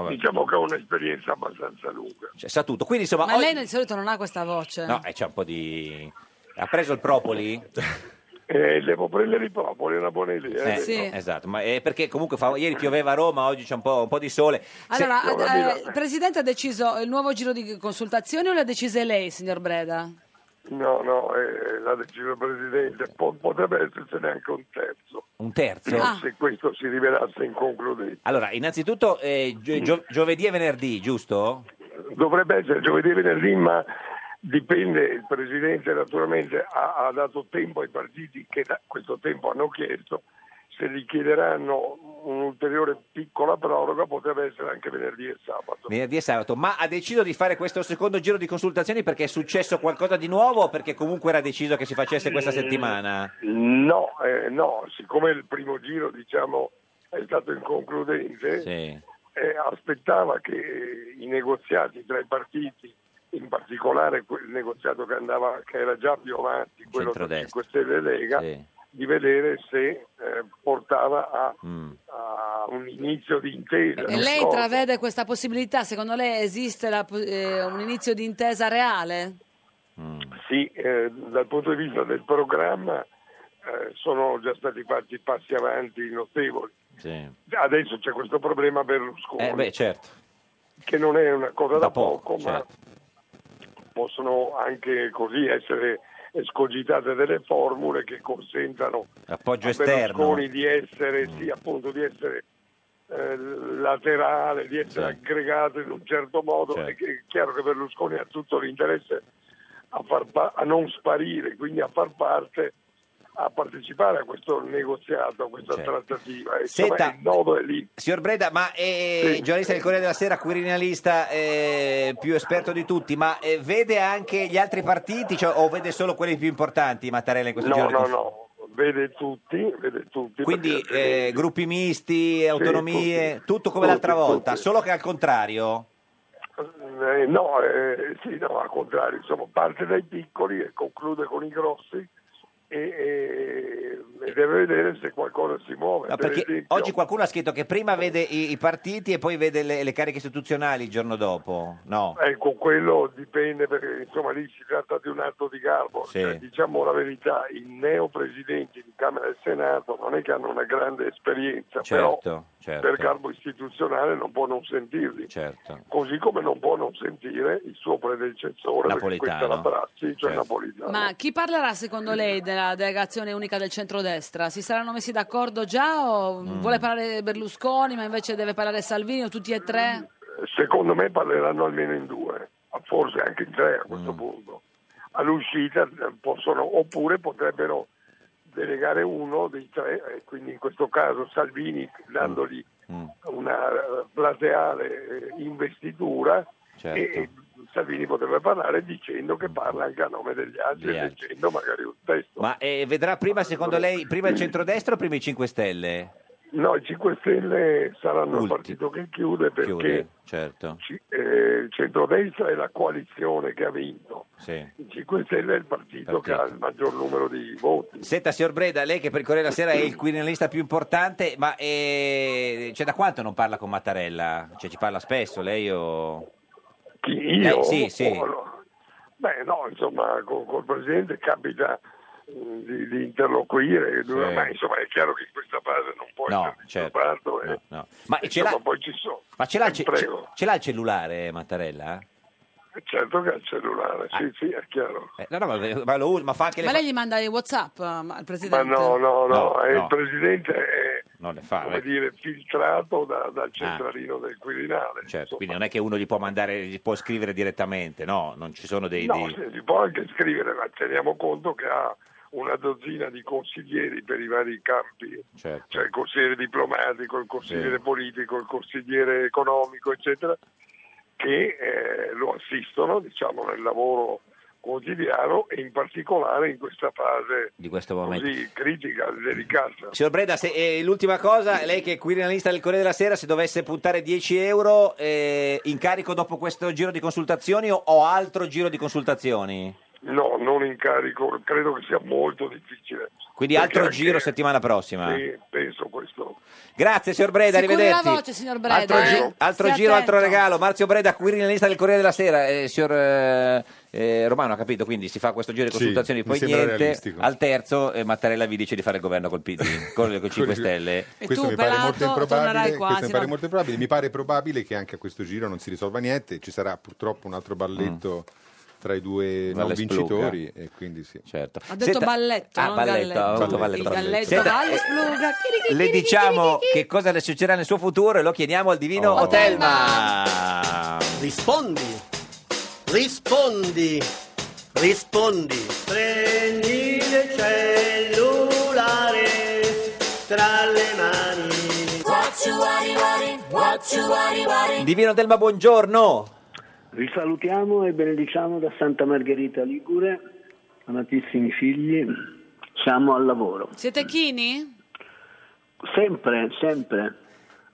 S3: diciamo che ho un'esperienza abbastanza lunga.
S2: Cioè, sa tutto. Quindi, insomma,
S1: Ma
S2: oggi-
S1: lei di solito non ha questa voce.
S2: No, eh, c'è un po' di... Ha preso il propoli?
S3: Eh, devo prendere i propoli, è una buona idea.
S2: Eh,
S1: Sì.
S2: Esatto, ma è perché comunque fa- ieri pioveva a Roma, oggi c'è un po', un po' di sole. Se-
S1: Allora, eh, il Presidente ha deciso il nuovo giro di consultazioni o l'ha deciso lei, signor Breda?
S3: No, no, eh, l'ha deciso il Presidente, po- potrebbe essercene anche un terzo,
S2: un terzo?
S1: Ah.
S3: se questo si rivelasse inconcludente.
S2: Allora, innanzitutto eh, gio- gio- giovedì e venerdì, giusto?
S3: Dovrebbe essere giovedì e venerdì, ma dipende, il Presidente naturalmente ha, ha dato tempo ai partiti che da questo tempo hanno chiesto, se gli chiederanno un'ulteriore piccola proroga potrebbe essere anche venerdì e sabato.
S2: Venerdì e sabato, ma ha deciso di fare questo secondo giro di consultazioni perché è successo qualcosa di nuovo o perché comunque era deciso che si facesse
S3: Eh.
S2: questa settimana?
S3: No, eh, no, siccome il primo giro diciamo, è stato inconcludente, eh, aspettava che i negoziati tra i partiti, in particolare quel negoziato che, andava, che era già più avanti, quello tra 5 Stelle e Lega, di vedere se eh, portava a, a un inizio di
S2: Eh,
S3: intesa.
S1: E
S3: non
S1: lei
S3: so.
S1: intravede questa possibilità? Secondo lei esiste la po- eh, un inizio di intesa reale?
S3: Sì, eh, dal punto di vista del programma eh, sono già stati fatti passi avanti notevoli.
S2: Sì.
S3: Adesso c'è questo problema Berlusconi,
S2: Eh beh, certo.
S3: che non è una cosa da,
S2: Da
S3: poco,
S2: poco, certo.
S3: ma possono anche così essere escogitate delle formule che consentano
S2: Appoggio
S3: a
S2: esterno.
S3: Berlusconi di essere,
S2: Mm.
S3: sì, appunto, di essere eh, laterale, di essere
S2: Certo.
S3: aggregato in un certo modo.
S2: Certo.
S3: E che- È chiaro che Berlusconi ha tutto l'interesse a, far pa- a non sparire, quindi a far parte, a partecipare a questo negoziato, a questa
S2: Certo.
S3: trattativa. E, Insomma,
S2: Senta,
S3: il nodo è lì.
S2: Signor Breda, ma eh, giornalista del Corriere della Sera, quirinalista eh, più esperto di tutti, ma eh, vede anche gli altri partiti cioè, o vede solo quelli più importanti, Mattarella, in questo
S3: No,
S2: giro? di
S3: no,
S2: consultazioni?
S3: no, vede tutti, vede tutti.
S2: Quindi
S3: perché-
S2: eh, gruppi misti, autonomie,
S3: tutti.
S2: tutto come l'altra
S3: Tutti,
S2: volta, solo che al contrario.
S3: Eh, no, eh, sì, no, al contrario, insomma, parte dai piccoli e conclude con i grossi e, e- e deve vedere se qualcosa si muove.
S2: No,
S3: Per
S2: perché
S3: esempio-
S2: oggi qualcuno ha scritto che prima vede i, i partiti e poi vede le, le cariche istituzionali il giorno dopo. No.
S3: Ecco, quello dipende perché insomma lì si tratta di un atto di garbo.
S2: Sì.
S3: Cioè, diciamo la verità, i neopresidenti di Camera e Senato non è che hanno una grande esperienza,
S2: Certo,
S3: però
S2: certo.
S3: per garbo istituzionale non può non sentirli.
S2: Certo.
S3: Così come non può non sentire il suo predecessore, perché questa è la
S2: Napolitano.
S3: prassi, cioè
S2: Certo.
S3: Napolitano.
S1: Ma chi parlerà secondo lei della delegazione unica del centrodestra? Si saranno messi d'accordo già o
S2: Mm.
S1: vuole parlare Berlusconi ma invece deve parlare Salvini o tutti e
S2: Mm.
S1: tre?
S3: Secondo me parleranno almeno in due, forse anche in tre a questo
S2: Mm.
S3: punto. All'uscita eh, possono, oppure potrebbero delegare uno dei tre, eh, quindi in questo caso Salvini dandogli
S2: Mm.
S3: una eh, plateale eh, investitura
S2: Certo.
S3: e Salvini potrebbe parlare dicendo che parla anche a nome degli altri,
S2: Gli
S3: e
S2: altri.
S3: leggendo magari un testo.
S2: Ma eh, vedrà prima, secondo lei, prima il centrodestra o prima i 5 Stelle?
S3: No, i 5 Stelle saranno il partito che chiude perché
S2: Chiude, certo.
S3: ci- eh, il centrodestra è la coalizione che ha vinto.
S2: Sì.
S3: I 5 Stelle è il partito che ha il maggior numero di voti.
S2: Senta, signor Breda, lei che per il Corriere della Sera è il quirinalista più importante, ma eh, cioè, da quanto non parla con Mattarella? Cioè, ci parla spesso lei o...
S3: Chi,
S2: Lei-
S3: io?
S2: sì, sì.
S3: Oh, no. Beh, no, insomma, col, col presidente capita mh, di, di interloquire,
S2: Sì.
S3: ma insomma è chiaro che in questa fase non può
S2: No,
S3: essere
S2: certo.
S3: disturbato e-
S2: no. Ma ce
S3: eh. insomma,
S2: l'ha-
S3: poi ci sono.
S2: Ma ce l'ha,
S3: Eh,
S2: ce-
S3: prego.
S2: ce l'ha il cellulare Mattarella?
S3: Certo che ha il cellulare,
S2: Ah.
S3: sì, sì, è chiaro.
S2: Eh, no, no, ma, ma lo usa, ma fa anche le...
S1: Ma
S2: fa-
S1: lei gli manda i WhatsApp um, al
S3: Ma
S1: presidente?
S3: no, no, no,
S2: No,
S3: eh,
S2: no.
S3: il presidente è
S2: Non le fa, eh.
S3: come
S2: beh.
S3: dire, filtrato da- dal centralino del Quirinale.
S2: Ah. Certo, quindi non è che uno gli può mandare, gli può scrivere direttamente, no, non ci sono dei...
S3: No,
S2: dei-
S3: sì, si può anche scrivere, ma teniamo conto che ha una dozzina di consiglieri per i vari campi,
S2: Certo.
S3: cioè il consigliere diplomatico, il consigliere
S2: Sì.
S3: politico, il consigliere economico, eccetera, che eh, lo assistono diciamo, nel lavoro quotidiano e in particolare in questa fase
S2: Di questo momento.
S3: così critica, delicata.
S2: Signor Breda, se- eh, l'ultima cosa, lei che è quirinalista del Corriere della Sera, se dovesse puntare 10 euro eh, in carico dopo questo giro di consultazioni o, o altro giro di consultazioni?
S3: No, non in carico, credo che sia molto difficile.
S2: Quindi
S3: Perché
S2: altro
S3: anche-
S2: giro settimana prossima.
S3: Sì, penso questo.
S2: Grazie signor Breda,
S1: Si curi
S2: arrivederci.
S1: la voce, signor Breda,
S2: altro
S1: eh.
S2: gi- altro
S1: Stia
S2: giro, altro
S1: attento.
S2: regalo. Marzio Breda, quirinalista del Corriere della Sera. Eh, signor eh, eh, Romano ha capito, quindi si fa questo giro di
S14: Sì,
S2: consultazioni,
S14: mi
S2: poi
S14: sembra
S2: niente.
S14: realistico.
S2: Al terzo eh, Mattarella vi dice di fare il governo col PD, con, con 5 Stelle.
S1: E
S14: questo
S1: tu,
S14: mi pare
S1: Pelato,
S14: molto
S1: tornerai
S14: improbabile.
S1: qua,
S14: questo mi
S1: sì,
S14: pare
S1: no?
S14: molto improbabile. Mi pare probabile che anche a questo giro non si risolva niente. Ci sarà purtroppo un altro balletto tra i due
S2: Mm.
S14: non
S2: Valle Spluga.
S14: vincitori. E quindi sì.
S2: Certo.
S1: Ha detto balletto,
S2: ah,
S1: non
S2: balletto,
S1: galletto.
S2: ha avuto
S1: Il
S2: balletto.
S1: galletto,
S2: Senta,
S1: Valle
S2: eh,
S1: Spluga.
S2: Le diciamo che cosa le succederà nel suo futuro e lo chiediamo al divino
S21: Oh.
S2: Otelma.
S21: Rispondi, rispondi, rispondi. Prendi il cellulare tra le mani.
S2: Divino Otelma, buongiorno.
S22: Vi salutiamo e benediciamo da Santa Margherita Ligure, amatissimi figli, siamo al lavoro,
S1: Siete chini?
S22: sempre, sempre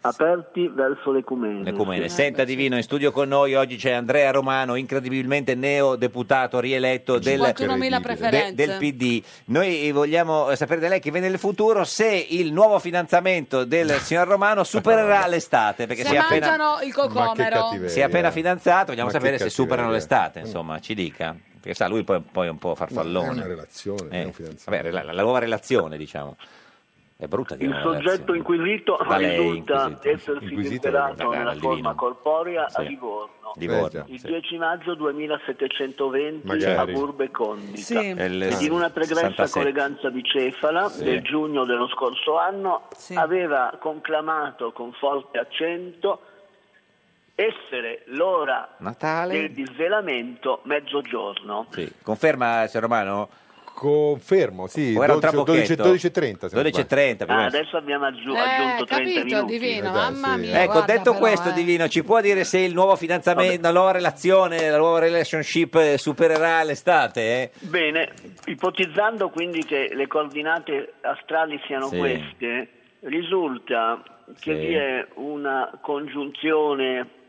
S22: aperti verso l'ecumene.
S2: Ecumene. Senta Divino, in studio con noi oggi c'è Andrea Romano, incredibilmente neodeputato rieletto del,
S1: 51.000
S2: de-
S1: preferenze.
S2: del PD. Noi vogliamo eh, sapere da lei che vede nel futuro se il nuovo finanziamento del signor Romano supererà l'estate, perché
S1: Se
S2: si è appena,
S1: mangiano il cocomero.
S2: si è appena fidanzato, vogliamo
S14: Ma che
S2: sapere se
S14: cattiveria. Eh.
S2: superano l'estate, insomma, ci dica. Perché sa, lui poi, poi è un po' farfallone.
S14: Ma è una relazione,
S2: Eh, vabbè, la, la nuova relazione, diciamo. È brutta che
S22: Il soggetto inquisito
S2: Da lei,
S22: risulta essersi
S2: Inquisito,
S22: liberato
S2: magari,
S22: nella
S2: al
S22: forma
S2: divino.
S22: corporea a
S2: Sì.
S22: Livorno.
S2: Livorno,
S22: Il
S2: sì.
S22: 10 maggio 2720
S2: Magari.
S22: a Burbe Condita.
S2: Sì. È il
S22: Ed in una pregressa
S2: 67.
S22: colleganza di Cefala
S2: Sì.
S22: del giugno dello scorso anno aveva conclamato con forte accento essere l'ora del
S2: Natale?
S22: disvelamento mezzogiorno.
S2: Sì. Conferma, signor Romano?
S14: Confermo, sì.
S2: O era un
S14: 12,
S2: trabocchetto?
S14: 12.30. se non
S2: 12.30, più o
S22: Ah,
S2: meno.
S22: adesso abbiamo aggiu-
S1: Eh,
S22: aggiunto 30
S1: capito,
S22: minuti.
S1: Cioè, divino,
S14: Eh, dai,
S1: mamma
S14: sì.
S1: mia.
S2: Ecco,
S1: guarda,
S2: detto
S1: però,
S2: questo,
S1: eh.
S2: Divino, ci può dire se il nuovo fidanzamento, la nuova relazione, la nuova relationship eh, supererà l'estate? eh?
S22: Bene, ipotizzando quindi che le coordinate astrali siano
S2: Sì.
S22: queste, risulta
S2: Sì.
S22: che vi è una congiunzione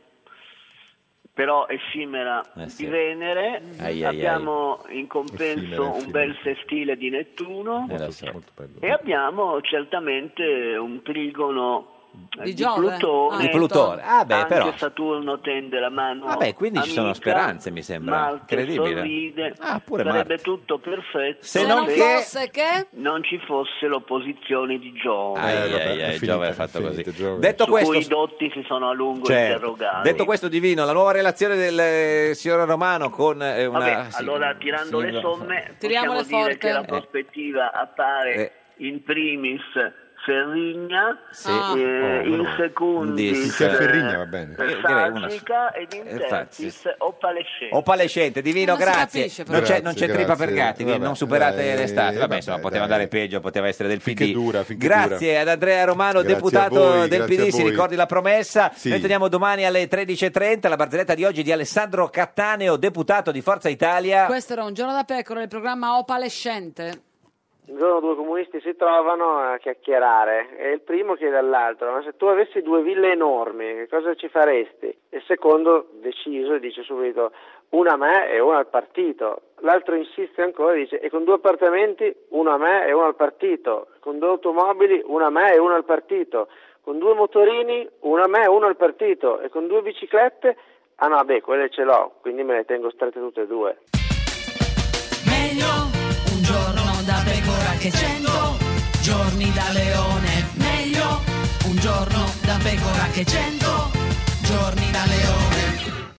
S22: però effimera
S2: Eh sì.
S22: di Venere,
S2: Ai, ai, ai.
S22: abbiamo in compenso
S2: Effimera,
S22: un
S2: effimera.
S22: bel sestile di Nettuno
S2: Eh, lo so.
S22: e abbiamo certamente un trigono eh,
S1: Di
S22: di,
S1: Giove?
S22: Plutone,
S2: Di Plutone. Ah, beh,
S22: anche
S2: però.
S22: Saturno tende la mano
S2: Vabbè, quindi ci sono
S22: amica,
S2: speranze, mi sembra.
S22: Marte
S2: Incredibile.
S22: sorride,
S2: pure
S22: sarebbe
S2: Marte.
S22: tutto perfetto
S1: Se non fosse che...
S22: non ci fosse l'opposizione di Giove.
S14: Eh,
S2: Ai, ai, ai, Giove ha fatto così. Detto
S22: Detto
S2: questo,
S22: cui i dotti si sono a lungo
S2: certo.
S22: interrogati.
S2: detto questo, Divino, la nuova relazione del eh, signor Romano con eh, una...
S22: Vabbè,
S2: sì,
S22: allora tirando le
S2: signora-
S22: somme
S1: Tiriamole
S22: possiamo dire
S1: forte.
S22: che la
S1: Eh.
S22: prospettiva appare
S2: Eh.
S22: in primis Ferrigna,
S2: Sì.
S22: eh,
S2: Ah.
S22: in
S2: Oh,
S22: secundis
S14: Cioè,
S2: Se è Ferrigna va bene.
S22: eh,
S2: Io direi una-
S22: Sagica ed in
S2: Eh, infatti,
S22: tertis Opalescente.
S2: Opalescente, divino,
S22: Non si
S2: grazie.
S22: capisce, però.
S2: non c'è, non
S22: Grazie,
S2: c'è tripa per
S22: grazie.
S2: gatti,
S14: Vabbè,
S2: non superate
S14: dai,
S2: l'estate. Vabbè,
S14: vabbè,
S2: insomma,
S14: dai.
S2: poteva andare peggio, poteva essere del PD.
S14: Finché dura, finché
S2: grazie
S14: dura.
S2: ad Andrea Romano,
S14: Grazie
S2: deputato
S14: a voi,
S2: del
S14: grazie
S2: PD.
S14: a
S2: Si
S14: voi.
S2: ricordi la promessa.
S14: Sì.
S2: Noi teniamo domani alle 13.30 la barzelletta di oggi di Alessandro Cattaneo, deputato di Forza Italia.
S1: Questo era un giorno da pecora, il programma opalescente.
S20: Un giorno due comunisti si trovano a chiacchierare e il primo chiede all'altro: Ma se tu avessi due ville enormi, che cosa ci faresti? E Il secondo, deciso, dice subito: Una a me e una al partito. L'altro insiste ancora e dice: E con due appartamenti, una a me e una al partito. Con due automobili, una a me e una al partito. Con due motorini, una a me e una al partito. E con due biciclette, ah no, beh, quelle ce l'ho, quindi me le tengo strette tutte e due.
S1: Meglio un giorno da pecora che cento giorni da leone. Meglio un giorno da pecora che cento giorni da leone.